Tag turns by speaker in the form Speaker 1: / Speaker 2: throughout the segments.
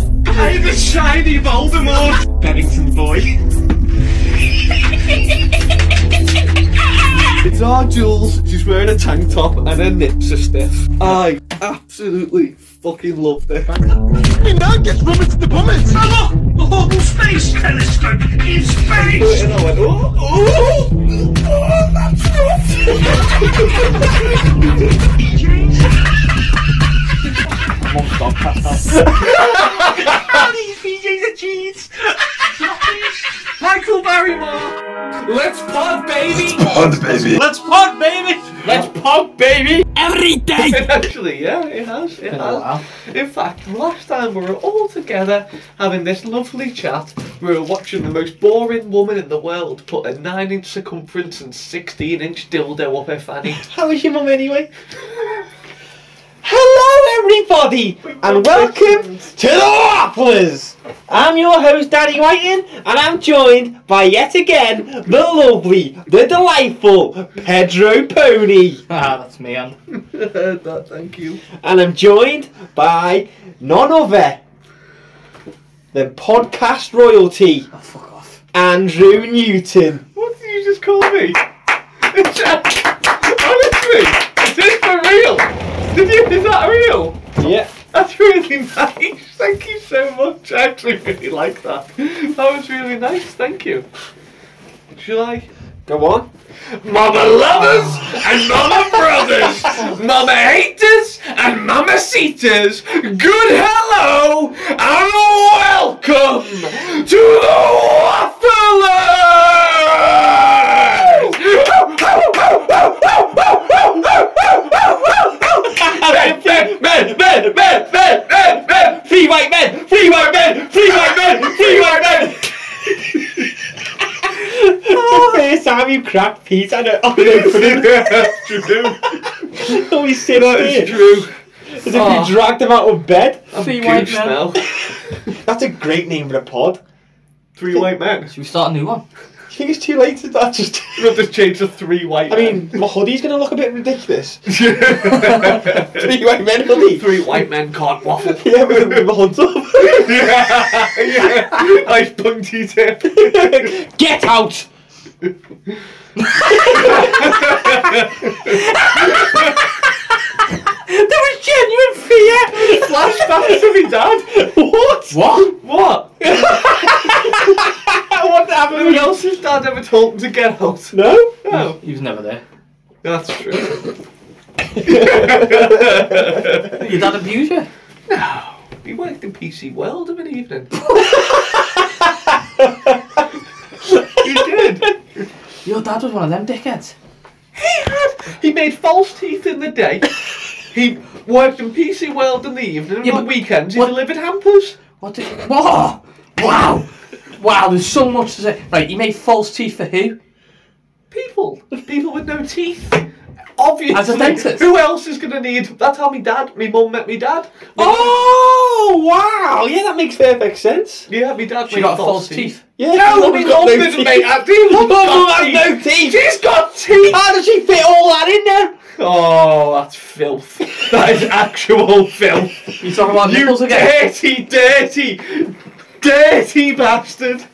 Speaker 1: the shiny Voldemort! Bennington boy. It's our Jules. She's wearing a tank top and her nips are stiff. I absolutely fucking loved it.
Speaker 2: nuggets, rummets the bummets.
Speaker 3: Oh, look! The Hubble Space Telescope in space!
Speaker 1: And I went, oh, oh, oh, that's
Speaker 3: All these BJs are cheats!
Speaker 1: Michael Barrymore. Let's pod, baby.
Speaker 2: Pod, baby.
Speaker 4: Let's pod, baby! Let's pod, baby! Every day!
Speaker 1: Actually, yeah, it has. It
Speaker 5: Ah,
Speaker 1: has. In fact, last time we were all together having this lovely chat, we were watching the most boring woman in the world put a 9 inch circumference and 16 inch dildo up her fanny.
Speaker 4: How is your mum anyway? Hello, everybody, and welcome to the Wafflers. I'm your host, Danny Whiting, and I'm joined by yet again the lovely, the delightful Pedro Pony. Ah, that's me, and
Speaker 1: Heard that, thank you.
Speaker 4: and I'm joined by none other than podcast royalty. Oh, fuck off, Andrew Newton.
Speaker 1: What did you just call me? Honestly, is this for real? Did you, is that real?
Speaker 4: Yeah.
Speaker 1: That's really nice. Thank you so much. I actually really like that. That was really nice. Thank you. Shall I?
Speaker 4: Go on.
Speaker 1: Mama lovers and mama brothers, mama haters and mama seaters. Good hello and welcome to the Wafflers. Men, men, men, men, men, men, men, men, free white men, free white men, free white men, free white men.
Speaker 4: the first time you cracked Pete, I don't.
Speaker 1: That's true.
Speaker 4: Oh, he's sitting
Speaker 1: That
Speaker 4: there.
Speaker 1: is true.
Speaker 4: As if you dragged him out of bed.
Speaker 5: Three white
Speaker 1: Goose
Speaker 5: men.
Speaker 1: now.
Speaker 4: That's a great name for a pod.
Speaker 1: Three white men.
Speaker 5: Should we start a new one?
Speaker 4: Do you think it's too late to that? Just.
Speaker 1: We'll just change to three white
Speaker 4: I mean,
Speaker 1: men.
Speaker 4: my hoodie's gonna look a bit ridiculous.
Speaker 1: three,
Speaker 4: Three white men hoodie.
Speaker 1: white men can't waffle.
Speaker 4: Yeah, with with my hood up.
Speaker 1: yeah, yeah. Nice punchy tip.
Speaker 4: Get out! there was genuine fear.
Speaker 1: Flashbacks to me dad.
Speaker 4: What? What?
Speaker 1: What?
Speaker 4: What happened?
Speaker 1: Who else's dad ever told him to get out?
Speaker 4: No.
Speaker 1: No.
Speaker 5: He was never there.
Speaker 1: That's true.
Speaker 5: Your dad abused you?
Speaker 1: He worked in PC World of an evening. he did.
Speaker 5: Your dad was one of them dickheads.
Speaker 1: He made false teeth in the day. He worked in PC World in the evening, and
Speaker 5: Yeah,
Speaker 1: on
Speaker 5: but
Speaker 1: weekends he
Speaker 5: what-
Speaker 1: delivered hampers.
Speaker 5: What did. Whoa! Wow! Wow, there's so much to say. Right, you made false teeth for who?
Speaker 1: People, people with no teeth. Obviously,
Speaker 5: As a dentist.
Speaker 1: who else is going to need? That's how me dad, me mum met me dad.
Speaker 4: Oh wow! Yeah, that makes perfect sense.
Speaker 1: Yeah, me dad
Speaker 5: She
Speaker 1: made
Speaker 5: got false teeth.
Speaker 4: Yeah.
Speaker 1: No,
Speaker 4: Mum's
Speaker 1: me
Speaker 4: got
Speaker 1: mum
Speaker 4: no
Speaker 1: didn't
Speaker 4: teeth.
Speaker 1: make that. Me
Speaker 4: Mum
Speaker 1: mum got
Speaker 4: has no teeth.
Speaker 1: She's got teeth.
Speaker 4: How does she fit all that in there?
Speaker 1: Oh, that's filth. That is actual filth.
Speaker 5: You talking about
Speaker 1: You
Speaker 5: nipples again?
Speaker 1: dirty, dirty, dirty bastard!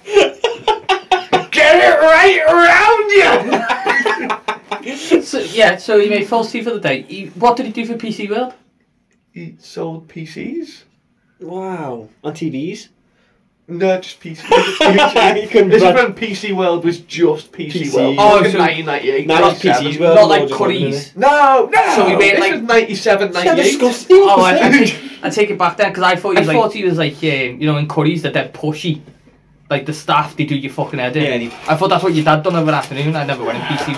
Speaker 1: Get it right around you!
Speaker 5: So, yeah, so he made false teeth for the day. He, what did he do for PC World?
Speaker 1: He sold PCs?
Speaker 4: Wow. On TVs.
Speaker 1: No, just PCs.
Speaker 4: you couldn't.
Speaker 1: This is
Speaker 4: run-
Speaker 1: when PC World was just PC,
Speaker 4: PC.
Speaker 1: World.
Speaker 5: Oh,
Speaker 1: Look at
Speaker 5: so-
Speaker 1: 1998.
Speaker 4: Now it's
Speaker 1: 97.
Speaker 4: PCs. Well,
Speaker 5: Not like
Speaker 4: Lord, wasn't
Speaker 5: curries.
Speaker 4: it?
Speaker 1: No, no.
Speaker 5: So he made
Speaker 1: this
Speaker 5: like-
Speaker 1: was 97,
Speaker 4: Yeah,
Speaker 1: 98.
Speaker 4: disgusting.
Speaker 5: Oh, I, I, take, I take it back then because I thought he was
Speaker 4: I
Speaker 5: like,
Speaker 4: thought
Speaker 5: he was like um, you know, in curries that they're pushy. Like the staff, they do your fucking head in.
Speaker 4: Yeah, and he-
Speaker 5: I thought that's what your dad done over an afternoon. I never went in PC,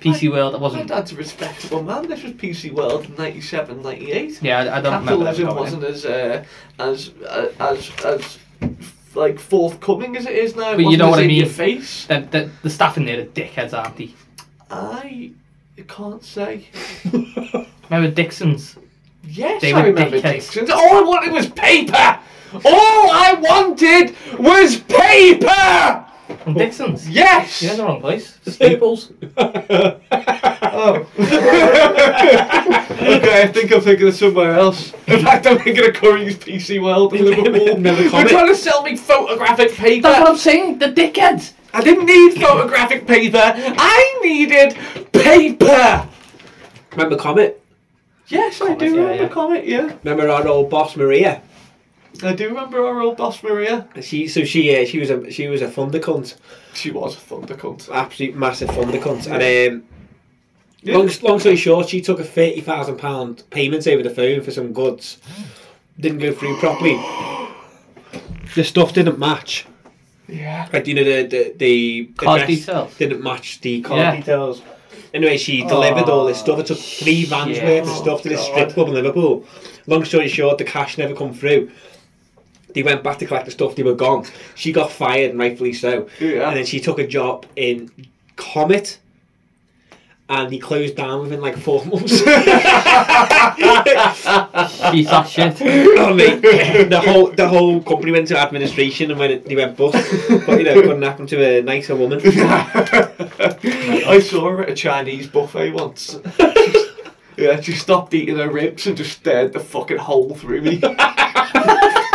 Speaker 5: PC World. I
Speaker 1: My
Speaker 5: wasn't.
Speaker 1: dad's a respectable man. This was PC World 97, 98.
Speaker 5: Yeah, I, I don't remember. ever
Speaker 1: capitalism
Speaker 5: going in.
Speaker 1: wasn't as uh, as uh, as as like forthcoming as it is now. It
Speaker 5: But you
Speaker 1: wasn't
Speaker 5: know
Speaker 1: as
Speaker 5: what I
Speaker 1: in Your
Speaker 5: mean.
Speaker 1: face.
Speaker 5: The, the, the staff in there are dickheads, aren't they?
Speaker 1: I can't say.
Speaker 5: Remember Dixon's?
Speaker 1: Yes,
Speaker 5: They
Speaker 1: I
Speaker 5: were
Speaker 1: remember
Speaker 5: dickheads.
Speaker 1: Dixon's. All I wanted was paper. All I wanted was paper.
Speaker 4: Oh,
Speaker 5: From Dixon's.
Speaker 1: Yes!
Speaker 5: You're in the wrong place. Staples.
Speaker 1: Oh. okay, I think I'm thinking of somewhere else. In fact, I'm thinking of Curry's PC World in Liverpool.
Speaker 4: Never
Speaker 1: They're trying to sell me photographic paper.
Speaker 5: That's what I'm saying. The dickheads.
Speaker 1: I didn't need photographic paper. I needed paper.
Speaker 4: Remember Comet?
Speaker 1: Yes, I do
Speaker 5: yeah,
Speaker 1: remember
Speaker 5: yeah.
Speaker 1: Comet, yeah.
Speaker 4: Remember our old boss Maria?
Speaker 1: I do remember our old boss Maria.
Speaker 4: She so she uh, she was a she was a thunder cunt,
Speaker 1: She was a thunder cunt.
Speaker 4: absolute massive thunder cunt. And um,
Speaker 1: Yeah.
Speaker 4: long long story short, she took a thirty thousand pound payment over the phone for some goods. Didn't go through properly. The stuff didn't match.
Speaker 1: Yeah.
Speaker 4: Like Uh, you know the the, the
Speaker 5: Card
Speaker 4: address
Speaker 5: details.
Speaker 4: didn't match the card
Speaker 5: Yeah.
Speaker 4: details. Anyway, she delivered all this stuff. It took three vans
Speaker 5: shit.
Speaker 4: worth of stuff to this strip club in Liverpool. Long story short, the cash never come through. They went back to collect the stuff. They were gone. She got fired, and rightfully so.
Speaker 1: Yeah.
Speaker 4: And then she took a job in Comet. And he closed down within like four months.
Speaker 5: She's that shit.
Speaker 4: Oh, mate, the whole the whole company went to administration and when it, they went bust. But you know, it couldn't happen to a nicer woman.
Speaker 1: I saw her at a Chinese buffet once. yeah, she stopped eating her ribs and just stared the fucking hole through me.
Speaker 4: the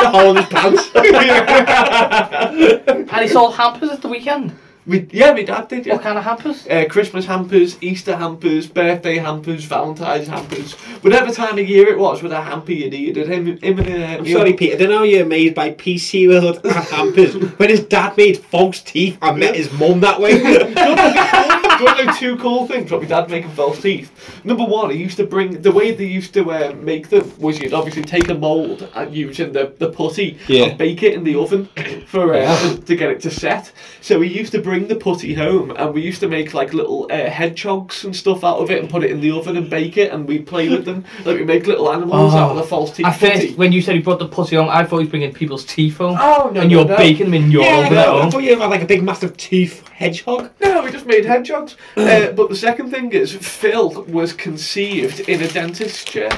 Speaker 4: hole in his pants.
Speaker 5: And it's all hampers at the weekend.
Speaker 1: We, yeah, my dad did. Yeah.
Speaker 5: What kind of hampers?
Speaker 1: uh, Christmas hampers, Easter hampers, birthday hampers, Valentine's hampers. Whatever time of year it was with a hamper you needed, him, him and uh,
Speaker 4: I'm
Speaker 1: my
Speaker 4: sorry,
Speaker 1: other-
Speaker 4: Peter. I don't know how you're amazed by PC World and hampers when his dad made false teeth and met his mum that way.
Speaker 1: Do you want to know two cool things about my dad making false teeth? Number one, he used to bring the way they used to uh, make them was you'd obviously take a mould and using the, the putty
Speaker 4: Yeah.
Speaker 1: and bake it in the oven for uh, to get it to set. So we used to bring the putty home and we used to make like little uh, hedgehogs and stuff out of it and put it in the oven and bake it and we'd play with them. Like we make little animals out of the false teeth.
Speaker 5: At
Speaker 1: putty.
Speaker 5: Oh, first, when you said he brought the putty home, I thought he was bringing people's teeth home.
Speaker 1: Oh, no,
Speaker 5: And
Speaker 1: no,
Speaker 5: you're
Speaker 1: no.
Speaker 5: baking them in your
Speaker 4: yeah, I
Speaker 5: oven at
Speaker 4: know. I
Speaker 5: home.
Speaker 4: thought you had like a big massive tooth hedgehog.
Speaker 1: No, we just made hedgehogs. uh, but the second thing is, Phil was conceived in a dentist's chair.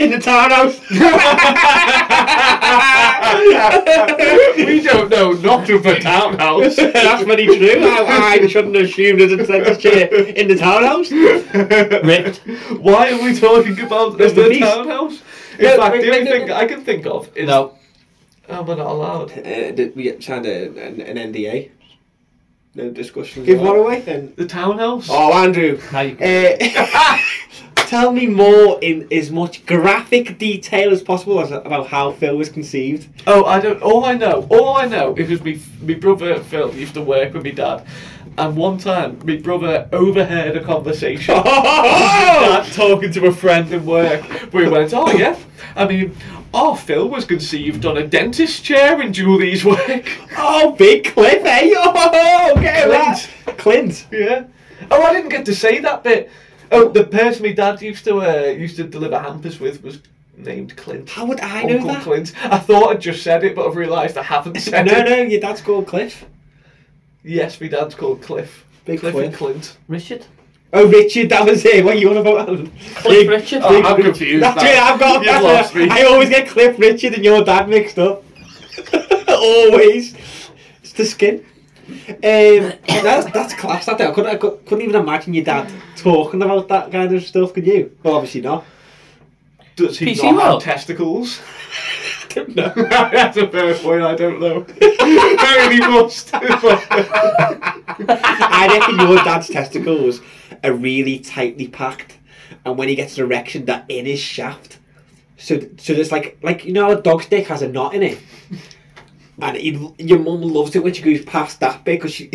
Speaker 4: In the townhouse.
Speaker 1: we don't know not of a townhouse.
Speaker 4: That's pretty true. I, I shouldn't have assumed it had said this chair in the townhouse.
Speaker 5: Ripped.
Speaker 1: Why are we talking about the,
Speaker 4: the
Speaker 1: the
Speaker 4: beast.
Speaker 1: townhouse? In
Speaker 4: No,
Speaker 1: fact,
Speaker 4: wait,
Speaker 1: the
Speaker 4: wait,
Speaker 1: only
Speaker 4: no,
Speaker 1: thing I can think of is.
Speaker 5: No.
Speaker 1: Am I not allowed?
Speaker 4: we signed an, NDA. No discussions.
Speaker 1: Give one
Speaker 4: away then.
Speaker 1: The townhouse?
Speaker 4: Oh, Andrew.
Speaker 5: Now you can.
Speaker 4: Uh, tell me more in as much graphic detail as possible as, about how Phil was conceived.
Speaker 1: Oh, I don't. All I know, all I know, is because me, me brother Phil used to work with me dad, and one time me brother overheard a conversation.
Speaker 4: Oh!
Speaker 1: dad talking to a friend in work. We went, oh yeah. I mean, oh Phil was conceived on a dentist chair in Julie's work.
Speaker 4: oh, big Cliff, eh? Oh, get that. Clint.
Speaker 1: Yeah. Oh, I didn't get to say that bit. Oh, the person my dad used to uh, used to deliver hampers with was named Clint.
Speaker 4: How would I know
Speaker 1: Uncle
Speaker 4: that?
Speaker 1: Clint. I thought I'd just said it, but I've realised I haven't said
Speaker 4: No,
Speaker 1: it.
Speaker 4: no, your dad's called Cliff.
Speaker 1: Yes, my dad's called Cliff.
Speaker 4: Big
Speaker 1: Cliff, and
Speaker 4: Cliff.
Speaker 1: Clint.
Speaker 5: Richard.
Speaker 4: Oh, Richard, that was it. What are you on about? Cliff
Speaker 5: Richard.
Speaker 1: Oh, I'm confused.
Speaker 4: That's
Speaker 1: now.
Speaker 4: it, I've got
Speaker 1: You've
Speaker 4: that's
Speaker 1: lost
Speaker 4: it.
Speaker 1: me.
Speaker 4: I always get Cliff Richard and your dad mixed up. always. It's the skin. Um, that's, that's class, that thing. I couldn't, I cou- couldn't even imagine your dad talking about that kind of stuff, could you? Well, obviously not.
Speaker 1: Does he
Speaker 5: PC
Speaker 1: not have
Speaker 5: World.
Speaker 1: testicles?
Speaker 4: don't know.
Speaker 1: That's a fair point. I don't know. Apparently must.
Speaker 4: I reckon your dad's testicles are really tightly packed, and when he gets an erection, that in his shaft. So, so there's like, like you know, how a dog's dick has a knot in it, and he, your mum loves it when she goes past that bit because she,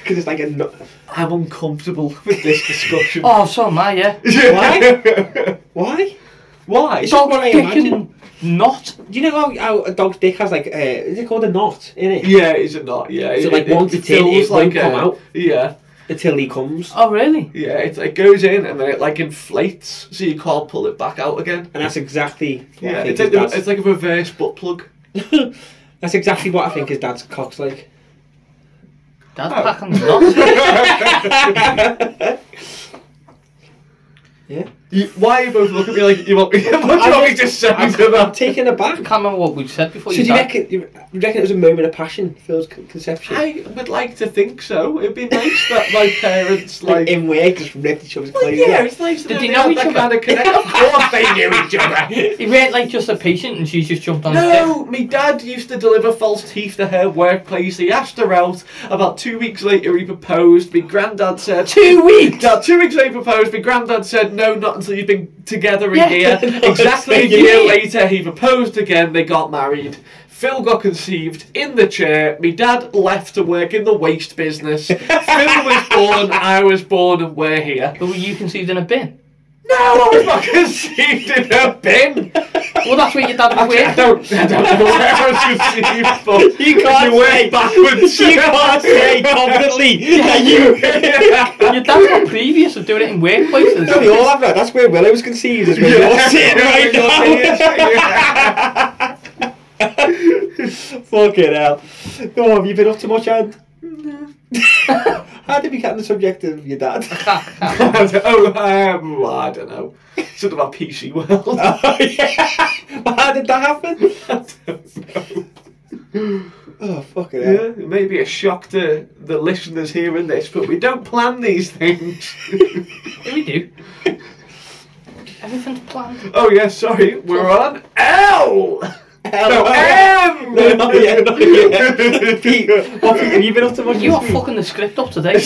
Speaker 4: because it's like a knot.
Speaker 1: I'm uncomfortable with this discussion.
Speaker 5: Oh, so am I, yeah.
Speaker 1: Why?
Speaker 4: Why?
Speaker 1: Why?
Speaker 4: It's all what I imagine.
Speaker 5: Fucking not.
Speaker 4: Do you know how, how a dog's dick has like, uh, is it called a knot in it?
Speaker 1: Yeah, is it not? Yeah.
Speaker 4: So,
Speaker 1: it-
Speaker 4: like,
Speaker 1: it-
Speaker 4: once
Speaker 1: it
Speaker 4: it's in,
Speaker 1: feels
Speaker 4: it won't come
Speaker 1: a-
Speaker 4: out?
Speaker 1: Yeah.
Speaker 4: Until he comes,
Speaker 5: Oh, really?
Speaker 1: Yeah, it, it goes in and then it like inflates, so you can't pull it back out again.
Speaker 4: and that's exactly. What
Speaker 1: Yeah,
Speaker 4: I
Speaker 1: it's
Speaker 4: think his
Speaker 1: like,
Speaker 4: dad's,
Speaker 1: it's like a reverse butt plug.
Speaker 4: that's exactly what I think his dad's cock's like.
Speaker 5: Dad's
Speaker 1: Oh.
Speaker 5: packing the nuts.
Speaker 4: Yeah.
Speaker 1: You, why are you both looking at me like you want me? What do you want me to say
Speaker 4: I'm,
Speaker 1: to
Speaker 4: I'm
Speaker 1: that?
Speaker 4: taken aback.
Speaker 5: I can't remember what we said before
Speaker 4: So
Speaker 5: you
Speaker 4: do you
Speaker 5: died.
Speaker 4: reckon, you reckon it was a moment of passion, Phil's con- conception?
Speaker 1: I would like to think so. It'd be nice that my parents
Speaker 4: like,
Speaker 1: like.
Speaker 4: in work, just ripped each other's
Speaker 1: Well,
Speaker 4: clothes
Speaker 1: yeah,
Speaker 4: off.
Speaker 1: it's nice.
Speaker 5: Did
Speaker 1: that
Speaker 5: they
Speaker 1: they
Speaker 5: know
Speaker 1: had
Speaker 5: each
Speaker 1: that
Speaker 5: other?
Speaker 1: Kind of connection. of course they knew each other.
Speaker 5: He went like just a patient and she's just jumped on his
Speaker 1: No, my dad used to deliver false teeth to her workplace. He asked her out. About two weeks later, he proposed. My granddad said.
Speaker 5: Two weeks!
Speaker 1: Dad, two weeks later, he proposed. My granddad said, "No, not until you've been together a
Speaker 5: Yeah,
Speaker 1: year."
Speaker 4: no,
Speaker 1: exactly a
Speaker 4: it's a
Speaker 1: year
Speaker 4: year.
Speaker 1: later, he proposed again. They got married. Phil got conceived in the chair. My dad left to work in the waste business. Phil was born. I was born, and we're here.
Speaker 5: But were you conceived in a bin?
Speaker 1: No, I was not conceived in a bin.
Speaker 5: Well, that's where your dad was
Speaker 1: I
Speaker 5: with.
Speaker 1: don't, I don't know where I was conceived, but
Speaker 4: You can't
Speaker 1: you
Speaker 4: say-
Speaker 1: went backwards.
Speaker 4: You can't say confidently that you.
Speaker 5: Your dad's got previous of doing it in workplaces.
Speaker 4: No, we all have that. That's where Willow was conceived. Is where you're sitting right now. Fucking hell. Oh, have you been up to much, Ant? How did we get on the subject of your dad?
Speaker 1: oh, um, I don't know. Sort of a PC world.
Speaker 4: oh, yeah. How did that happen? Oh, fucking hell.
Speaker 1: Yeah, it may be a shock to the listeners hearing this, but we don't plan these things.
Speaker 5: Yeah, we do. Everything's planned.
Speaker 1: oh yeah, sorry, we're on L. No, M.
Speaker 4: No, not yet, not yet. Pete, what, have you been up to much?
Speaker 5: You
Speaker 4: this
Speaker 5: are
Speaker 4: week?
Speaker 5: fucking the script up today.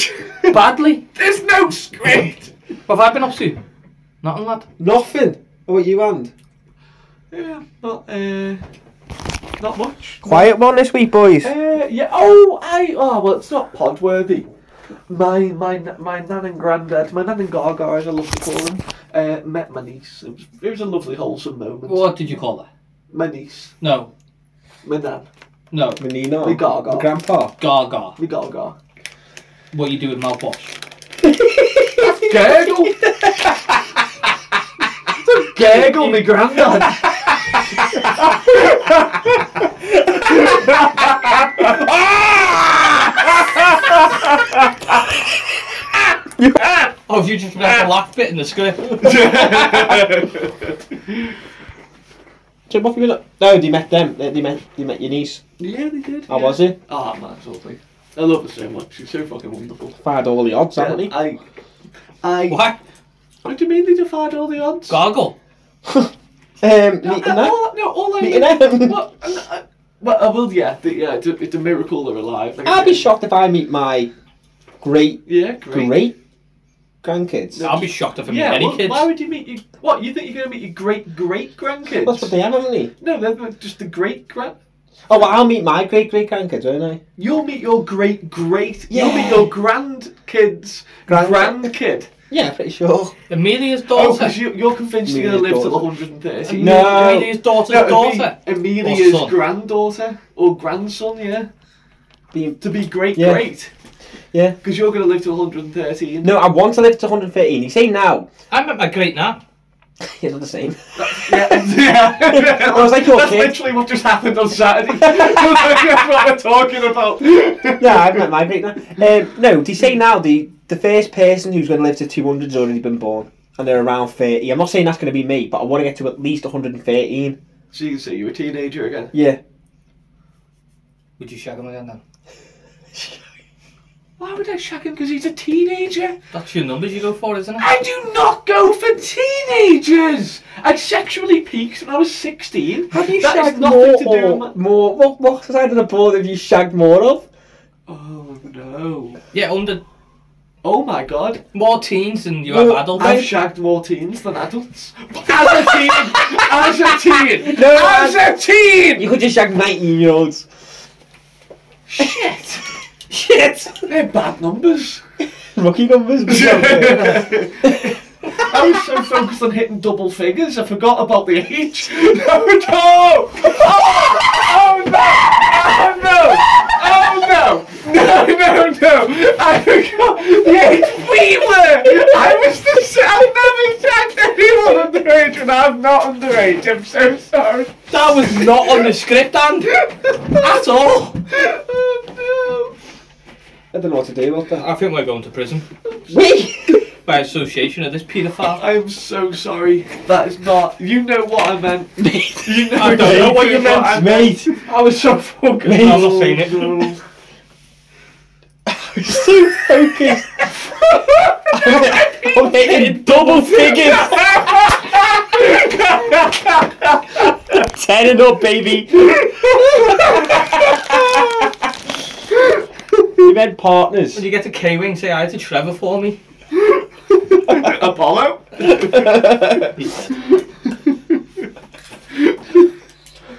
Speaker 5: Badly.
Speaker 1: There's no script.
Speaker 5: What have I been up to? Nothing, lad.
Speaker 4: Nothing. What about you, and?
Speaker 1: Yeah, not uh, not much.
Speaker 4: Quiet one this week, boys.
Speaker 1: Uh, yeah. Oh, I. Oh, well, it's not pod worthy. My my my nan and granddad, my nan and Gaga, as I love to call them, uh, met my niece. It was, it was a lovely, wholesome moment.
Speaker 5: What did you call that?
Speaker 1: My niece,
Speaker 5: No.
Speaker 1: my nan,
Speaker 5: No.
Speaker 4: Menino.
Speaker 1: We got, got.
Speaker 4: The grandpa.
Speaker 5: Gaga.
Speaker 1: my Gaga.
Speaker 5: What you do with mouthwash.
Speaker 1: Gurgle. Don't gurgle, me granddad.
Speaker 5: Oh, have you just read the last bit in the script?
Speaker 4: So what have you been up? No, they met them. They, they met. They met your niece.
Speaker 1: yeah, they did.
Speaker 4: How
Speaker 1: yeah.
Speaker 4: was it?
Speaker 1: Oh man, it's lovely. I love her so much. She's so fucking wonderful.
Speaker 4: Fired all the odds, haven't he?
Speaker 1: I, I.
Speaker 5: Why?
Speaker 1: What do you mean they defied all the odds?
Speaker 5: Gargle.
Speaker 4: Um,
Speaker 1: No,
Speaker 4: meeting that.
Speaker 1: all, no, all I
Speaker 4: Meeting
Speaker 1: know-
Speaker 4: them.
Speaker 1: Well, I- I- uh, well, I will, yeah, the, yeah. It's a, it's a miracle they're alive. Like,
Speaker 4: I'd be shocked if I meet my great
Speaker 1: Yeah, great.
Speaker 4: great grandkids.
Speaker 5: I'll be shocked if I meet
Speaker 1: Yeah,
Speaker 5: any
Speaker 1: well,
Speaker 5: kids.
Speaker 1: why would you meet your? What you think you're gonna meet your great great grandkids?
Speaker 4: That's what they have, haven't they?
Speaker 1: No, they're not just the great grand.
Speaker 4: Oh, well, I'll meet my great great grandkids, won't I?
Speaker 1: You'll meet your great great. You'll
Speaker 4: Yeah.
Speaker 1: meet your grandkids
Speaker 4: Grand-
Speaker 1: grandkid.
Speaker 4: Yeah, pretty sure.
Speaker 5: Amelia's
Speaker 1: Oh,
Speaker 5: daughter.
Speaker 1: because you, you're convinced you're gonna live
Speaker 4: Amelia's
Speaker 1: to
Speaker 4: daughter.
Speaker 1: 130.
Speaker 4: No.
Speaker 5: Amelia's daughter's daughter.
Speaker 1: Amelia's
Speaker 5: Or son.
Speaker 1: granddaughter or grandson, yeah,
Speaker 4: Be-
Speaker 1: to be great
Speaker 4: Yeah.
Speaker 1: great.
Speaker 4: Yeah.
Speaker 1: Because you're gonna live to 113.
Speaker 4: No, I want to live to 113. You say now.
Speaker 5: I met my great nan.
Speaker 4: You're not the same.
Speaker 1: Yeah, yeah.
Speaker 4: I was like, you're
Speaker 1: That's
Speaker 4: okay.
Speaker 1: literally what just happened on Saturday. That's what we're talking about.
Speaker 4: no, I've met my great now. Um, no, do you say now the the first person who's going to live to 200 has already been born? And they're around 30. I'm not saying that's going to be me, but I want to get to at least 113.
Speaker 1: So you can say you're a teenager again.
Speaker 4: Yeah.
Speaker 5: Would you shag him again then?
Speaker 1: Why would I shag him? Because he's a teenager.
Speaker 5: That's your numbers you go for, isn't it?
Speaker 1: I do not go for teenagers. I sexually peaked when I was 16.
Speaker 4: Have you
Speaker 1: That has
Speaker 4: shagged
Speaker 1: nothing
Speaker 4: more?
Speaker 1: to do with
Speaker 4: or, more what, what side of the board have you shagged more of?
Speaker 1: Oh no.
Speaker 5: Yeah, under
Speaker 1: Oh my god.
Speaker 5: more teens than you
Speaker 4: Well,
Speaker 5: have adults.
Speaker 1: I've shagged more teens than adults. As a teen. as a teen.
Speaker 4: No,
Speaker 1: as a teen.
Speaker 4: You could just shag 19 year olds.
Speaker 1: Shit.
Speaker 4: Shit!
Speaker 1: They're bad numbers.
Speaker 4: Rookie numbers. but yeah.
Speaker 1: I was so focused on hitting double figures, I forgot about the H. No, no! Oh, oh no! Oh no! Oh no! No, no, no! I forgot the H we were! I was the s- I've never checked anyone underage and I'm not underage, I'm so sorry.
Speaker 5: that was not on the script, and at all.
Speaker 1: Oh no!
Speaker 4: I don't know what to do about that.
Speaker 5: I think we're going to prison.
Speaker 4: We!
Speaker 5: by association of this paedophile.
Speaker 1: I am so sorry. That is not. You know what I meant. You know,
Speaker 5: I don't know what you meant,
Speaker 1: I
Speaker 4: mate.
Speaker 1: I was so focused.
Speaker 4: Mate.
Speaker 5: I'm not saying it.
Speaker 4: so focused. I'm hitting double figures. Ten and up, baby. you meant partners.
Speaker 5: When you get to K-Wing, say hi to Trevor for me.
Speaker 1: Apollo?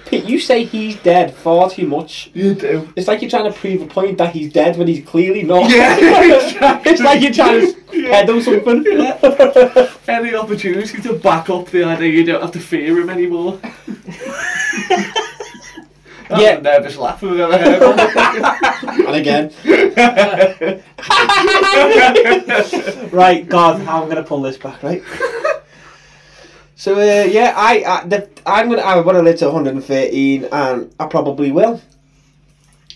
Speaker 4: Pete, you say he's dead far too much.
Speaker 1: You do.
Speaker 4: It's like you're trying to prove a point that he's dead when he's clearly not.
Speaker 1: Yeah, exactly.
Speaker 4: it's like you're trying to
Speaker 1: Yeah.
Speaker 4: head on something.
Speaker 1: Any opportunity to back up the idea you don't have to fear him anymore? That's
Speaker 4: Yeah.
Speaker 1: the nervous laugh I've ever heard.
Speaker 4: And again. right, God, how I'm gonna pull this back, right? So uh, yeah, I, I the, I'm gonna I want to live to 113, and I probably will.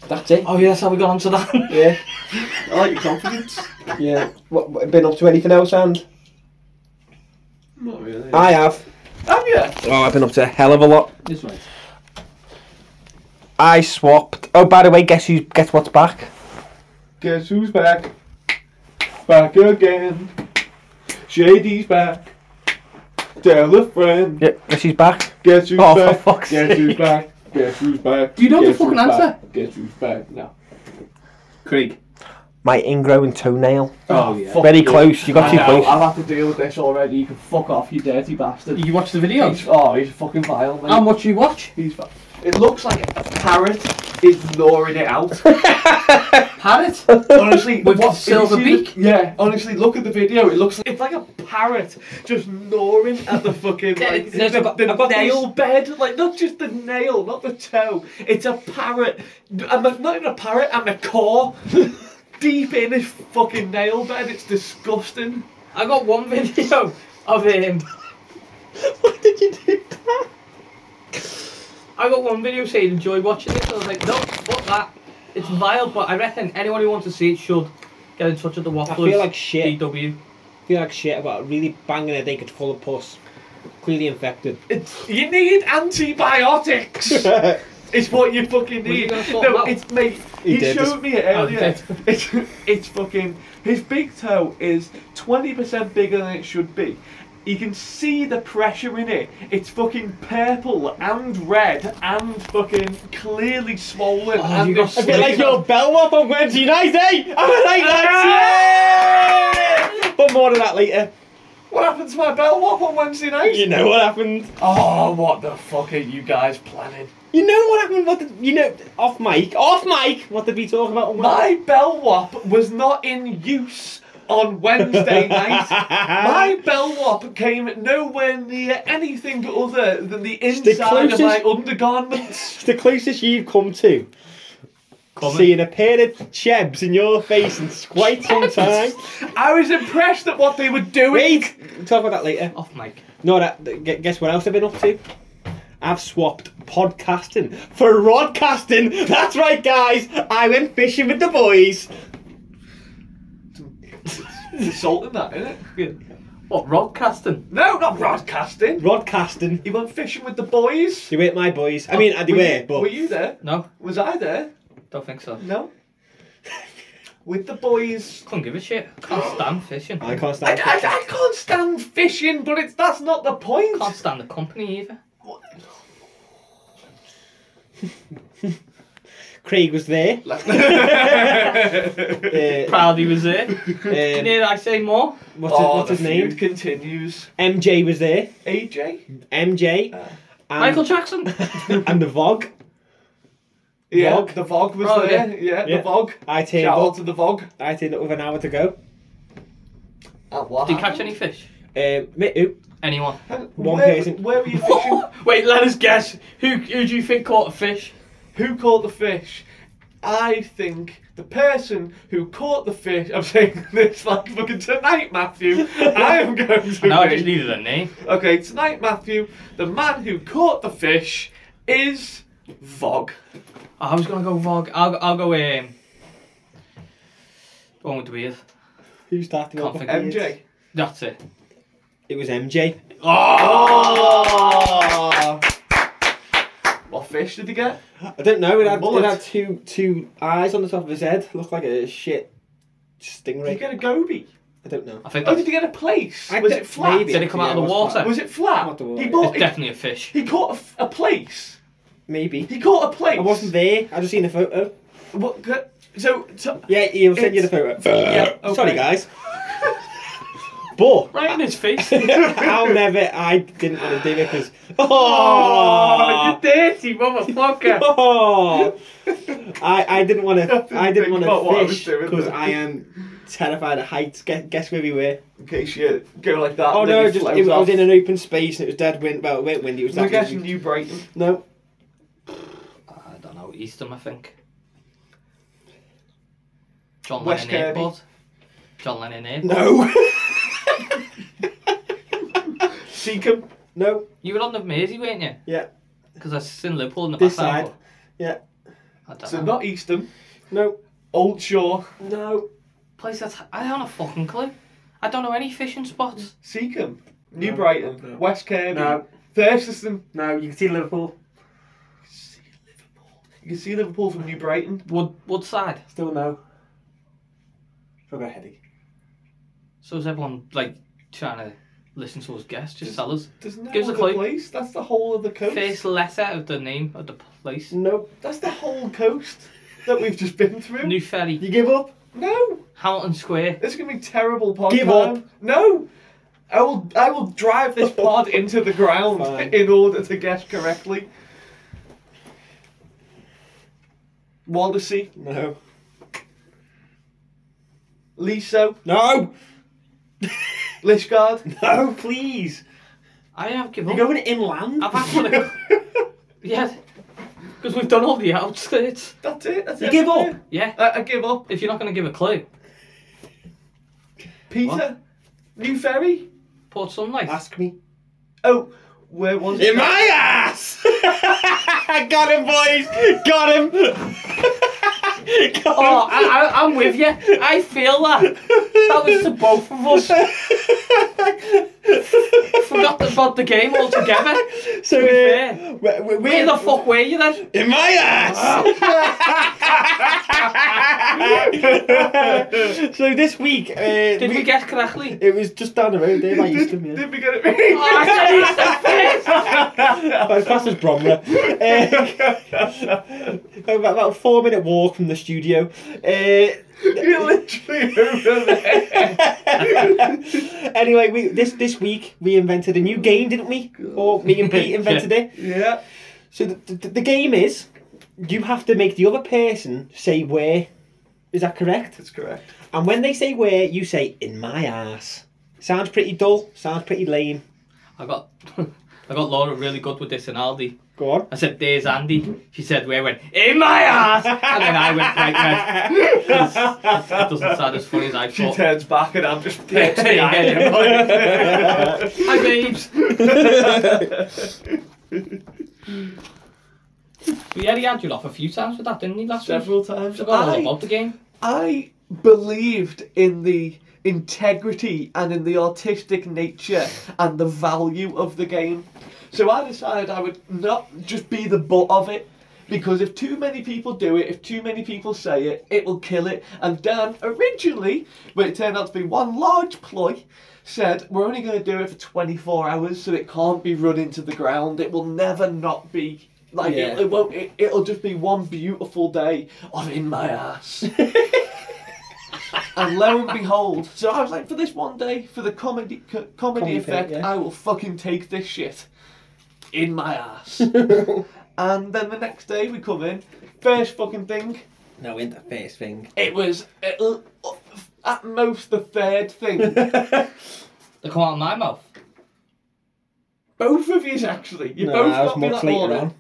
Speaker 4: That's it.
Speaker 5: Oh yes, have we got onto that?
Speaker 4: Yeah,
Speaker 1: I like your confidence.
Speaker 4: yeah. What, what been up to anything else, and
Speaker 1: Not really.
Speaker 4: I have.
Speaker 1: Have you?
Speaker 4: Oh, I've been up to a hell of a lot.
Speaker 5: It's right.
Speaker 4: I swapped. Oh, by the way, guess who gets what's back?
Speaker 1: Guess who's back? Back again. Shady's back. Tell a friend.
Speaker 4: Yeah, guess who's back?
Speaker 1: Guess who's
Speaker 4: Oh, for
Speaker 1: back?
Speaker 4: fuck's
Speaker 1: Guess who's
Speaker 4: sake.
Speaker 1: back? Guess who's back?
Speaker 5: You know the
Speaker 1: Guess who's
Speaker 5: fucking
Speaker 1: back?
Speaker 5: answer.
Speaker 1: Guess who's back? No.
Speaker 5: Craig.
Speaker 4: My ingrowing toenail.
Speaker 1: Oh, yeah.
Speaker 4: Very close. You got
Speaker 1: I
Speaker 4: too
Speaker 1: know,
Speaker 4: close.
Speaker 1: I've had to deal with this already. You can fuck off, you dirty bastard.
Speaker 5: You watch the
Speaker 1: He's,
Speaker 5: videos?
Speaker 1: oh, he's fucking vile, mate.
Speaker 5: How much you watch?
Speaker 1: he's, vi- it looks like a parrot is gnawing it out.
Speaker 5: Parrot.
Speaker 1: Honestly,
Speaker 5: With
Speaker 1: what,
Speaker 5: silver
Speaker 1: if you see
Speaker 5: beak?
Speaker 1: the- yeah, honestly, look at the video. It looks like it's like a parrot just gnawing at the fucking like
Speaker 5: No, I've
Speaker 1: the,
Speaker 5: got-
Speaker 1: the
Speaker 5: I've got
Speaker 1: nail bed. Like not just the nail, not the toe. It's a parrot. I'm a, not even a parrot. I'm a core deep in his fucking nail bed. It's disgusting.
Speaker 5: I got one video of him.
Speaker 4: Why did you do that?
Speaker 5: I got one video saying enjoy watching this. I was like, no, fuck that. It's vile, but I reckon anyone who wants to see it should get in touch with the Wafflers.
Speaker 4: feel like shit.
Speaker 5: DW.
Speaker 4: feel like shit about a really banging headache it's full of pus. Clearly infected.
Speaker 1: It's you need antibiotics. It's what you fucking
Speaker 5: Were you
Speaker 1: need.
Speaker 5: gonna sort him
Speaker 1: no,
Speaker 5: out?
Speaker 1: it's mate.
Speaker 4: He
Speaker 1: He,
Speaker 4: did,
Speaker 1: showed me it
Speaker 5: Oh, he
Speaker 1: earlier.
Speaker 5: did.
Speaker 1: It's, it's fucking. His big toe is twenty percent bigger than it should be. You can see the pressure in it. It's fucking purple and red and fucking clearly swollen.
Speaker 5: Oh,
Speaker 1: and
Speaker 5: you got
Speaker 1: it's
Speaker 5: A bit like
Speaker 1: fucking-
Speaker 4: bellwop on Wednesday night, eh? I like
Speaker 1: that,
Speaker 4: yeah! But more of that later.
Speaker 1: What happened to my bell wop on Wednesday night?
Speaker 4: know what happened.
Speaker 1: Oh, what the fuck are you guys planning?
Speaker 4: You know what happened. What did, you know? Off mic. Off mic. What did we talk about? On
Speaker 1: My bellwop was not in use on Wednesday night. My bellwop came nowhere near anything other than the inside of my
Speaker 4: closest-
Speaker 1: undergarments.
Speaker 4: the closest you've come to
Speaker 5: Comment.
Speaker 4: seeing a pair of chebs in your face in quite some time.
Speaker 1: I was impressed at what they were doing.
Speaker 4: Wait, we'll talk about that later.
Speaker 5: Off mic.
Speaker 4: No, that, th- gu- guess what else I've been up to? I've swapped podcasting for rodcasting. That's right, guys. I went fishing with the boys.
Speaker 1: It's insulting that, isn't it?
Speaker 5: What, Rob Caston?
Speaker 1: No, not broadcasting.
Speaker 4: Rodcasting.
Speaker 1: You went fishing with the boys.
Speaker 4: They weren't my boys. I mean, uh, they
Speaker 1: Were
Speaker 4: were,
Speaker 1: you,
Speaker 4: but
Speaker 1: were you there?
Speaker 5: No,
Speaker 1: Was I there?
Speaker 5: don't think so.
Speaker 1: No. With the boys.
Speaker 5: Couldn't give a shit. Can't stand fishing.
Speaker 4: I can't
Speaker 1: I,
Speaker 4: stand.
Speaker 1: I,
Speaker 4: fishing.
Speaker 1: I can't stand fishing, but it's that's not the point.
Speaker 5: Can't stand the company either.
Speaker 4: Craig was there. Uh,
Speaker 5: Proud he was there.
Speaker 4: um,
Speaker 5: Need I say more?
Speaker 4: what's, his, what's his
Speaker 1: Oh, the
Speaker 4: name?
Speaker 1: feud continues.
Speaker 4: MJ was there.
Speaker 1: AJ?
Speaker 4: MJ. and,
Speaker 1: Um,
Speaker 5: Michael Jackson.
Speaker 4: and the Vog.
Speaker 1: Yeah,
Speaker 4: Vogue?
Speaker 1: the Vogue was
Speaker 5: Oh,
Speaker 1: there. Yeah,
Speaker 4: Yeah.
Speaker 1: the Vogue.
Speaker 4: I turned
Speaker 1: Shout out
Speaker 4: up.
Speaker 1: to the Vogue.
Speaker 4: I turned up with an hour to go.
Speaker 1: And Uh, what
Speaker 5: Did you catch
Speaker 1: happened?
Speaker 5: any fish?
Speaker 4: Um, mi- who?
Speaker 5: Anyone?
Speaker 4: One
Speaker 1: where,
Speaker 4: person.
Speaker 1: Where were you fishing?
Speaker 5: Wait, let us guess. Who who do you think caught a fish?
Speaker 1: who caught the fish? I think the person who caught the fish. I'm saying this like fucking tonight, Matthew. I am going to.
Speaker 5: No, I
Speaker 1: be-
Speaker 5: just needed a name.
Speaker 1: Okay, tonight, Matthew, the man who caught the fish is Vogue.
Speaker 5: Oh, I was gonna go Vogue. I'll, I'll go um. The one with the beard.
Speaker 4: Who started?
Speaker 5: Can't
Speaker 4: off
Speaker 5: think
Speaker 4: with
Speaker 5: of
Speaker 4: it?
Speaker 1: MJ.
Speaker 5: That's it.
Speaker 4: It was MJ.
Speaker 1: Oh! What fish did he get?
Speaker 4: I don't know. It had, it
Speaker 1: Mullet.
Speaker 4: had two two eyes on the top of his head. Looked like a shit
Speaker 1: Did he
Speaker 4: stingray.
Speaker 1: get a goby?
Speaker 4: I don't know.
Speaker 5: I think
Speaker 1: Oh,
Speaker 5: that's
Speaker 1: did he get a place?
Speaker 4: I
Speaker 1: was
Speaker 4: don't-
Speaker 1: it flat?
Speaker 4: maybe.
Speaker 5: Did it come out of the
Speaker 4: Yeah, what's
Speaker 5: water?
Speaker 1: Was it flat?
Speaker 4: Not the water.
Speaker 1: He
Speaker 5: it's
Speaker 1: bought. He,
Speaker 5: definitely a fish.
Speaker 1: he caught a, f- a place.
Speaker 4: Maybe.
Speaker 1: He caught a place.
Speaker 4: I wasn't there. I just seen the photo.
Speaker 1: What? g- So, so
Speaker 4: Yeah, he'll send you the photo.
Speaker 1: Yeah, okay.
Speaker 4: Sorry, guys. but
Speaker 5: Right in his face.
Speaker 4: I'll never. I didn't want to do it because.
Speaker 5: oh, you dirty motherfucker.
Speaker 4: Oh, I, I didn't want to. I didn't
Speaker 1: Think about what I
Speaker 4: want to
Speaker 1: was
Speaker 4: fish
Speaker 1: doing
Speaker 4: because
Speaker 1: there.
Speaker 4: I am terrified of heights. Guess, guess where we were?
Speaker 1: in case you go like that.
Speaker 4: Oh
Speaker 1: and then
Speaker 4: no!
Speaker 1: you
Speaker 4: Just
Speaker 1: float
Speaker 4: it was, I was
Speaker 1: off.
Speaker 4: in an open space and it was dead wind. Well, it weren't windy. It was
Speaker 1: We're
Speaker 4: that
Speaker 1: guessing
Speaker 4: windy.
Speaker 1: New Brighton.
Speaker 4: No,
Speaker 5: I don't know, Eastham, I think. John
Speaker 1: West
Speaker 5: Lennon
Speaker 1: Kirby.
Speaker 5: Airport. John Lennon Airport.
Speaker 4: no,
Speaker 1: Seacombe.
Speaker 4: no.
Speaker 5: You were on the Mersey, weren't you?
Speaker 4: Yeah.
Speaker 5: Because I seen Liverpool in the
Speaker 4: This
Speaker 5: back
Speaker 4: side. Yeah.
Speaker 5: I don't
Speaker 1: So
Speaker 5: know.
Speaker 1: not Eastham.
Speaker 4: No,
Speaker 1: Old Shore.
Speaker 4: no.
Speaker 5: Place that's I don't have a fucking clue. I don't know any fishing spots.
Speaker 1: Seacombe. New
Speaker 6: No.
Speaker 1: Brighton.
Speaker 6: No.
Speaker 1: West Kirby.
Speaker 6: No.
Speaker 1: Thurston.
Speaker 6: No, you can see Liverpool.
Speaker 1: You can see Liverpool from New Brighton.
Speaker 5: Wood Woodside.
Speaker 6: Still no. I've got a headache.
Speaker 5: So is everyone like trying to listen to us guess? Just tell us.
Speaker 1: There's no
Speaker 5: Give us a
Speaker 1: other
Speaker 5: clue.
Speaker 1: place. That's the whole of the coast.
Speaker 5: First letter of the name of the place.
Speaker 4: Nope.
Speaker 1: That's the whole coast that we've just been through.
Speaker 5: New Ferry.
Speaker 4: You give up?
Speaker 1: no.
Speaker 5: Hamilton Square.
Speaker 1: This is gonna be terrible podcast.
Speaker 4: Give up.
Speaker 1: No. I will. I will drive this pod into the ground
Speaker 4: Fine.
Speaker 1: in order to guess correctly. Wallasey,
Speaker 4: No.
Speaker 1: Liso,
Speaker 4: No.
Speaker 1: Lishgard.
Speaker 4: No, please.
Speaker 5: I have given
Speaker 4: You're
Speaker 5: up.
Speaker 4: going inland.
Speaker 5: I've asked for the Yeah. Because we've done all the outskirts.
Speaker 1: That's it. That's
Speaker 4: You
Speaker 1: it.
Speaker 4: give up?
Speaker 5: Yeah.
Speaker 1: I, I give up.
Speaker 5: If you're not gonna give a clue.
Speaker 1: Peter,
Speaker 5: What?
Speaker 1: New Ferry.
Speaker 5: Port Sunlight.
Speaker 4: Ask me.
Speaker 1: Oh, where was
Speaker 4: In
Speaker 1: it?
Speaker 4: my ass! Got him, boys! Got him!
Speaker 5: Oh,
Speaker 4: Got him!
Speaker 5: I, I, I'm with you. I feel that. That was to both of us. Forgot about the game altogether.
Speaker 4: so,
Speaker 5: To be
Speaker 4: uh,
Speaker 5: fair.
Speaker 4: where, where,
Speaker 5: Where the fuck were you then?
Speaker 4: In my ass! so this week, uh,
Speaker 5: Did we
Speaker 4: we-
Speaker 5: guess correctly?
Speaker 4: it was just down the road eh, there by Eastham, yeah.
Speaker 1: Did we get it right?
Speaker 5: Oh, I said it's the first.
Speaker 4: About as fast as Bromley. Uh, eh. about, about a four minute walk from the studio. Uh,
Speaker 1: You're literally over there.
Speaker 4: anyway, we this this week we invented a new game, didn't we? Or me and Pete invented it.
Speaker 1: yeah.
Speaker 4: So the, the, the game is you have to make the other person say where. Is that correct?
Speaker 1: That's correct.
Speaker 4: And when they say where, you say in my ass. Sounds pretty dull. Sounds pretty lame.
Speaker 5: I got, I got Laura really good with this in Aldi.
Speaker 4: Go on.
Speaker 5: I said, "There's Andy." She said, "Where went in my ass?" And then I went bright red. 'Cause It doesn't sound as funny as I
Speaker 1: She
Speaker 5: thought.
Speaker 1: turns back and I'm just
Speaker 5: Yeah,
Speaker 1: pitched behind
Speaker 5: yeah. Hi, babes. But yeah, he had you off a few times with that, didn't he? Last week.
Speaker 1: Several times.
Speaker 5: Forgot all
Speaker 1: I-
Speaker 5: about the game.
Speaker 1: I believed in the integrity and in the artistic nature and the value of the game. So I decided I would not just be the butt of it. Because if too many people do it, if too many people say it, it will kill it. And Dan originally, but it turned out to be one large ploy, said, We're only going to do it for 24 hours so it can't be run into the ground. It will never not be. Like,
Speaker 4: Yeah.
Speaker 1: it, it won't. It, it'll just be one beautiful day of in my ass. And lo and behold, so I was like, for this one day, for the comedy co- comedy,
Speaker 4: Comedy bit,
Speaker 1: effect,
Speaker 4: yeah.
Speaker 1: I will fucking take this shit in my ass. and then the next day we come in, first fucking thing,
Speaker 4: No, in the first thing.
Speaker 1: it was at, l- at most the third thing.
Speaker 5: They come out of my mouth.
Speaker 1: both of yous actually, you
Speaker 4: No,
Speaker 1: both
Speaker 4: that was
Speaker 1: got me
Speaker 4: much
Speaker 1: that
Speaker 4: later
Speaker 1: morning.
Speaker 4: on.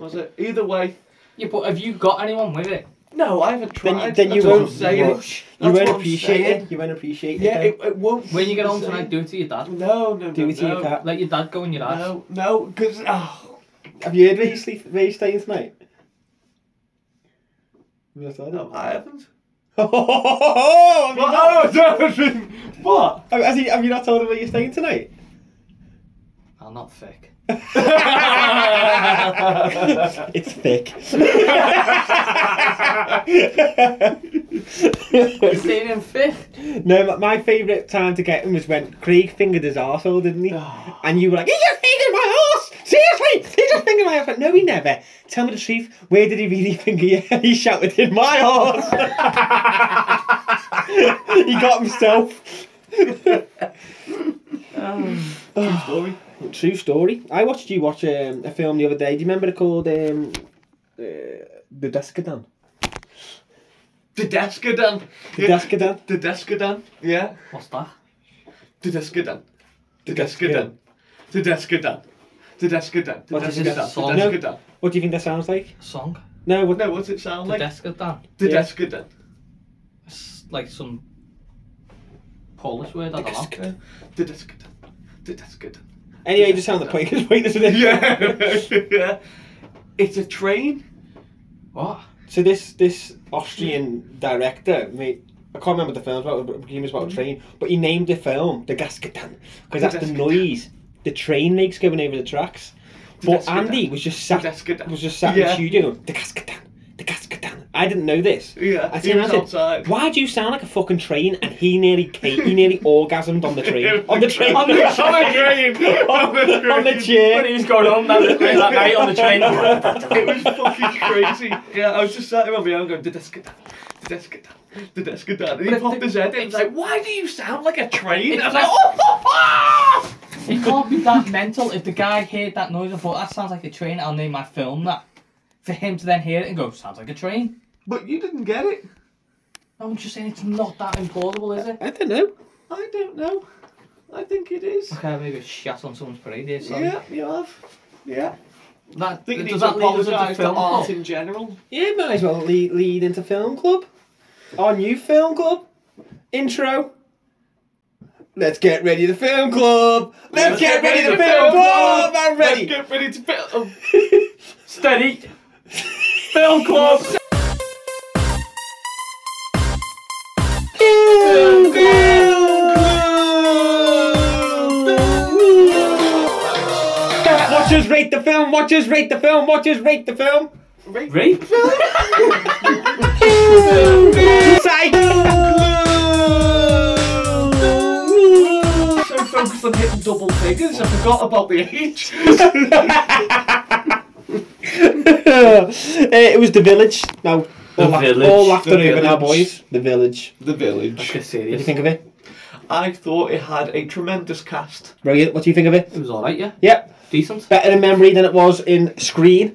Speaker 1: Was it either way?
Speaker 5: Yeah, but have you got anyone with it?
Speaker 1: No, I haven't
Speaker 4: Then,
Speaker 1: tried.
Speaker 4: you- then you
Speaker 1: That's what I'm
Speaker 4: won't
Speaker 1: saying.
Speaker 4: rush. You
Speaker 1: That's what
Speaker 4: won't
Speaker 1: I'm
Speaker 4: appreciate
Speaker 1: saying.
Speaker 4: it. You won't appreciate
Speaker 1: Yeah,
Speaker 4: it.
Speaker 1: it, it won't.
Speaker 5: When
Speaker 1: be
Speaker 5: you get
Speaker 1: the
Speaker 5: home
Speaker 1: same.
Speaker 5: tonight, do it to your dad.
Speaker 1: No, no,
Speaker 4: Do
Speaker 1: no,
Speaker 4: it to your
Speaker 1: no,
Speaker 4: cat.
Speaker 5: Let your dad go in your ass.
Speaker 1: No, no, because oh,
Speaker 4: Have you heard where you sleep? Where you staying tonight?
Speaker 1: Oh. no, I haven't.
Speaker 4: oh, have, you not,
Speaker 1: What?
Speaker 4: have, you, have you not told him where you're staying tonight?
Speaker 5: I'm not thick.
Speaker 1: Uh.
Speaker 4: it's thick.
Speaker 5: You're staying in fifth.
Speaker 4: no, my, my favourite time to get him was when Craig fingered his arsehole, didn't he? and you were like, he just fingered my arse! Seriously! He just fingered my arse! Like, no, he never. Tell me the truth. Where did he really finger you? he shouted, in my arse! he got himself.
Speaker 1: Story.
Speaker 4: True story. I watched you watch um, a film the other day. Do you remember it called um, uh, The Descadan?
Speaker 1: Didescadan.
Speaker 4: The Descadan?
Speaker 1: Didescadan. Yeah.
Speaker 5: What's that?
Speaker 1: Didescadan. Didescadan. Didescadan. Didescadan.
Speaker 5: What is it, a song?
Speaker 1: Didescadan.
Speaker 4: What do you think that sounds like?
Speaker 5: A song?
Speaker 4: No, what?
Speaker 1: No, what's it sound
Speaker 5: The
Speaker 1: like?
Speaker 5: desk at that.
Speaker 1: Didescadan.
Speaker 5: It's like some Polish word. I don't know.
Speaker 1: Didescadan. Didescadan. Didescadan.
Speaker 4: Anyway, just sound the point. Just wait, listen.
Speaker 1: Yeah. It's a train.
Speaker 5: What?
Speaker 4: So this this Austrian director made. I can't remember the film, about, but it was about a
Speaker 1: Mm-hmm.
Speaker 4: train. But he named the film The Gaskatan because that's the
Speaker 1: Gaskatan.
Speaker 4: noise the train makes going over the tracks. But
Speaker 1: Gaskatan.
Speaker 4: Andy was just sat
Speaker 1: The Gaskatan.
Speaker 4: was just sat in the
Speaker 1: Yeah.
Speaker 4: studio going The Gaskatan, The Gaskatan. I didn't know this.
Speaker 1: Yeah,
Speaker 4: I
Speaker 1: he
Speaker 4: turned
Speaker 1: was
Speaker 4: around and
Speaker 1: outside.
Speaker 4: Why do you sound like a fucking train? And he nearly came, he nearly orgasmed on the train on the train
Speaker 1: On the train. On the train.
Speaker 4: on the chair.
Speaker 5: When he was going home that, that night on the train.
Speaker 1: It was fucking crazy. Yeah, I was just sat there on my own going, Didescadan. Didescadan. Didescadan. And he
Speaker 5: But if
Speaker 1: popped
Speaker 5: the-
Speaker 1: his head in. He's like, why do you sound like a train?
Speaker 5: It's
Speaker 1: I was like,
Speaker 5: like-
Speaker 1: oh, fuck off!
Speaker 5: It can't be that mental if the guy heard that noise and thought that sounds like a train. I'll name my film that. For him to then hear it and go sounds like a train.
Speaker 1: But you didn't get it.
Speaker 5: No, I'm just saying it's not that implausible, is it?
Speaker 4: I don't know.
Speaker 1: I don't know. I think it is.
Speaker 5: Okay, maybe it's shat on someone's parade here. Sorry.
Speaker 1: Yeah, you have. Yeah.
Speaker 5: That,
Speaker 1: I think you need
Speaker 5: does
Speaker 1: to
Speaker 5: that lead us
Speaker 1: apologise
Speaker 5: into
Speaker 1: to
Speaker 5: film? Oh.
Speaker 1: art in general.
Speaker 4: Yeah, might as well lead, lead into film club. Our new film club intro. Let's get ready to film club. Let's, get, ready, to film, club. I'm ready.
Speaker 1: Let's get ready to film.
Speaker 5: Steady. film club.
Speaker 4: Film club. Watchers rate the film. Watchers rate the film. Watchers rate the film.
Speaker 5: Rape film.
Speaker 4: Psych.
Speaker 1: So focused on hitting double figures, I forgot about the age.
Speaker 4: Uh, it was the village. Now, all, la-
Speaker 5: Village.
Speaker 4: all laughter
Speaker 1: The
Speaker 4: over now,
Speaker 1: Village.
Speaker 4: boys. The village.
Speaker 1: the village.
Speaker 5: Get
Speaker 4: What do you
Speaker 5: serious.
Speaker 4: think of it?
Speaker 1: I thought it had a tremendous cast.
Speaker 4: Brilliant. What do you think of it?
Speaker 5: It was alright, yeah.
Speaker 4: Yep.
Speaker 5: Decent.
Speaker 4: Better in memory than it was in screen.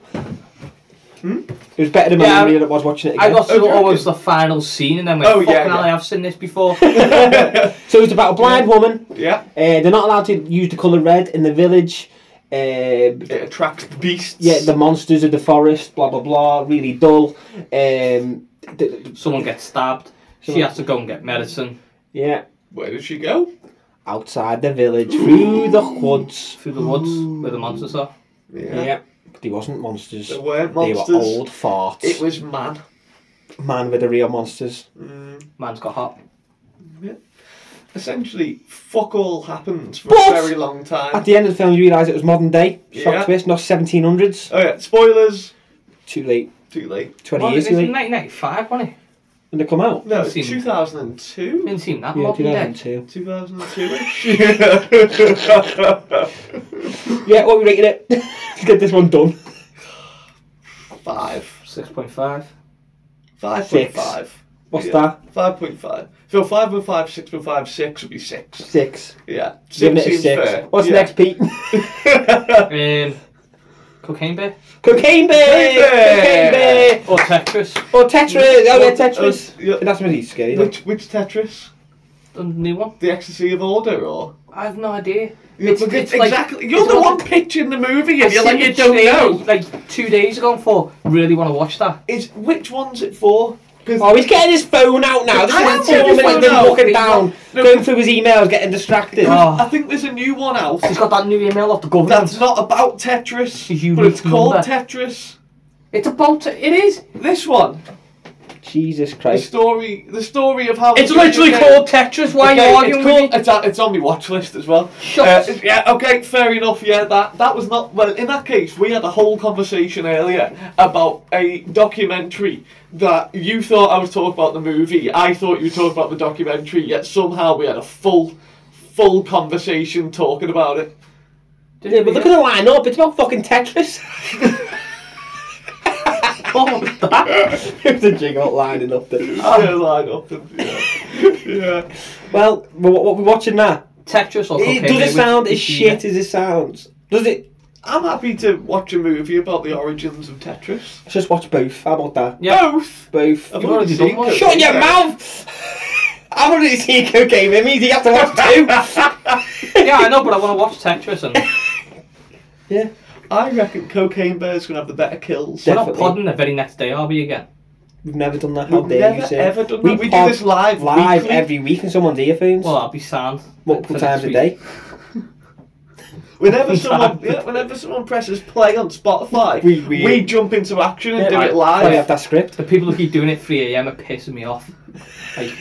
Speaker 1: Hmm?
Speaker 4: It was better in
Speaker 5: Yeah,
Speaker 4: memory
Speaker 5: I-
Speaker 4: than it was watching it
Speaker 5: I
Speaker 4: again.
Speaker 5: got
Speaker 1: Oh, do
Speaker 5: to
Speaker 1: you
Speaker 5: almost
Speaker 1: reckon?
Speaker 5: the final scene and then went,
Speaker 1: Oh,
Speaker 5: fucking
Speaker 1: yeah,
Speaker 5: hell,
Speaker 1: yeah.
Speaker 5: I have seen this before.
Speaker 4: so it was about a blind woman. Uh,
Speaker 1: Yeah.
Speaker 4: they're not allowed to use the colour red in the village. Uh,
Speaker 1: It attracts beasts.
Speaker 4: yeah, the monsters of the forest, blah blah blah, really dull. Um, th- th-
Speaker 5: Someone gets stabbed. She
Speaker 4: Someone-
Speaker 5: has to go and get medicine.
Speaker 4: yeah,
Speaker 1: Where did she go?
Speaker 4: outside the village, through the woods.
Speaker 5: through the woods where the monsters are.
Speaker 4: Yeah, but they wasn't monsters.
Speaker 1: There weren't
Speaker 4: They were
Speaker 1: monsters.
Speaker 4: old farts.
Speaker 1: It was man.
Speaker 4: Man with the real monsters.
Speaker 5: Man's got hot.
Speaker 1: Essentially, fuck all happens for
Speaker 4: What?
Speaker 1: a very long time.
Speaker 4: At the end of the film, you realise it was modern day. Shock
Speaker 1: Yeah.
Speaker 4: twist, not 1700s.
Speaker 1: Oh yeah, spoilers.
Speaker 4: Too late.
Speaker 1: Too late.
Speaker 4: 20
Speaker 5: Well,
Speaker 4: years
Speaker 5: it's
Speaker 4: too
Speaker 5: in
Speaker 4: late.
Speaker 5: 1995, wasn't it?
Speaker 4: When they come out.
Speaker 1: No,
Speaker 5: Seen-
Speaker 1: 2002.
Speaker 5: Didn't seem that
Speaker 4: Yeah,
Speaker 5: modern day.
Speaker 4: 2002.
Speaker 1: 2002-ish.
Speaker 4: Yeah, what we rated it? Let's get this one done.
Speaker 1: Five.
Speaker 5: 6.5.
Speaker 1: Five point
Speaker 4: Six.
Speaker 1: five.
Speaker 4: What's
Speaker 1: Yeah.
Speaker 4: that?
Speaker 1: Five point five. So five and five, six point five, six would be six.
Speaker 4: Six.
Speaker 1: Yeah. Six
Speaker 4: Giving it a
Speaker 1: seems
Speaker 4: six.
Speaker 1: fair.
Speaker 4: What's
Speaker 1: Yeah.
Speaker 4: next, Pete?
Speaker 5: Um, cocaine bear
Speaker 4: Cocaine Bear! Cocaine Bear!
Speaker 5: or Tetris.
Speaker 4: Or Tetris! Oh, yeah,
Speaker 1: Uh,
Speaker 4: Tetris.
Speaker 1: yeah.
Speaker 4: That's really scary. though.
Speaker 1: Which which Tetris?
Speaker 5: The new one.
Speaker 1: The Ecstasy of Order, or?
Speaker 5: I have no idea.
Speaker 1: Yeah,
Speaker 5: It's-
Speaker 1: but
Speaker 5: it's like-
Speaker 1: exactly. you're
Speaker 5: it's
Speaker 1: the
Speaker 5: what-
Speaker 1: one picturing the movie, and
Speaker 5: I
Speaker 1: you're like,
Speaker 5: seen
Speaker 1: you
Speaker 5: it
Speaker 1: don't
Speaker 5: today,
Speaker 1: know.
Speaker 5: Like two days ago, and thought really want to watch that.
Speaker 1: Is which one's it for? 'Cause-
Speaker 4: Oh, he's getting his phone out now. This
Speaker 1: I am
Speaker 4: is
Speaker 1: getting
Speaker 4: four
Speaker 1: his
Speaker 4: minutes
Speaker 1: phone
Speaker 4: of him
Speaker 1: out.
Speaker 4: walking down,
Speaker 1: No.
Speaker 4: going through his emails, getting distracted.
Speaker 1: I
Speaker 5: Oh,
Speaker 1: think there's a new one out
Speaker 5: he's got that new email off the government.
Speaker 1: that's not about Tetris,
Speaker 5: It's a
Speaker 1: but
Speaker 5: unique
Speaker 1: it's called
Speaker 5: number.
Speaker 1: Tetris.
Speaker 5: It's about it is.
Speaker 1: This one.
Speaker 4: Jesus
Speaker 1: The
Speaker 4: Christ.
Speaker 1: story, the story of how
Speaker 5: It's literally called Tetris. Why
Speaker 1: Okay,
Speaker 5: are you arguing
Speaker 1: it's, called,
Speaker 5: with me?
Speaker 1: it's, on- it's on my watch list as well.
Speaker 5: Shut
Speaker 1: Uh,
Speaker 5: up.
Speaker 1: yeah, okay, fair enough. Yeah, that that was not well. In that case, we had a whole conversation earlier about a documentary that you thought I was talking about the movie. I thought you were talking about the documentary. Yet somehow we had a full, full conversation talking about it.
Speaker 4: Yeah, but look at the line up. It's about fucking Tetris. oh, that. It's a jiggle line enough. That...
Speaker 5: Um.
Speaker 1: I line up. And, yeah. yeah.
Speaker 4: Well, what, what we're watching now?
Speaker 5: Tetris or
Speaker 4: It,
Speaker 5: cocaine,
Speaker 4: does it
Speaker 5: which
Speaker 4: sound
Speaker 5: is
Speaker 4: as
Speaker 5: easier.
Speaker 4: shit as it sounds? Does it?
Speaker 1: I'm happy to watch a movie about the origins of Tetris.
Speaker 4: Let's just watch both. How about that?
Speaker 5: Yeah.
Speaker 1: Both.
Speaker 4: Both.
Speaker 1: I've
Speaker 5: You've already done one.
Speaker 4: Shut your mouth! I want to see cocaine. It means you have to watch two.
Speaker 5: Yeah, I know, but I want to watch Tetris and
Speaker 4: yeah.
Speaker 1: I reckon Cocaine Bear's gonna have the better kills.
Speaker 5: we're not
Speaker 4: Definitely.
Speaker 5: podding the very next day, are we again?
Speaker 4: We've never done that. How
Speaker 1: We've
Speaker 4: dare you
Speaker 1: never
Speaker 4: say?
Speaker 1: ever done that. We do
Speaker 4: pod
Speaker 1: this live,
Speaker 4: live
Speaker 1: weekly.
Speaker 4: every week on someone's earphones.
Speaker 5: Well, I'll be sad. for
Speaker 4: multiple
Speaker 5: next
Speaker 4: times a
Speaker 5: week.
Speaker 4: day.
Speaker 1: Whenever someone, yeah, whenever someone presses play on Spotify,
Speaker 4: We-
Speaker 1: we,
Speaker 4: we-
Speaker 1: jump into action and do
Speaker 5: right.
Speaker 1: it
Speaker 4: I have
Speaker 1: live.
Speaker 4: that script.
Speaker 5: The people who keep doing it 3 a.m. are pissing me off. Like,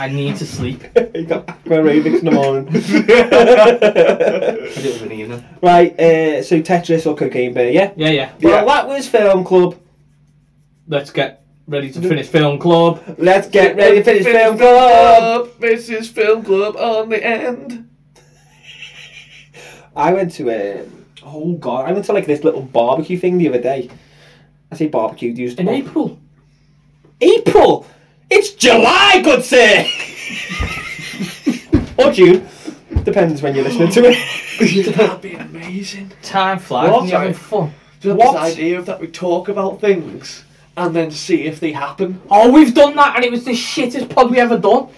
Speaker 5: I need to sleep. I
Speaker 4: you got aerobics in the morning.
Speaker 5: do it in the evening.
Speaker 4: right, uh, so Tetris or Cocaine Bear, yeah?
Speaker 5: Yeah, yeah.
Speaker 4: Well, that was Film Club.
Speaker 5: Let's get ready to finish film club.
Speaker 4: Let's get ready to finish Film Club.
Speaker 1: This is Film Club on the end.
Speaker 4: I went to a. Oh god, I went to like this little barbecue thing the other day. I say barbecue, do you
Speaker 5: In April.
Speaker 4: April! It's July, good sir! or June. Depends when you're listening to it.
Speaker 1: That'd be amazing.
Speaker 5: Time flies
Speaker 1: What?
Speaker 5: and you're having fun.
Speaker 1: Do you have
Speaker 4: What?
Speaker 1: this idea of that we talk about things and then see if they happen?
Speaker 5: Oh, we've done that and it was the shittest pod we ever done.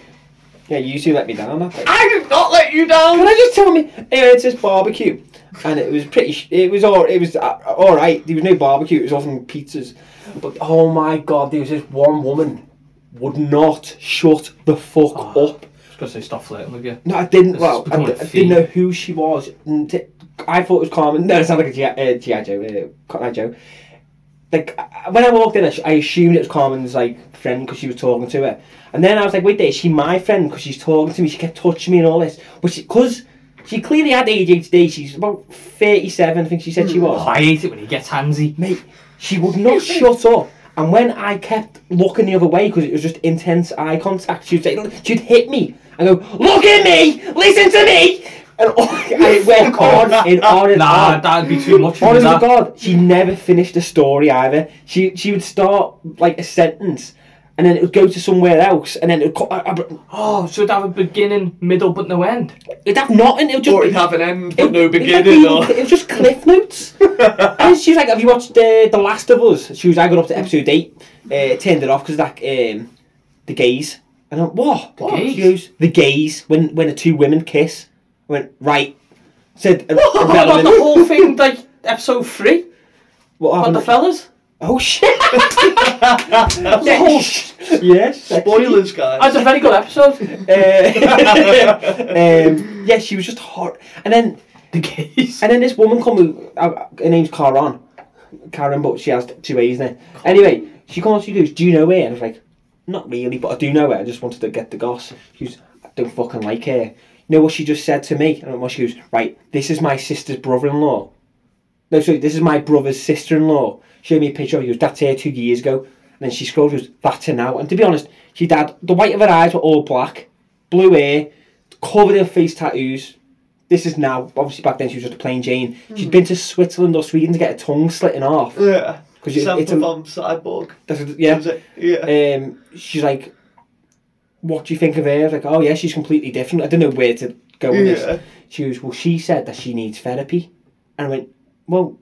Speaker 4: yeah, you two let me down that day.
Speaker 1: I did not let you down.
Speaker 4: Can I just tell me? Yeah, it's this barbecue, and it was pretty. Sh- it was all. It was uh, all right. There was no barbecue. It was often pizzas, but oh my god, there was this one woman would not shut the fuck up.
Speaker 5: I was going to say, stop flirting with you.
Speaker 4: No, I didn't.
Speaker 5: This
Speaker 4: Well,
Speaker 5: has
Speaker 4: I,
Speaker 5: become
Speaker 4: d-
Speaker 5: a
Speaker 4: I didn't
Speaker 5: theme.
Speaker 4: know who she was. And t- I thought it was Carmen. No, it sounded like a G.I. Uh, G.I. Joe. Uh, Cotton Eye Joe. Like I- when I walked in, I, sh- I assumed it was Carmen's like friend because she was talking to her, and then I was like, "Wait, there, is she my friend? Because she's talking to me. She kept touching me and all this." But because she, clearly had ADHD, she's about thirty-seven. I think she said she was.
Speaker 5: Oh, I hate it when he gets handsy.
Speaker 4: Mate, she would not shut up. And when I kept looking the other way because it was just intense eye contact, she'd say, she'd hit me and go, "Look at me, listen to me." And I went on and on and
Speaker 5: Nah,
Speaker 4: on.
Speaker 5: that'd be too much.
Speaker 4: Honest to
Speaker 5: wouldn't it?
Speaker 4: God, she never finished a story either. She she would start like a sentence, and then it would go to somewhere else, and then it would. Co- I, I,
Speaker 5: Oh, so it'd have a beginning, middle, but no end.
Speaker 4: it'd have nothing. It would just
Speaker 1: Or
Speaker 4: be-
Speaker 1: it have an end but no
Speaker 4: it- it's like
Speaker 1: beginning.
Speaker 4: being-
Speaker 1: Or
Speaker 4: It was just cliff notes. and she was like, "Have you watched uh, The Last of Us?" She was. I got up to episode eight, uh, turned it off because that um, the gays. And I went, "What?" The
Speaker 5: gays?
Speaker 4: She goes, "The gays." When when the two women kiss, I went right. Said a- a
Speaker 5: What about
Speaker 4: relevant-
Speaker 5: the whole thing, like episode three?
Speaker 4: What
Speaker 5: About
Speaker 4: happened?
Speaker 5: the fellas?
Speaker 4: oh shit!
Speaker 5: The whole sh-
Speaker 4: yes.
Speaker 1: spoilers, guys.
Speaker 5: That's a very good episode.
Speaker 4: Uh, um, yeah, she was just hot. And then
Speaker 5: the gays.
Speaker 4: And then this woman come, who- uh, her name's Karan, Karen, but she has two A's now. Anyway, she comes, she goes, "Do you know her?" And I was like, "Not really, but I do know her. I just wanted to get the goss." She goes, "I don't fucking like her." You know what she just said to me? And what she goes, "Right, this is my sister's brother-in-law." No, sorry, this is my brother's sister-in-law. She Showed me a picture. of her, She goes, "That's her two years ago." And then she scrolled, she goes, "That's her now." And to be honest, she had the white of her eyes were all black, blue hair, covered in face tattoos this is now obviously back then she was just a plain Jane. She'd
Speaker 1: Mm-hmm.
Speaker 4: been to Switzerland or Sweden to get her tongue slit in half.
Speaker 1: Yeah.
Speaker 4: 'Cause you-
Speaker 1: Sample
Speaker 4: it's a-
Speaker 1: bomb cyborg.
Speaker 4: That's what- yeah.
Speaker 1: Mm. Is it? Yeah.
Speaker 4: Um, she's like, "What do you think of her?" I was like, "Oh yeah, she's completely different." I don't know where to go with
Speaker 1: Yeah.
Speaker 4: this. She goes, "Well, she said that she needs therapy," and I went, "Well,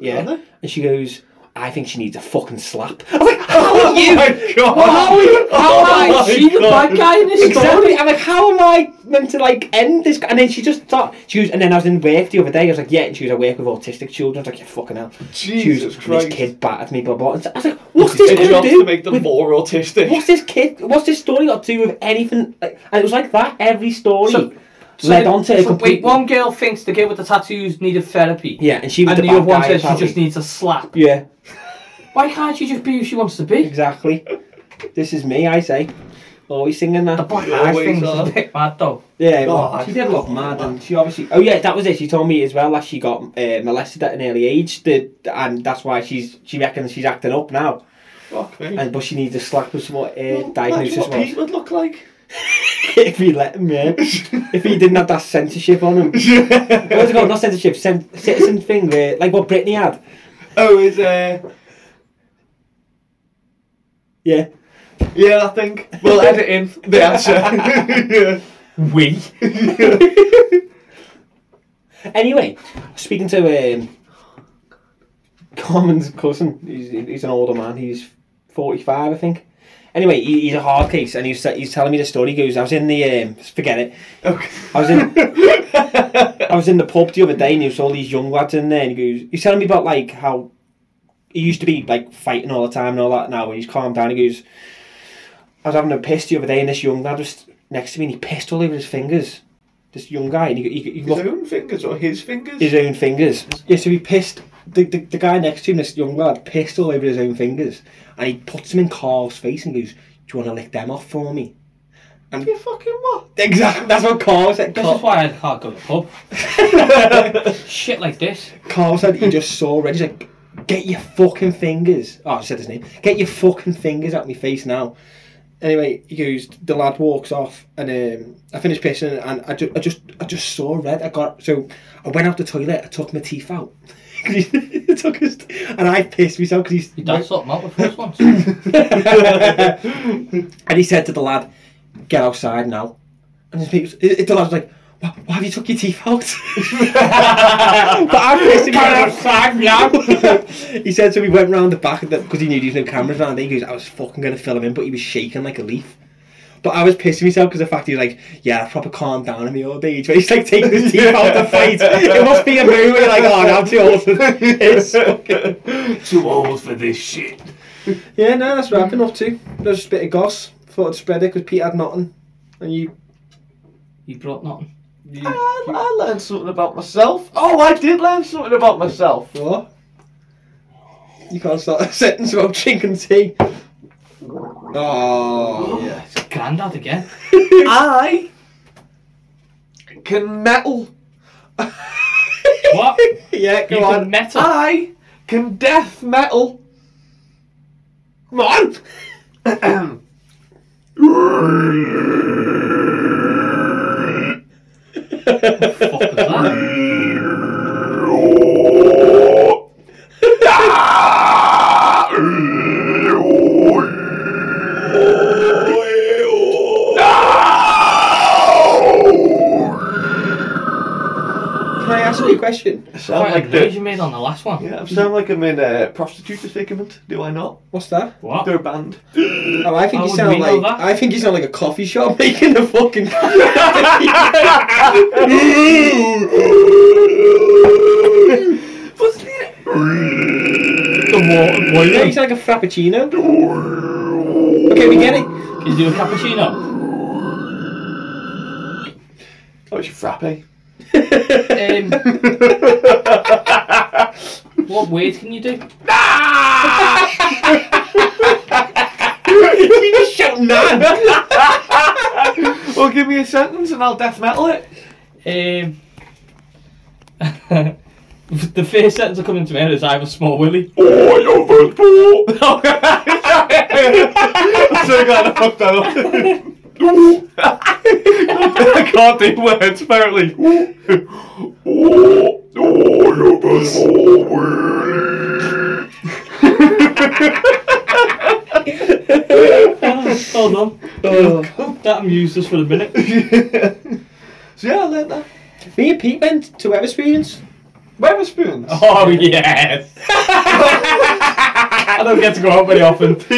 Speaker 4: yeah."
Speaker 1: on her.
Speaker 4: And she goes, "I think she needs a fucking slap." I was like, "How are you?"
Speaker 1: my god!
Speaker 4: how are you- how am I-
Speaker 1: Oh my
Speaker 5: she the
Speaker 1: God.
Speaker 5: bad guy in this
Speaker 4: Oh Exactly. I'm like, how am I meant to like end this? And then she just thought she was. And then I was in work the other day. I was like, yeah. And she was, I work with autistic children. I was like, yeah, fucking hell. she
Speaker 1: Jesus
Speaker 4: was,
Speaker 1: Christ.
Speaker 4: This kid battered me, blah blah. And I was like, what's
Speaker 1: It
Speaker 4: this gonna
Speaker 1: jobs
Speaker 4: do?
Speaker 1: to make them
Speaker 4: with-
Speaker 1: more autistic.
Speaker 4: what's this kid? What's this story got to do with anything? Like, and it was like that. Every story
Speaker 5: So-
Speaker 4: led on to a
Speaker 5: so
Speaker 4: complete.
Speaker 5: Wait, one girl thinks the girl with the tattoos needed therapy.
Speaker 4: yeah, and she
Speaker 5: And
Speaker 4: was the
Speaker 5: the other
Speaker 4: bad
Speaker 5: one
Speaker 4: guy.
Speaker 5: says she
Speaker 4: apparently.
Speaker 5: just needs a slap.
Speaker 4: yeah,
Speaker 5: Why can't she just be who she wants to be?
Speaker 4: exactly. This is me, I say. Always singing that.
Speaker 5: The black
Speaker 1: You
Speaker 5: eyes
Speaker 1: always
Speaker 5: thing was
Speaker 1: are.
Speaker 5: a bit mad though.
Speaker 4: Yeah, well,
Speaker 1: God.
Speaker 4: she did look mad, and she obviously. Oh yeah, that was it. She told me as well that she got uh, molested at an early age, the, and that's why she's she reckons she's acting up now.
Speaker 1: Fuck me.
Speaker 4: And but she needs a slap with what uh,
Speaker 1: Well, imagine
Speaker 4: diagnosis
Speaker 1: what
Speaker 4: was.
Speaker 1: Pete would look like.
Speaker 4: if he let him, yeah. if he didn't have that censorship on him. What's it called? Not censorship, cen- citizen thing, where, like what Britney had.
Speaker 1: Oh, is uh,
Speaker 4: Yeah.
Speaker 1: yeah, I think we'll edit in the answer.
Speaker 5: We.
Speaker 4: Anyway, speaking to um, Carmen's cousin, he's, he's an older man, he's 45, I think. Anyway, he, he's a hard case, and he's, he's telling me the story. He goes, I was in the, um, forget it,
Speaker 1: okay.
Speaker 4: I was in. I was in the pub the other day and there was all these young lads in there and he goes, he's telling me about like how he used to be like fighting all the time and all that now and he's calmed down. He goes, I was having a piss the other day and this young lad was next to me and he pissed all over his fingers. This young guy and he, he, he
Speaker 1: His
Speaker 4: looked
Speaker 1: own fingers or his fingers?
Speaker 4: his own fingers. Yeah, so he pissed. The, the, the guy next to him, this young lad, pissed all over his own fingers and he puts them in Carl's face and goes, Do you want to lick them off for me?
Speaker 1: you fucking what?
Speaker 4: Exactly, that's what Carl said.
Speaker 5: This is why I can't go to the pub. Shit like this.
Speaker 4: Carl said he just saw Red. He's like, get your fucking fingers. Oh, I said his name. Get your fucking fingers out my face now. Anyway, he goes. The lad walks off, and um, I finished pissing, and I, ju- I just, I just saw red. I got so I went out the toilet. I took my teeth out. 'Cause he took his, and I pissed myself because
Speaker 5: Your dad sorted him out with first once.
Speaker 4: and he said to the lad, "Get outside now." And his people, it, it- the lad was like, "Why, why have you took your teeth out?" but I'm pissing outside now. he said so. We went round the back of the because he knew there was no cameras around. There. He goes, "I was fucking gonna film him," but he was shaking like a leaf. But I was pissing myself because the fact he was like, yeah, I proper calmed down in my old age. But he's like taking his teeth out to fight. It must be a movie. Like, oh, now I'm too old for this.
Speaker 1: Too old for this shit.
Speaker 4: Yeah, no, that's what I've been up to. Just a bit of goss. Thought I'd spread it because Pete had nothing. And you.
Speaker 5: You brought nothing.
Speaker 1: I, I learned something about myself. Oh, I did learn something about myself.
Speaker 4: What? You can't start a sentence about drinking tea. Oh.
Speaker 1: Yeah.
Speaker 5: It's Grandad again.
Speaker 1: I can metal.
Speaker 5: What?
Speaker 4: Yeah, go
Speaker 5: You
Speaker 4: on.
Speaker 5: can metal.
Speaker 1: I can death metal.
Speaker 4: Come on!
Speaker 5: Fuck was
Speaker 4: Mm.
Speaker 5: that?
Speaker 4: Can I ask you a question?
Speaker 1: I sound
Speaker 5: Quite
Speaker 1: like
Speaker 5: like
Speaker 1: the,
Speaker 5: noise you made on the last one.
Speaker 1: yeah, I sound like I'm in a prostitute's figment. Do I not?
Speaker 4: What's that?
Speaker 5: What?
Speaker 1: They're a band.
Speaker 4: Oh, I think
Speaker 5: How
Speaker 4: you
Speaker 5: would
Speaker 4: sound
Speaker 5: we know
Speaker 4: like
Speaker 5: that?
Speaker 4: I think you sound like a coffee shop making a fucking.
Speaker 1: What's the
Speaker 5: The water
Speaker 4: yeah, you sound like a frappuccino. Okay, we get it.
Speaker 5: Can you do a cappuccino?
Speaker 1: Oh, it's your frappe.
Speaker 5: Um, what words can you do?
Speaker 4: you just shout nan.
Speaker 1: Well, give me a sentence and I'll death metal it.
Speaker 5: Um, the first sentence that comes into my head is I have a small willy.
Speaker 1: Boy over fool. so glad I fucked that up. I can't do words apparently.
Speaker 5: Hold on.
Speaker 4: Oh.
Speaker 5: That amused us for a minute.
Speaker 1: so yeah, I learned that.
Speaker 4: Me and Pete went to Everspoons.
Speaker 1: Weatherspoons.
Speaker 5: Oh, yes. I don't get to go out very often.
Speaker 4: Oh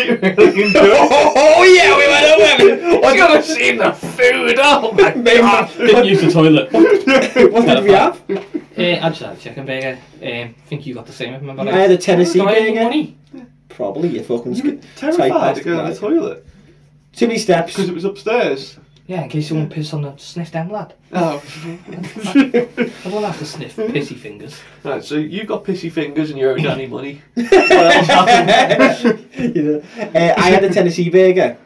Speaker 4: yeah, we went over.
Speaker 1: I gotta see the food. Oh my
Speaker 5: Didn't use the toilet.
Speaker 4: What did we have?
Speaker 5: Eh, I just had a chicken burger. Um, think you got the same, remember?
Speaker 4: I had a Tennessee
Speaker 5: Do I have
Speaker 4: burger.
Speaker 5: money?
Speaker 4: Probably you fucking.
Speaker 1: You were
Speaker 4: sk-
Speaker 1: terrified to
Speaker 4: typecast,
Speaker 1: go to
Speaker 4: right.
Speaker 1: the toilet
Speaker 4: Too many steps.
Speaker 1: because it was upstairs.
Speaker 5: Yeah, in case someone pissed on the sniff them lad.
Speaker 1: Oh.
Speaker 5: I don't have to sniff pissy fingers.
Speaker 1: right, so you got pissy fingers and your own nanny money. What else happened?
Speaker 4: You know. Uh, I had a Tennessee burger.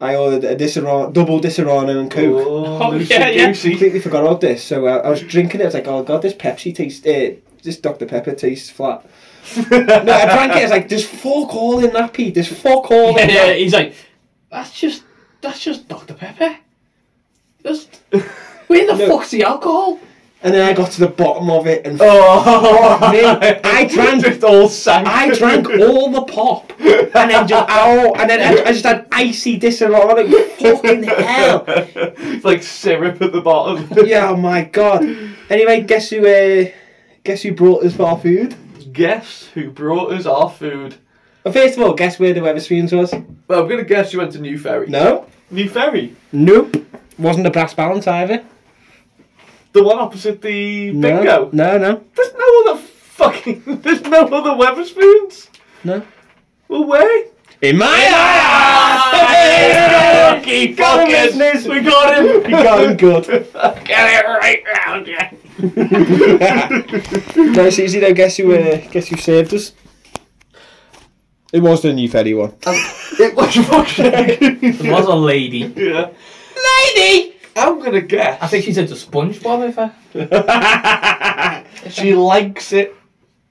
Speaker 4: I ordered a Disaron- double Disaronno and Coke.
Speaker 1: Oh,
Speaker 5: Oh,
Speaker 1: Lucy
Speaker 5: yeah, yeah.
Speaker 1: Goosey.
Speaker 4: completely forgot about this. So uh, I was drinking it. I was like, oh god, this Pepsi tastes. Uh, this Dr Pepper tastes flat. no, I drank it. I was like, there's fuck all in that, Pete. There's fuck all in
Speaker 5: yeah,
Speaker 4: that.
Speaker 5: he's like, that's just that's just Dr Pepper. Just where the
Speaker 4: No.
Speaker 5: fuck's the alcohol?
Speaker 4: And then I got to the bottom of it, and
Speaker 1: Oh,
Speaker 4: me, I drank.
Speaker 1: Just all sank.
Speaker 4: I drank all the pop, and then just oh, and then I, I just had icy Disaronno. Fucking hell.
Speaker 1: it's like syrup at the bottom.
Speaker 4: Yeah, oh my god. Anyway, guess who? Uh, guess who brought us our food?
Speaker 1: Guess who brought us our food?
Speaker 4: Well, first of all, guess where the Weatherspoons was?
Speaker 1: Well, I'm gonna guess you went to New Ferry.
Speaker 4: No.
Speaker 1: New Ferry,
Speaker 4: Nope. Wasn't a brass balance either.
Speaker 1: the one opposite the
Speaker 4: No.
Speaker 1: bingo.
Speaker 4: No, no.
Speaker 1: There's no other fucking. There's no other Weatherspoons.
Speaker 4: No.
Speaker 1: Well, where?
Speaker 4: In my
Speaker 1: Ah!
Speaker 4: eyes!
Speaker 1: Lucky
Speaker 4: Got him,
Speaker 1: fuckers.
Speaker 4: listeners.
Speaker 1: We got him.
Speaker 4: You got him good.
Speaker 1: Get it right round you.
Speaker 4: no, it's easy though. Guess who? Uh, guess who saved us? It was the new Fetty one.
Speaker 1: It was fucking.
Speaker 5: It was a lady.
Speaker 1: yeah. Lady. I'm gonna guess.
Speaker 5: I think she's into SpongeBob. If I
Speaker 1: she likes it.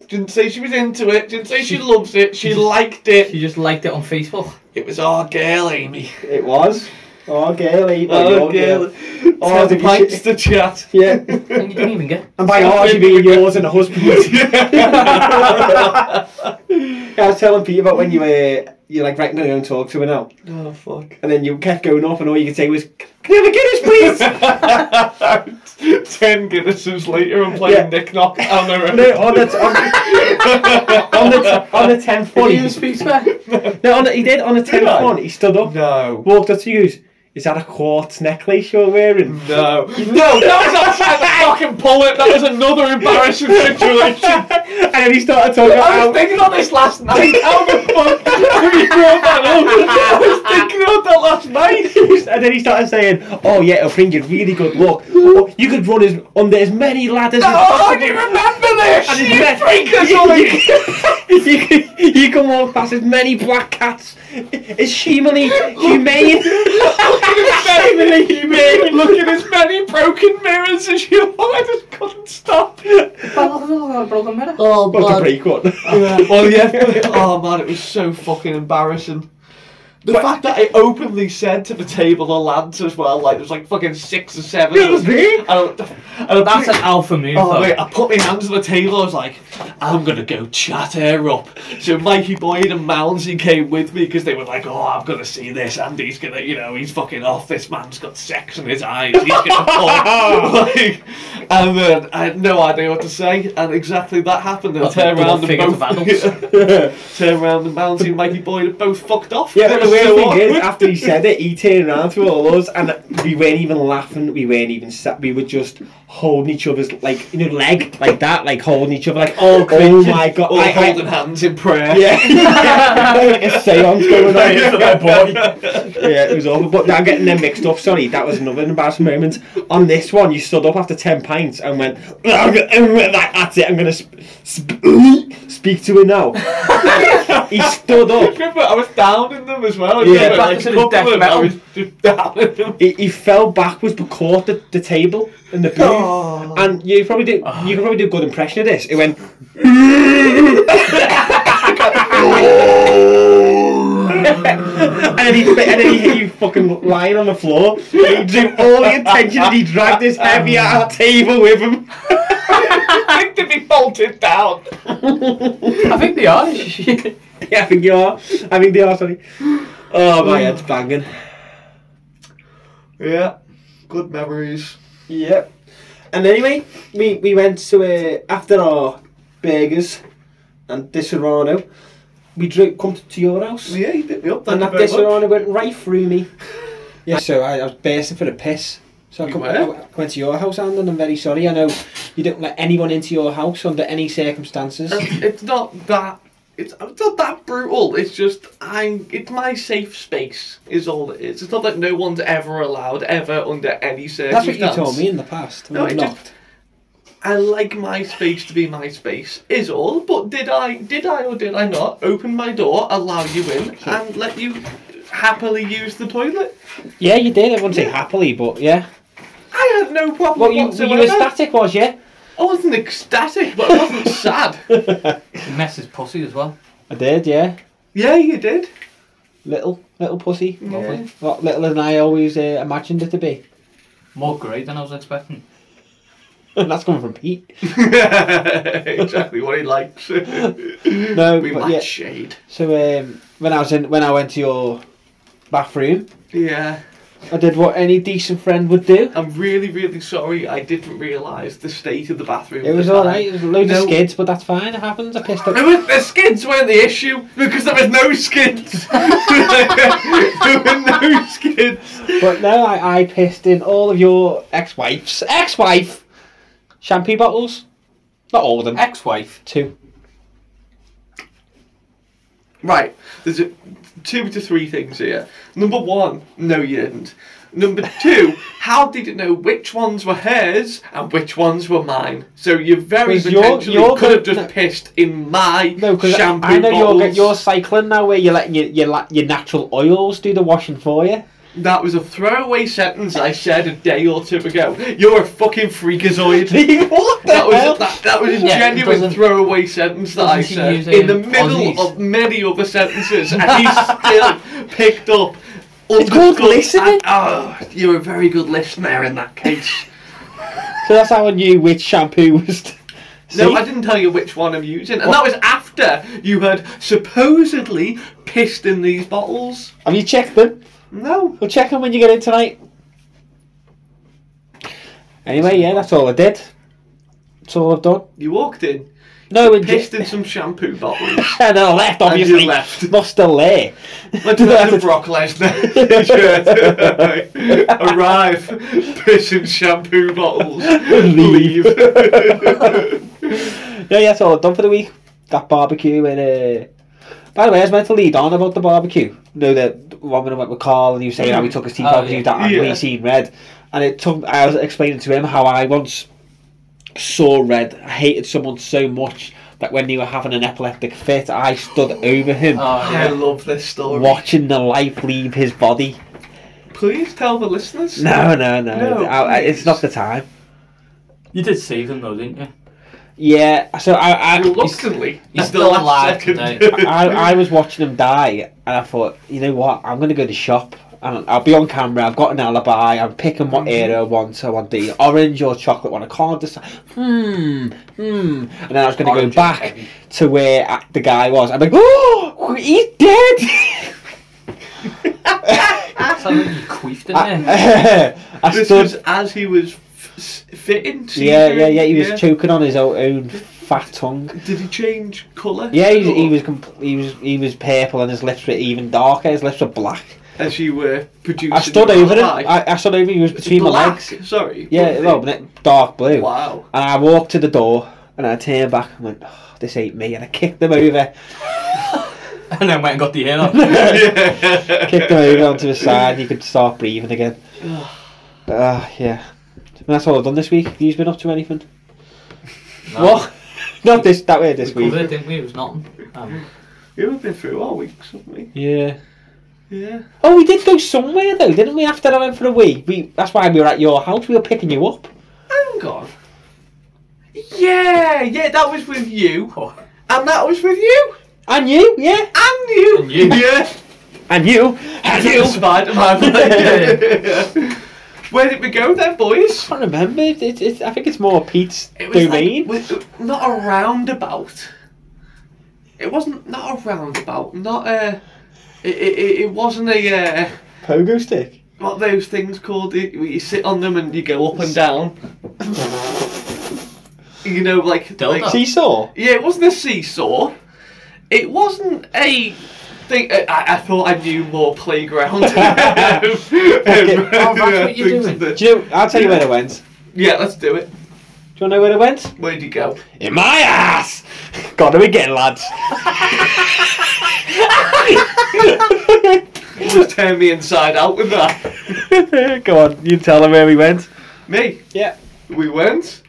Speaker 1: Didn't say she was into it. Didn't say she loves it. She liked it.
Speaker 5: she just liked it on Facebook.
Speaker 1: It was our girl, Amy.
Speaker 4: It was. Oh, girly.
Speaker 1: Our girl. Our
Speaker 4: did you-
Speaker 1: pints to chat.
Speaker 4: Yeah.
Speaker 5: And you didn't even get.
Speaker 4: And by ours, you mean yours and the husband's. I was telling Pete about when you were, you like, right, I'm going to go and talk to her now.
Speaker 1: Oh fuck.
Speaker 4: And then you kept going off, and all you could say was, Can I have a Guinness, please?
Speaker 1: Ten Guinnesses later, I'm playing
Speaker 4: Yeah.
Speaker 1: knick knock on her.
Speaker 4: no, on the, t- on, the- on the, t- on the 10th one.
Speaker 5: Did
Speaker 4: He,
Speaker 5: you
Speaker 4: was-
Speaker 5: speak to her?
Speaker 4: no, on the, he did, on the 10th
Speaker 1: I?
Speaker 4: one, he stood up,
Speaker 1: no.
Speaker 4: walked up to you, Is that a quartz necklace you're wearing?
Speaker 1: No. No, that was outside the fucking pullet. That was another embarrassing situation.
Speaker 4: and then he started talking
Speaker 1: I was
Speaker 4: about.
Speaker 1: thinking about this last night. How the fuck have you brought that up? I was thinking about that last night.
Speaker 4: And then he started saying, "Oh yeah, it'll bring you really good luck. Oh, you could run as, under as many ladders." as
Speaker 1: Oh, do you
Speaker 4: possible."
Speaker 1: remember this?
Speaker 4: And
Speaker 1: You
Speaker 4: as
Speaker 1: freak us
Speaker 4: you,
Speaker 1: all.
Speaker 4: you, you, can- you can walk past as many black cats. It's humanly humane. humanly humane.
Speaker 1: Look at as many broken mirrors as you want. I just couldn't stop.
Speaker 5: Well, I've got a broken mirror.
Speaker 1: Oh,
Speaker 4: Not to break one.
Speaker 1: well, yeah. Oh man, it was so fucking embarrassing. The fact that I openly said to the table of lads as well, like there's like fucking six or seven.
Speaker 4: It was me.
Speaker 1: And I, and I
Speaker 5: That's
Speaker 1: put,
Speaker 5: an alpha move.
Speaker 1: oh,
Speaker 5: though.
Speaker 1: wait, I put my hands on the table. I was like, I'm gonna go chat her up. So Mikey Boyd and Mounsey came with me because they were like, oh, I'm gonna see this. Andy's gonna, you know, he's fucking off. This man's got sex in his eyes. He's gonna pull. like, and then I had no idea what to say. And exactly that happened. And
Speaker 5: That's
Speaker 1: turn
Speaker 5: like
Speaker 1: around and
Speaker 5: figures
Speaker 1: both
Speaker 5: of adults.
Speaker 1: turn around and Bouncy and Mikey Boyd have both fucked off.
Speaker 4: Yeah, but
Speaker 1: It
Speaker 4: the
Speaker 1: was
Speaker 4: weird
Speaker 1: so
Speaker 4: thing is,
Speaker 1: awkward.
Speaker 4: after he said it, he turned around to all of us, and we weren't even laughing. We weren't even sat. We were just holding each other's like you know leg like that, like holding each other, like oh, oh my god,
Speaker 1: all
Speaker 4: I- I-
Speaker 1: holding hands in prayer.
Speaker 4: Yeah, like a seance going on in my body. Yeah, it was awful. But I'm getting them mixed up. Sorry, that was another embarrassing moment. On this one, you stood up after ten pints and went, "I'm gonna- I'm gonna- that- "That's it, I'm gonna sp- sp- speak to her now." he stood up.
Speaker 1: Remember, I was down in them as well. I
Speaker 4: Yeah.
Speaker 1: remember, like,
Speaker 5: Practicing
Speaker 1: a couple
Speaker 5: death
Speaker 1: of them, I
Speaker 5: metal.
Speaker 1: was just down in them.
Speaker 4: He, he fell backwards but caught the, the table and the booth. And you probably did you can probably do a good impression of this. It went and then he and then he hit you fucking lying on the floor. He drew all the attention and he dragged this heavy out table with him.
Speaker 1: I think to be bolted down.
Speaker 5: I think they are. Is
Speaker 4: Yeah, I think you are. I think they are, sorry. Oh my head's banging.
Speaker 1: Yeah, good memories.
Speaker 4: Yep. And anyway, we, we went to uh, after our burgers and Disaronno, we drove come to your house.
Speaker 1: Yeah, you bit me up.
Speaker 4: and
Speaker 1: Thank
Speaker 4: that
Speaker 1: you very much.
Speaker 4: Disaronno went right through me. Yeah, so I, I was bursting for the piss. So I,
Speaker 1: You
Speaker 4: come,
Speaker 1: were?
Speaker 4: I I went to your house, Andy, and I'm very sorry. I know you don't let anyone into your house under any circumstances.
Speaker 1: It's not that. It's, it's not that brutal. It's just I. It's my safe space. Is all it is. It's not that no one's ever allowed ever under any
Speaker 4: That's what
Speaker 1: circumstance.
Speaker 4: you told me in the past.
Speaker 1: No,
Speaker 4: No, i
Speaker 1: it
Speaker 4: not.
Speaker 1: just- I like MySpace to be MySpace is all. But did I, did I or did I not open my door, allow you in, and let you happily use the toilet?
Speaker 4: Yeah, you did. I wouldn't say happily, but yeah.
Speaker 1: I had no problem
Speaker 4: What you, were
Speaker 1: whatsoever.
Speaker 4: you ecstatic, was you?
Speaker 1: I wasn't ecstatic, but I wasn't sad.
Speaker 5: He messed his pussy as well.
Speaker 4: I did, yeah.
Speaker 1: Yeah, you did.
Speaker 4: Little, little pussy.
Speaker 1: Yeah.
Speaker 4: What little than I always uh, imagined it to be.
Speaker 5: More grey than I was expecting.
Speaker 4: And that's coming from Pete.
Speaker 1: exactly what he likes.
Speaker 4: No,
Speaker 1: we
Speaker 4: but
Speaker 1: like
Speaker 4: yeah.
Speaker 1: shade.
Speaker 4: So um, when I was in, when I went to your bathroom,
Speaker 1: Yeah,
Speaker 4: I did what any decent friend would do.
Speaker 1: I'm really, really sorry. I didn't realise the state of the bathroom.
Speaker 4: It
Speaker 1: at
Speaker 4: was
Speaker 1: the time.
Speaker 4: alright, it was loads
Speaker 1: No.
Speaker 4: of skids, but that's fine, it happens. I pissed
Speaker 1: There
Speaker 4: up.
Speaker 1: was, the skids weren't the issue because there was no skids. there were no skids.
Speaker 4: But no, I, I pissed in all of your ex wife's ex wife shampoo bottles. Not all of them.
Speaker 5: Ex-wife.
Speaker 4: Two.
Speaker 1: Right, there's a, two to three things here. Number one, no, you didn't. Number two, how did it know which ones were hers and which ones were mine? So you very
Speaker 4: Was your-
Speaker 1: potentially
Speaker 4: your
Speaker 1: could have
Speaker 4: vote-
Speaker 1: just
Speaker 4: no.
Speaker 1: pissed in my
Speaker 4: No, because I,
Speaker 1: shampoo
Speaker 4: I know you're,
Speaker 1: bottles.
Speaker 4: you're cycling now where you're letting your, your, la- your natural oils do the washing for you.
Speaker 1: That was a throwaway sentence I said a day or two ago. You're a fucking freakazoid.
Speaker 4: What the
Speaker 1: That
Speaker 4: hell?
Speaker 1: was, that, that was a
Speaker 5: Yeah, it
Speaker 1: genuine
Speaker 5: doesn't-
Speaker 1: throwaway sentence that I
Speaker 5: doesn't he
Speaker 1: said
Speaker 5: use,
Speaker 1: in the
Speaker 5: um,
Speaker 1: middle
Speaker 5: Aussies?
Speaker 1: of many other sentences, and he still picked up. It's
Speaker 4: called listening.
Speaker 1: oh, you're a very good listener in that case.
Speaker 4: So that's how I knew which shampoo was. t-
Speaker 1: no,
Speaker 4: See?
Speaker 1: I didn't tell you which one I'm using, and that was after you had supposedly pissed in these bottles.
Speaker 4: Have you checked them?
Speaker 1: No.
Speaker 4: We'll check them when you get in tonight. Anyway, yeah, that's all I did. That's all I've done.
Speaker 1: You walked in,
Speaker 4: No, in
Speaker 1: pissed in some shampoo bottles.
Speaker 4: and I left, obviously.
Speaker 1: you left.
Speaker 4: Not still there.
Speaker 1: Went to the Brock Lesnar t-shirt. Arrive, piss in shampoo bottles, leave.
Speaker 4: No, yeah, that's all I've done for the week. That barbecue and uh by the way, I was meant to lead on about the barbecue. No, that one when I went with Carl and he was saying how he took his teeth
Speaker 5: Oh,
Speaker 4: out because he
Speaker 5: yeah.
Speaker 4: was that angry,
Speaker 1: Yeah.
Speaker 4: he seen red. And it took I was explaining to him how I once saw red, I hated someone so much that when they were having an epileptic fit, I stood over him
Speaker 5: Oh,
Speaker 1: I love this story.
Speaker 4: watching the life leave his body.
Speaker 1: Please tell the listeners.
Speaker 4: No, no, no.
Speaker 1: No,
Speaker 4: I- I- it's
Speaker 1: please.
Speaker 4: not the time.
Speaker 5: You did save them though, didn't you?
Speaker 4: Yeah, so I I,
Speaker 1: Reluctantly, he's
Speaker 5: he's
Speaker 1: the
Speaker 5: still
Speaker 1: last
Speaker 5: alive
Speaker 1: second.
Speaker 5: today.
Speaker 4: I, I was watching him die, and I thought, you know what? I'm going to go to the shop, and I'll be on camera. I've got an alibi. I'm picking what era I want. I want the orange or chocolate one. I can't decide. Hmm, hmm. And then I was going to go
Speaker 5: Orange is
Speaker 4: back
Speaker 5: heavy.
Speaker 4: to where uh, the guy was. I'm like, oh, he's dead.
Speaker 5: Tell them you queefed in there.
Speaker 4: I,
Speaker 1: This
Speaker 4: stood.
Speaker 1: was as he was f- s- fitting. to
Speaker 4: Yeah,
Speaker 1: you.
Speaker 4: yeah, yeah. He was choking on his own, own fat tongue.
Speaker 1: Did he change colour?
Speaker 4: Yeah, he,
Speaker 1: Or-
Speaker 4: he was compl- he was he was purple, and his lips were even darker. His lips were black.
Speaker 1: As you were producing.
Speaker 4: I stood
Speaker 1: your
Speaker 4: over him.
Speaker 1: eye.
Speaker 4: I, I stood over him. He was between my
Speaker 1: Black,
Speaker 4: legs.
Speaker 1: Sorry.
Speaker 4: Yeah, well,
Speaker 1: Wasn't
Speaker 4: but it- dark
Speaker 1: he?
Speaker 4: blue.
Speaker 1: Wow.
Speaker 4: And I walked to the door and I turned back and went, oh, this ain't me. And I kicked them over,
Speaker 5: and then went and got the hair off.
Speaker 4: kicked them over onto his side, and you could start breathing again. Ah, yeah. And that's all I've done this week. Have you been up to anything?
Speaker 5: No.
Speaker 4: What? Not this, that way this
Speaker 5: We
Speaker 4: week.
Speaker 5: covered it, didn't we? It was nothing. Um,
Speaker 1: You've been through all weeks, haven't we?
Speaker 4: Yeah.
Speaker 1: Yeah.
Speaker 4: Oh, we did go somewhere though, didn't we? After I went for a wee, we that's why we were at your house. We were picking you up.
Speaker 1: Hang on. Yeah, yeah, that was with you. And that was with you.
Speaker 4: And you, yeah.
Speaker 1: And you.
Speaker 5: And you.
Speaker 1: Yeah.
Speaker 4: And you,
Speaker 1: And
Speaker 4: and you.
Speaker 1: you. Spider Man. Where did we go then, boys?
Speaker 4: I can't remember. It, it, it, I think it's more Pete's
Speaker 1: like-
Speaker 4: domain.
Speaker 1: was- not a roundabout. It wasn't not a roundabout. Not a. It, it, it- it wasn't a. Uh,
Speaker 4: Pogo stick.
Speaker 1: what are those things called? You, you sit on them and you go up and down. you know, like
Speaker 5: Dildo.
Speaker 1: like
Speaker 4: Seesaw.
Speaker 1: Yeah, it wasn't a seesaw. It wasn't a thing. I, I I thought I knew more playground. Um,
Speaker 5: that's what you're doing.
Speaker 1: Things that-
Speaker 4: Do you know, I'll tell you where it went.
Speaker 1: Yeah, let's do it.
Speaker 4: Do you want to know where it went?
Speaker 1: Where'd you go?
Speaker 4: In my ass! Got him again, lads.
Speaker 1: Just turn me inside out with that.
Speaker 4: Go on, you tell them where we went.
Speaker 1: Me?
Speaker 4: Yeah.
Speaker 1: We went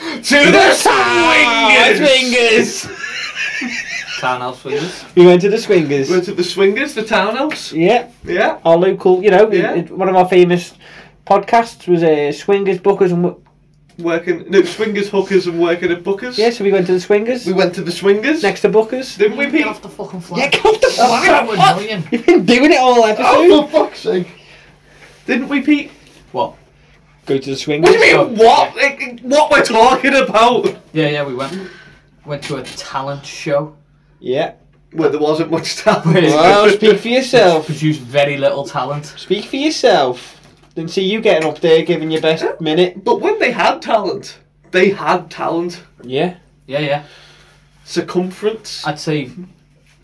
Speaker 1: to the swingers.
Speaker 4: Ah, Swingers!
Speaker 5: Townhouse swingers.
Speaker 4: We went to the swingers.
Speaker 1: Went to the swingers, the townhouse.
Speaker 4: Yeah,
Speaker 1: Yeah.
Speaker 4: our local, you know, it-
Speaker 1: Yeah.
Speaker 4: it- one of our famous podcasts was uh, Swingers, Bookers, and. Wo-
Speaker 1: Working no swingers, hookers, and working at Booker's.
Speaker 4: Yeah, so we went to the Swingers.
Speaker 1: We went to the swingers.
Speaker 4: next to Bookers.
Speaker 1: didn't we, Pete?
Speaker 5: Get off the fucking flag.
Speaker 4: Yeah, get off the flag.
Speaker 5: so
Speaker 4: What?
Speaker 5: annoying.
Speaker 4: You've been doing it all
Speaker 1: Oh,
Speaker 4: episode.
Speaker 1: for fuck's sake! Didn't we, Pete?
Speaker 5: What?
Speaker 4: Go to the Swingers.
Speaker 1: What do you mean? What? Like, What we're talking about?
Speaker 5: Yeah, yeah, we went. Went to a talent show.
Speaker 4: Yeah.
Speaker 1: Well, there wasn't much talent.
Speaker 5: Wait.
Speaker 4: Well, speak for yourself.
Speaker 5: Produced very little talent.
Speaker 4: Speak for yourself. Didn't see you getting up there, giving your best minute.
Speaker 1: But when they had talent, they had talent.
Speaker 4: Yeah.
Speaker 5: Yeah, yeah.
Speaker 1: Circumference.
Speaker 5: I'd say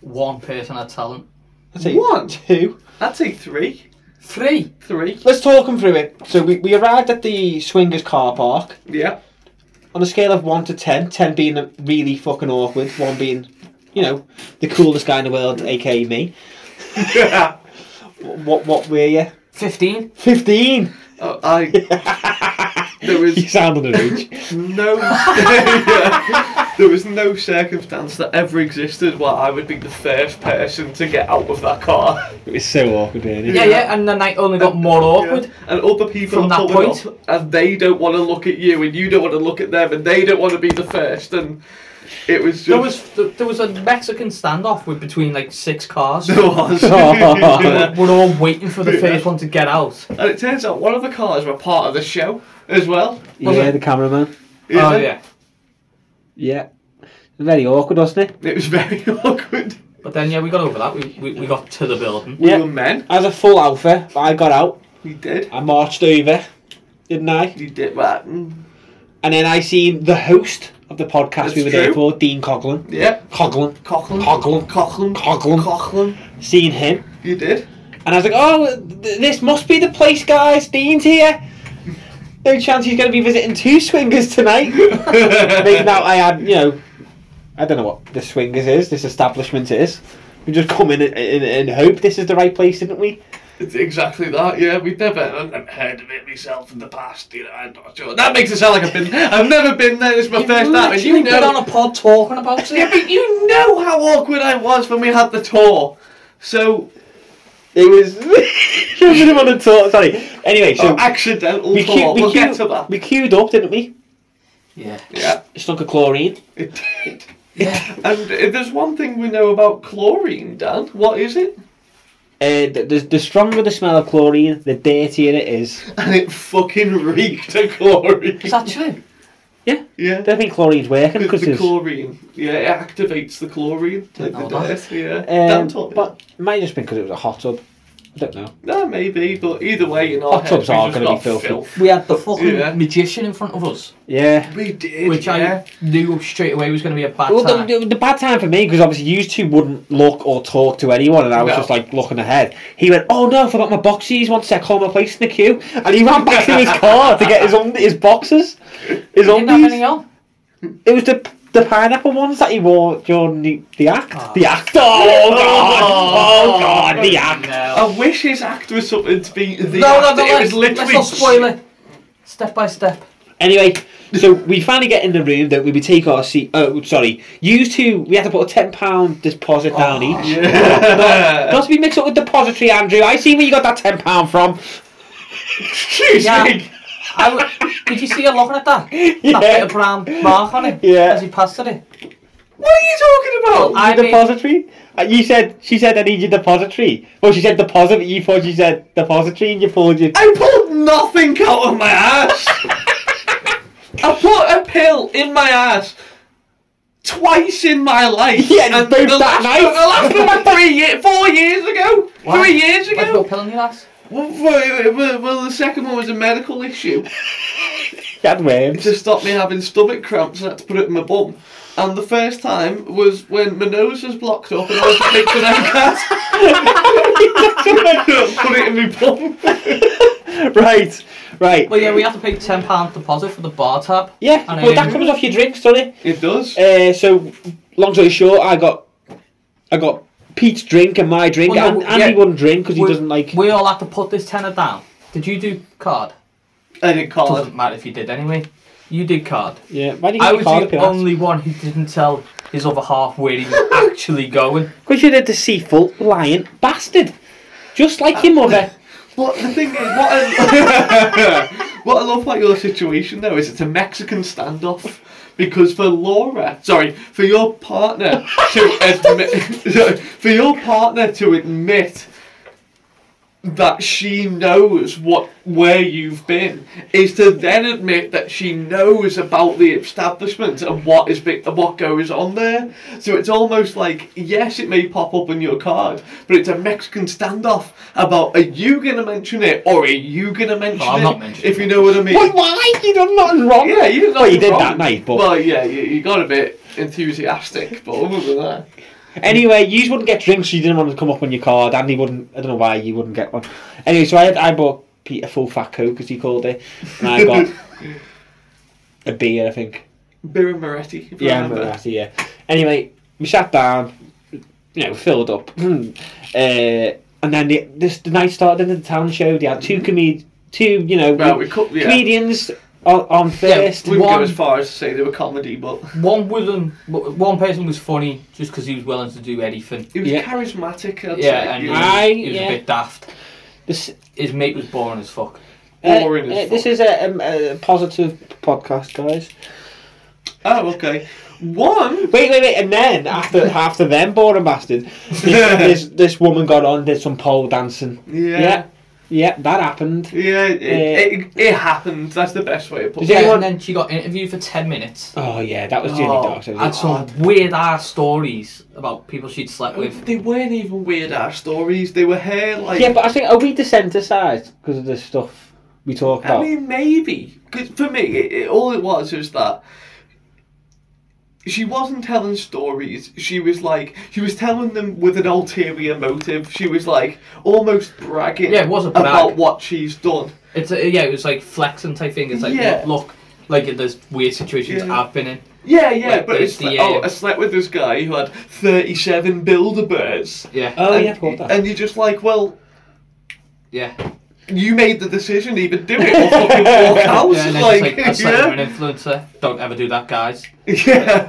Speaker 5: one person had talent.
Speaker 4: I'd say
Speaker 1: One.
Speaker 4: two.
Speaker 1: I'd say three.
Speaker 5: Three.
Speaker 1: Three.
Speaker 4: Let's talk them through it. So we, we arrived at the Swingers car park.
Speaker 1: Yeah.
Speaker 4: On a scale of 1 to 10, 10 being really fucking awkward, 1 being, you know, the coolest guy in the world, aka me.
Speaker 1: Uh,
Speaker 4: What what were you?
Speaker 5: Fifteen.
Speaker 4: 15!
Speaker 1: Oh, I. There
Speaker 4: You
Speaker 1: was
Speaker 4: sound on a reach.
Speaker 1: no. Yeah. There was no circumstance that ever existed where I would be the first person to get out of that car.
Speaker 4: It was so awkward, really.
Speaker 5: Yeah, yeah, and the night only got more awkward.
Speaker 1: Yeah. And other people
Speaker 5: From
Speaker 1: are
Speaker 5: that
Speaker 1: pulling
Speaker 5: point.
Speaker 1: up, and they don't want to look at you, and you don't want to look at them, and they don't want to be the first. And it was just.
Speaker 5: There was th- there was a Mexican standoff with between like six cars.
Speaker 1: There was.
Speaker 5: We're we're all waiting for the first one to get out.
Speaker 1: And it turns out one of the cars were part of the show as well.
Speaker 4: Yeah, the cameraman.
Speaker 5: Oh yeah.
Speaker 4: Yeah. Very awkward, wasn't it?
Speaker 1: It was very awkward.
Speaker 5: But then yeah, we got over that. We we, we got to the building.
Speaker 1: We
Speaker 4: Yeah.
Speaker 1: were men.
Speaker 4: As a full alpha, I got out.
Speaker 1: We did.
Speaker 4: I marched over, didn't I?
Speaker 1: You did that. mm,
Speaker 4: And then I seen the host of the podcast we
Speaker 1: That's true.
Speaker 4: were there for, Dean Coughlin.
Speaker 1: Yeah.
Speaker 4: Coughlin.
Speaker 1: Coughlin.
Speaker 4: Coughlin.
Speaker 1: Coughlin.
Speaker 4: Coughlin.
Speaker 1: Coughlin.
Speaker 4: Seen him.
Speaker 1: You did.
Speaker 4: And I was like, oh, th- this must be the place, guys. Dean's here. No chance he's going to be visiting two swingers tonight. Making out I had, you know, I don't know what the swingers is, this establishment is. We just come in and, and, and hope this is the right place, didn't we?
Speaker 1: It's exactly that, yeah. We've never I've heard of it myself in the past, you know, I'm not sure. That makes it sound like I've been I've never been there, this is my first time. And you
Speaker 5: Literally been
Speaker 1: know
Speaker 5: on a pod talking about
Speaker 1: Yeah,
Speaker 5: it.
Speaker 1: but you know how awkward I was when we had the tour. So
Speaker 4: It was. Shoving him on the tour. Sorry. Anyway, so.
Speaker 1: oh, accidental
Speaker 4: we,
Speaker 1: tour.
Speaker 4: queued, we,
Speaker 1: we'll
Speaker 4: queued,
Speaker 1: get to that.
Speaker 4: we queued up, didn't we?
Speaker 5: Yeah.
Speaker 1: Yeah,
Speaker 4: Stunk of chlorine.
Speaker 1: it did.
Speaker 5: Yeah.
Speaker 1: And if there's one thing we know about chlorine, Dan, what is it?
Speaker 4: Uh, the, the, the stronger the smell of chlorine, the dirtier it is.
Speaker 1: And it fucking reeked of chlorine.
Speaker 5: Is that true?
Speaker 1: Yeah.
Speaker 4: I don't think chlorine's working
Speaker 1: The,
Speaker 4: because
Speaker 1: the
Speaker 4: it's.
Speaker 1: chlorine, yeah, it activates the chlorine, like the
Speaker 5: Didn't know Oh, that.
Speaker 1: dirt, yeah. Dan
Speaker 4: Um,
Speaker 1: taught me
Speaker 4: but it might have just been because it was a hot tub. I don't know.
Speaker 1: No, maybe, but either way, in our
Speaker 4: Hot
Speaker 1: heads,
Speaker 4: tubs
Speaker 1: we
Speaker 4: are
Speaker 1: just
Speaker 4: going to be
Speaker 1: got
Speaker 4: filthy.
Speaker 1: filth.
Speaker 5: We had the fucking
Speaker 1: Yeah.
Speaker 5: magician in front of us,
Speaker 4: Yeah.
Speaker 1: We did,
Speaker 5: which
Speaker 1: yeah.
Speaker 5: I knew straight away was going to be a bad
Speaker 4: Well,
Speaker 5: time.
Speaker 4: the, the, the bad time for me because obviously you two wouldn't look or talk to anyone, and I was
Speaker 1: No.
Speaker 4: just like looking ahead. He went, "Oh no, I forgot my boxes. One sec, hold my place in the queue," and he ran back to his car to get his um, his boxes, his
Speaker 5: Didn't have
Speaker 4: undies.
Speaker 5: any on.
Speaker 4: It was the the pineapple ones that he wore during the, the act.
Speaker 5: Ah.
Speaker 4: The act. Oh god. Oh god. The act.
Speaker 5: No.
Speaker 1: I wish his act was something to be the
Speaker 5: No, no,
Speaker 1: act.
Speaker 5: no,
Speaker 1: it
Speaker 5: let's,
Speaker 1: was literally
Speaker 5: let's not spoil it. Step by step.
Speaker 4: Anyway, so we finally get in the room that we, we take our seat. Oh, sorry. You two, we had to put a ten pound
Speaker 5: Oh,
Speaker 4: deposit down each.
Speaker 1: Yeah.
Speaker 4: Not to be mixed up with depository, Andrew. I see where you got that ten pound from.
Speaker 1: Excuse
Speaker 5: Yeah.
Speaker 1: me.
Speaker 5: I w- did you see her looking at that? That bit of brown mark on it
Speaker 4: Yeah.
Speaker 5: as he passed at it.
Speaker 1: What are you talking about?
Speaker 5: I
Speaker 4: The
Speaker 5: mean-
Speaker 4: depository. Uh, You said she said I need your depository. Well, she said deposit. but You thought she said depository, and you pulled your.
Speaker 1: I pulled nothing out of my ass. I put a pill in my ass twice in my life.
Speaker 4: Yeah, both
Speaker 1: the last,
Speaker 4: that night.
Speaker 1: The last one, three years, four years ago. Three years
Speaker 5: Like a little
Speaker 1: ago.
Speaker 5: pill in your ass.
Speaker 1: Well, well, well, well, the second one was a medical issue.
Speaker 4: You had worms.
Speaker 1: to stop me having stomach cramps, I had to put it in my bum. And the first time was when my nose was blocked up and I was picking out gas. put it in my bum.
Speaker 4: right, right.
Speaker 5: Well, yeah, we had to pay ten pound deposit for the bar tab.
Speaker 4: yeah,
Speaker 5: And,
Speaker 4: well, that
Speaker 5: um,
Speaker 4: comes off your drinks, doesn't it?
Speaker 1: It does.
Speaker 4: Uh, so, long story short, I got, I got Pete's drink and my drink.
Speaker 5: Well, no,
Speaker 4: and Andy
Speaker 5: yeah.
Speaker 4: wouldn't drink because he
Speaker 5: we,
Speaker 4: doesn't like.
Speaker 5: We all had to put this tenner down. Did you do card?
Speaker 1: And it card.
Speaker 5: Doesn't matter if you did anyway. You did card.
Speaker 4: Yeah, why do you
Speaker 5: I
Speaker 4: get
Speaker 5: was
Speaker 4: your card up
Speaker 5: the
Speaker 4: your ass?
Speaker 5: only one who didn't tell his other half where he was actually going.
Speaker 4: Because you're a deceitful, lying bastard. Just like your mother.
Speaker 1: But the thing is, what I, what I love about your situation though is it's a Mexican standoff. Because for Laura, sorry, for your partner to admit, sorry, for your partner to admit that she knows what where you've been is to then admit that she knows about the establishment and what is be- and what goes on there. So it's almost like yes, it may pop up on your card, but it's a Mexican standoff about are you gonna mention it or are you gonna mention
Speaker 5: I'm
Speaker 1: it?
Speaker 5: not mentioning
Speaker 1: if you know what I mean.
Speaker 4: Why? why? You done nothing wrong.
Speaker 1: Yeah, you did.
Speaker 4: Well, you did that night, but-
Speaker 1: well, yeah, you, you got a bit enthusiastic, but other than that,
Speaker 4: Anyway, you wouldn't get drinks, so you didn't want to come up on your card. Andy wouldn't. I don't know why you wouldn't get one. Anyway, so I had, I bought Pete a full fat coke, as he called it, and I got a beer, I think.
Speaker 1: Bill and Moretti. If I
Speaker 4: Yeah, I remember
Speaker 1: remember.
Speaker 4: that. Yeah. Anyway, we sat down, you know, filled up, uh, and then the, this the night started. Then the town show. They had two comed, two you know,
Speaker 1: Mm. Well, we cut. Yeah,
Speaker 4: comedians on, on first.
Speaker 1: wouldn't
Speaker 5: one-
Speaker 1: go as far as to say they were comedy, but.
Speaker 5: One wouldn't. One person was funny just because he was willing to do anything.
Speaker 1: He was
Speaker 4: Yeah.
Speaker 1: charismatic. I'd
Speaker 5: Yeah,
Speaker 1: say.
Speaker 5: and he
Speaker 1: He
Speaker 5: was,
Speaker 1: was
Speaker 4: I-
Speaker 5: he was
Speaker 4: yeah.
Speaker 5: a bit daft.
Speaker 4: This-
Speaker 5: His mate was boring as fuck.
Speaker 4: uh,
Speaker 1: boring
Speaker 4: uh,
Speaker 1: as
Speaker 4: this
Speaker 1: fuck.
Speaker 4: is a, um, a positive podcast, guys.
Speaker 1: Oh, okay. One.
Speaker 4: Wait, wait, wait, and then after after them boring bastard, this, this this woman got on, did some pole dancing.
Speaker 1: Yeah.
Speaker 4: yeah,
Speaker 1: Yeah.
Speaker 4: yeah, that happened.
Speaker 1: it,
Speaker 4: Yeah.
Speaker 1: It, it happened. That's the best way to put
Speaker 4: Did
Speaker 1: it.
Speaker 5: Yeah,
Speaker 4: anyone-
Speaker 5: and then she got interviewed for 10 minutes.
Speaker 4: Oh yeah, that was Jenny
Speaker 1: Oh,
Speaker 4: Dogs.
Speaker 5: Had some weird ass stories about people she'd slept with.
Speaker 1: They weren't even weird ass stories. They were hair like.
Speaker 4: Yeah, but I think are we desensitized because of the stuff we talk
Speaker 1: I
Speaker 4: about?
Speaker 1: mean, maybe. 'Cause for me, it, it, all it was was that she wasn't telling stories. She was like, she was telling them with an ulterior motive. She was like almost bragging.
Speaker 5: Yeah, it was a brag.
Speaker 1: about what she's done.
Speaker 5: It's a, yeah, it was like flexing type thing. It's like
Speaker 1: Yeah.
Speaker 5: look, look, like there's weird situations
Speaker 1: Yeah.
Speaker 5: I've been in.
Speaker 1: Yeah, yeah,
Speaker 5: Like,
Speaker 1: but
Speaker 5: there's
Speaker 1: it's
Speaker 5: the,
Speaker 1: like,
Speaker 5: uh,
Speaker 1: oh, I slept with this guy who had thirty-seven Bilderbergs.
Speaker 5: Yeah,
Speaker 4: oh
Speaker 1: and,
Speaker 4: yeah, of course that.
Speaker 1: and you're just like, well,
Speaker 5: yeah.
Speaker 1: you made the decision, to even do it, or fucking walk out.
Speaker 5: yeah and then
Speaker 1: like,
Speaker 5: she's like, I slept
Speaker 1: yeah,
Speaker 5: with an influencer. Don't ever do that, guys.
Speaker 1: yeah.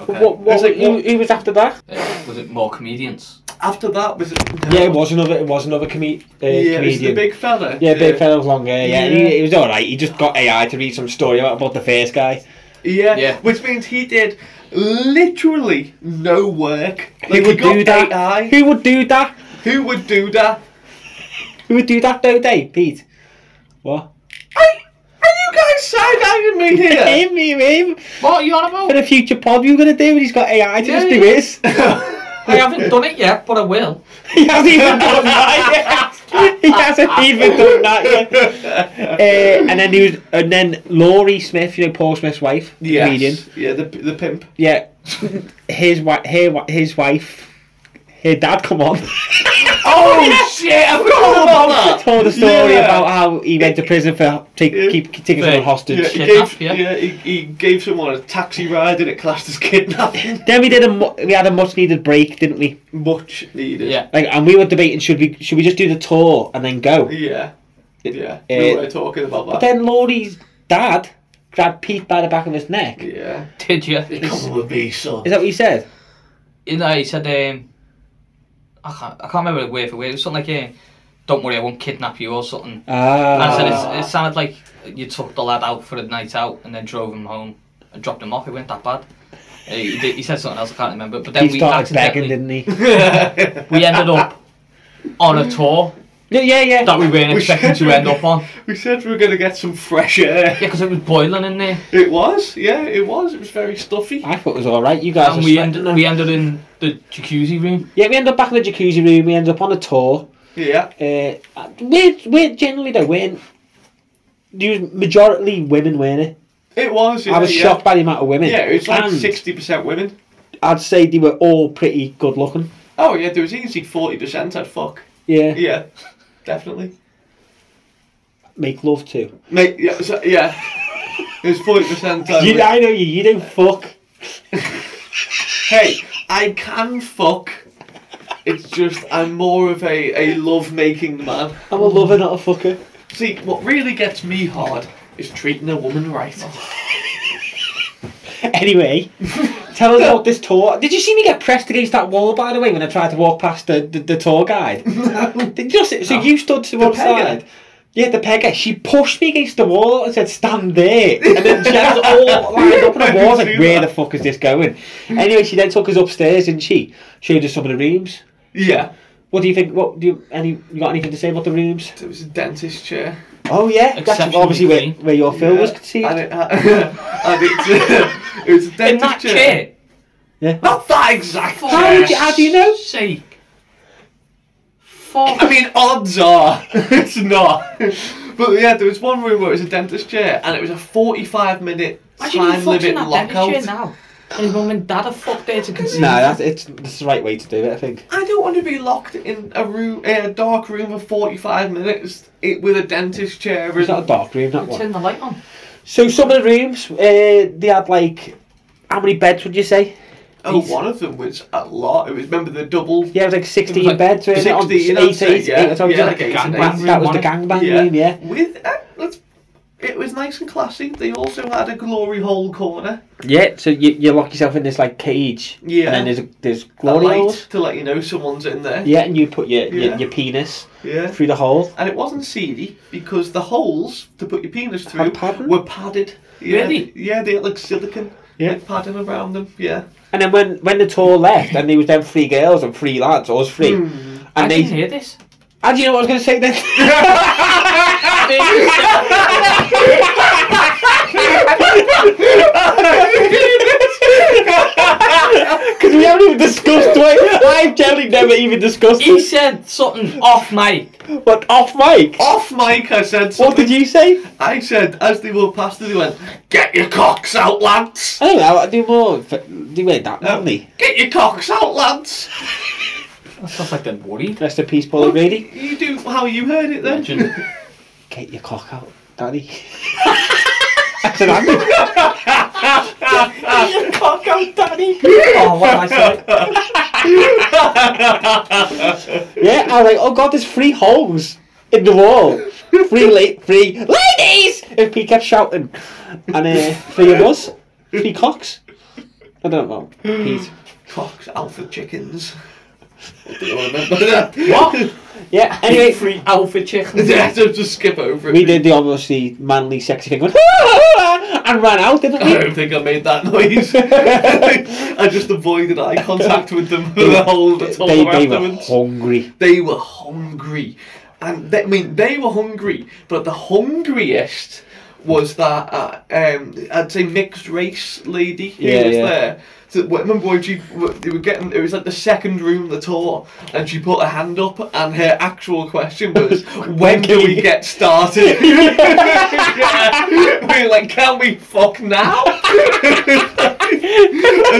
Speaker 5: Okay.
Speaker 4: What, what,
Speaker 1: It's like,
Speaker 4: who,
Speaker 1: what-
Speaker 4: who was after that?
Speaker 5: Uh, was it more comedians?
Speaker 1: After that was it?
Speaker 4: Yeah, it was another. It was another comi- uh,
Speaker 1: Yeah, it's the
Speaker 4: comedian.
Speaker 1: big fella.
Speaker 4: yeah, big fella with long hair. Yeah, and
Speaker 1: Yeah.
Speaker 4: He, he was all right. He just got AI to read some story about, about the first guy.
Speaker 1: Yeah.
Speaker 5: Yeah.
Speaker 1: which means he did literally no work. Like,
Speaker 4: who
Speaker 1: he
Speaker 4: would
Speaker 1: got
Speaker 4: do that?
Speaker 1: AI.
Speaker 4: Who would do that?
Speaker 1: Who would do that?
Speaker 4: Who would do that though, Dave? Pete. What?
Speaker 1: Are you guys side-eyeing me here?
Speaker 4: him, him, him.
Speaker 5: What are you on about?
Speaker 4: For the future pod, you're gonna do when he's got AI to
Speaker 5: Yeah,
Speaker 4: just
Speaker 5: yeah.
Speaker 4: do this.
Speaker 5: I haven't done it yet, but I will.
Speaker 4: He hasn't even done that yet. He hasn't even done that yet. Uh, and then he was, and then Laurie Smith, you know Paul Smith's wife, the
Speaker 1: Yes.
Speaker 4: comedian.
Speaker 1: Yeah, the the pimp.
Speaker 4: Yeah, his wife, her, wi- his wife, her dad come on.
Speaker 1: Oh shit! I forgot about that.
Speaker 4: Told a story
Speaker 1: Yeah.
Speaker 4: about how he went to prison for take,
Speaker 1: Yeah.
Speaker 4: keep taking someone
Speaker 5: Right.
Speaker 1: Yeah,
Speaker 4: hostage.
Speaker 1: he
Speaker 5: Kidnap,
Speaker 1: gave,
Speaker 5: yeah.
Speaker 1: yeah. he, he gave someone a taxi ride and it classed as kidnapping.
Speaker 4: Then we did a mu- we had a much needed break, didn't we?
Speaker 1: Much needed.
Speaker 5: Yeah.
Speaker 4: Like, and we were debating should we should we just do the tour and then go?
Speaker 1: Yeah. Yeah.
Speaker 4: Eh,
Speaker 1: we were talking about that.
Speaker 4: But then Laurie's dad grabbed Pete by the back of his neck. Is
Speaker 1: yeah.
Speaker 5: Did you?
Speaker 1: Come with me, son.
Speaker 4: that what he said?
Speaker 5: You know, he said, um, I can't, I can't remember the word for word. It was something like, uh, "Don't worry, I won't kidnap you" or something. And I
Speaker 4: Ah,
Speaker 5: said, it, it sounded like you took the lad out for a night out and then drove him home and dropped him off. It went that bad. Uh, He, did- he said something else I can't remember, but then
Speaker 4: he
Speaker 5: we
Speaker 4: started
Speaker 5: accidentally
Speaker 4: begging, didn't he?
Speaker 5: we ended up on a tour
Speaker 4: yeah, yeah, yeah.
Speaker 5: that we weren't expecting to end up on.
Speaker 1: We said we were going to get some fresh air.
Speaker 5: Yeah, because it was boiling in there,
Speaker 1: It was, yeah, it was. It was very stuffy.
Speaker 4: I thought it was all right. You guys,
Speaker 5: and
Speaker 4: were
Speaker 5: we
Speaker 4: sweating
Speaker 5: ended
Speaker 4: them.
Speaker 5: we ended in the jacuzzi room.
Speaker 4: yeah, we end up back in the jacuzzi room. We end up on a tour.
Speaker 1: Yeah.
Speaker 4: Uh, we're we're generally though we're you was majority women, weren't it?
Speaker 1: It was. Yeah,
Speaker 4: I was
Speaker 1: yeah.
Speaker 4: shocked by the amount of women.
Speaker 1: Yeah, it was like
Speaker 4: And
Speaker 1: sixty percent women.
Speaker 4: I'd say they were all pretty good looking.
Speaker 1: Oh yeah, there was easy forty percent. I'd fuck.
Speaker 4: Yeah.
Speaker 1: Yeah, definitely.
Speaker 4: make love to.
Speaker 1: Mate, yeah, so, yeah. It was forty percent. uh,
Speaker 4: You, I know you. You don't fuck.
Speaker 1: Hey, I can fuck. It's just I'm more of a a love making man.
Speaker 4: I'm a lover, not a fucker. Oh.
Speaker 1: See, what really gets me hard is treating a woman right.
Speaker 4: Anyway, tell us about this tour. Did you see me get pressed against that wall, by the way, when I tried to walk past the, the, the tour guide? Did you see, so you stood to one
Speaker 1: pegger.
Speaker 4: side. Yeah, the pegger. She pushed me against the wall and said, "Stand there." And then she had us all lined up on the wall. I was like, where the fuck is this going? Anyway, she then took us upstairs, and she showed us some of the rooms.
Speaker 1: Yeah.
Speaker 4: What do you think? What do you any? You got anything to say about the rooms?
Speaker 1: It was a dentist chair.
Speaker 4: Oh yeah, that's
Speaker 5: Exceptionally
Speaker 4: obviously where,
Speaker 5: clean.
Speaker 4: where your film was
Speaker 1: Yeah.
Speaker 4: conceived.
Speaker 1: And it, and it, it was a dentist
Speaker 5: In that
Speaker 1: chair.
Speaker 5: chair.
Speaker 1: Not that exact
Speaker 5: For
Speaker 4: How would you- how do you know?
Speaker 5: Sake. Fuck.
Speaker 1: I mean, odds are it's not. But yeah, there was one room where it was a dentist chair, and it was a 45 minute
Speaker 5: Imagine you
Speaker 1: time
Speaker 5: fucked in
Speaker 1: limit
Speaker 5: that dentist
Speaker 1: lockout.
Speaker 5: chair now. And his mum and dad are fucked there to conceive.
Speaker 4: No, that's it's that's the right way to do it. I think.
Speaker 1: I don't want to be locked in a room, in a dark room for 45 minutes it, with a dentist chair.
Speaker 4: It's
Speaker 1: and-
Speaker 4: not a dark room, that one.
Speaker 5: Turn the light on.
Speaker 4: So some of the rooms, uh, they had like, how many beds would you say?
Speaker 1: oh, one of them was a lot. It was, remember the double?
Speaker 4: Yeah, it was like
Speaker 5: It
Speaker 4: sixteen
Speaker 5: was like
Speaker 4: beds. wasn't it?
Speaker 1: 16,
Speaker 4: On
Speaker 1: I'd say,
Speaker 4: eight,
Speaker 1: yeah.
Speaker 4: eight or something,
Speaker 1: Yeah, like
Speaker 4: like a
Speaker 1: eight
Speaker 4: gangbang.
Speaker 1: and
Speaker 5: eight.
Speaker 4: That was the
Speaker 5: One.
Speaker 4: gangbang room, yeah.
Speaker 1: With, uh, let's, it was nice and classy. They also had a glory hole corner.
Speaker 4: Yeah, so you, you lock yourself in this like cage.
Speaker 1: Yeah.
Speaker 4: And then there's a, there's
Speaker 1: A
Speaker 4: glory
Speaker 1: light
Speaker 4: holes.
Speaker 1: to let you know someone's in there.
Speaker 4: Yeah, and you put your, your,
Speaker 1: Yeah.
Speaker 4: your penis
Speaker 1: yeah.
Speaker 4: through the hole.
Speaker 1: And it wasn't seedy because the holes to put your penis through
Speaker 4: Had padding?
Speaker 1: were padded. Yeah,
Speaker 5: Really?
Speaker 1: Yeah, they had like silicon
Speaker 4: Yeah.
Speaker 1: like padding around them. Yeah.
Speaker 4: And then when, when the tour left, and there was them three girls and three lads, or was three.
Speaker 1: Hmm.
Speaker 4: And
Speaker 5: I
Speaker 4: they,
Speaker 5: didn't hear this.
Speaker 4: how do Ah, you know what I was going to say then? Because we haven't even discussed it. I've generally never even discussed
Speaker 5: he
Speaker 4: it.
Speaker 5: said something off mic.
Speaker 4: But off mic.
Speaker 1: Off mic, I said.
Speaker 4: What
Speaker 1: Something.
Speaker 4: did you say?
Speaker 1: I said as they walked past, they went, "Get your cocks out, lads!
Speaker 4: I don't know. I do more. Do wait that lonely.
Speaker 1: Get your cocks out, lads!"
Speaker 5: That sounds like they're worried.
Speaker 4: Rest in peace, Paul O'Grady.
Speaker 1: You do how you heard it then.
Speaker 5: Imagine.
Speaker 4: Get your cock out, Daddy. I said, I'm Get your cock out, Daddy.
Speaker 5: oh, what I said.
Speaker 4: Yeah, I was like, oh god, there's three holes in the wall. Three, la- three ladies! If he kept shouting. And uh, three of us. Three cocks. I don't know. Pete.
Speaker 1: Cocks out for chickens. I don't remember that.
Speaker 5: What?
Speaker 4: Yeah, anyway,
Speaker 5: Free alpha chicken.
Speaker 1: yeah, so just skip over it.
Speaker 4: we did the obviously manly, sexy thing. Went, and ran out, didn't
Speaker 1: I
Speaker 4: we?
Speaker 1: don't think I made that noise. I just avoided eye contact with them for the whole the tour
Speaker 4: They, they were
Speaker 1: afterwards.
Speaker 4: hungry.
Speaker 1: they were hungry, and they, I mean they were hungry, but the hungriest was that uh, um, I'd say mixed race lady who
Speaker 4: Yeah,
Speaker 1: was
Speaker 4: yeah.
Speaker 1: there. So w- remember when she w- they were getting it was like the second room of the tour, and she put her hand up, and her actual question was, "When do we get started?" Yeah. We were like, "Can we fuck now?" and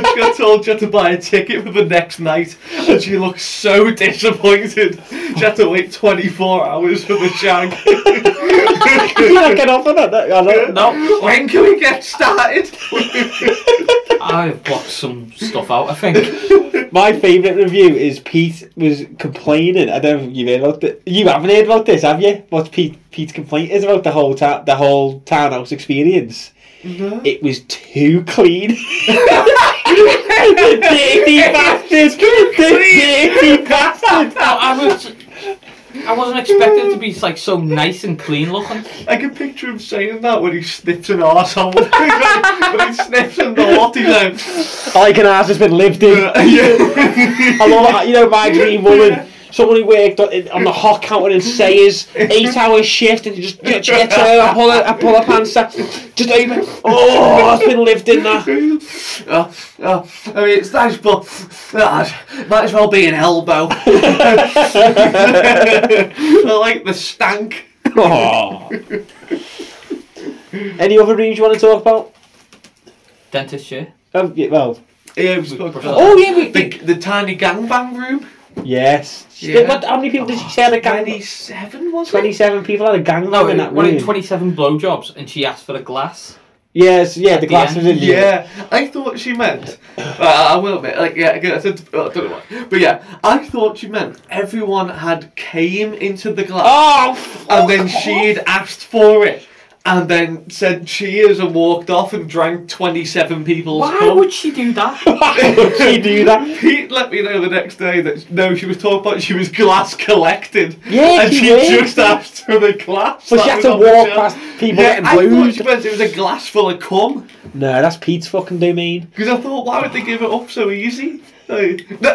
Speaker 1: she got told she had to buy a ticket for the next night, and she looked so disappointed. She had to wait 24 hours for the shag.
Speaker 4: Did you not get off on that? I don't know.
Speaker 5: No,
Speaker 1: when can we get started?
Speaker 5: I've blocked some stuff out, I think.
Speaker 4: My favourite review is Pete was complaining. I don't know if you've heard about it. You haven't heard about this, have you? What Pete Pete's complaint is about the whole ta- the whole townhouse experience.
Speaker 1: Mm-hmm.
Speaker 4: It was too clean. the dirty bastard! The dirty bastard!
Speaker 5: I, I was. I wasn't expecting it to be like so nice and clean looking.
Speaker 1: I can picture him saying that when he sniffs an arsehole. when he sniffs a knot, he's like,
Speaker 4: Like an ass has been lived in.
Speaker 1: yeah.
Speaker 4: I love that. You know, my dream woman. Someone who worked on, in- on the hot counter in Sayers, eight hour shift, and you just you know, she gets her, I pull her, I pull her pants up, just open. Oh, I've been lived in that.
Speaker 1: Oh, oh, I mean, it's nice, but ah, might as well be an elbow. I like the stank.
Speaker 4: Any other rooms you want to talk about?
Speaker 5: Dentist chair.
Speaker 4: Um, yeah, well,
Speaker 1: Yeah, we spoke about that.
Speaker 4: oh yeah, we
Speaker 1: the, the tiny gangbang room.
Speaker 4: yes.
Speaker 1: Yeah.
Speaker 4: What, how many people did she say had a gang?
Speaker 1: 27, was it?
Speaker 4: Twenty-seven people had a gang
Speaker 5: No,
Speaker 4: in
Speaker 5: it
Speaker 4: that
Speaker 5: one
Speaker 4: room.
Speaker 5: in 27 blowjobs and she asked for a glass.
Speaker 4: yes, yeah, the glass
Speaker 5: end.
Speaker 4: was in there.
Speaker 1: Yeah, I thought she meant. Uh, I will admit, like, yeah, again, I said, oh, I don't know why, but yeah, I thought she meant everyone had came into the glass,
Speaker 4: Oh, f-
Speaker 1: and then she'd asked for it, and then said cheers and walked off and drank 27 people's
Speaker 5: Why
Speaker 1: cum.
Speaker 5: would she do that?
Speaker 4: Why would she do that?
Speaker 1: Pete let me know the next day that no, she was talking about she was glass collected.
Speaker 4: Yeah,
Speaker 1: and
Speaker 4: she
Speaker 1: she
Speaker 4: was.
Speaker 1: just asked for the glass.
Speaker 4: But
Speaker 1: that
Speaker 4: she had
Speaker 1: was
Speaker 4: to
Speaker 1: on the
Speaker 4: walk
Speaker 1: shelf.
Speaker 4: past people
Speaker 1: Yeah,
Speaker 4: getting
Speaker 1: I thought
Speaker 4: blues.
Speaker 1: she meant it was a glass full of cum
Speaker 4: No, that's Pete's fucking domain.
Speaker 1: because I thought, why would they give it up so easy? Like, no,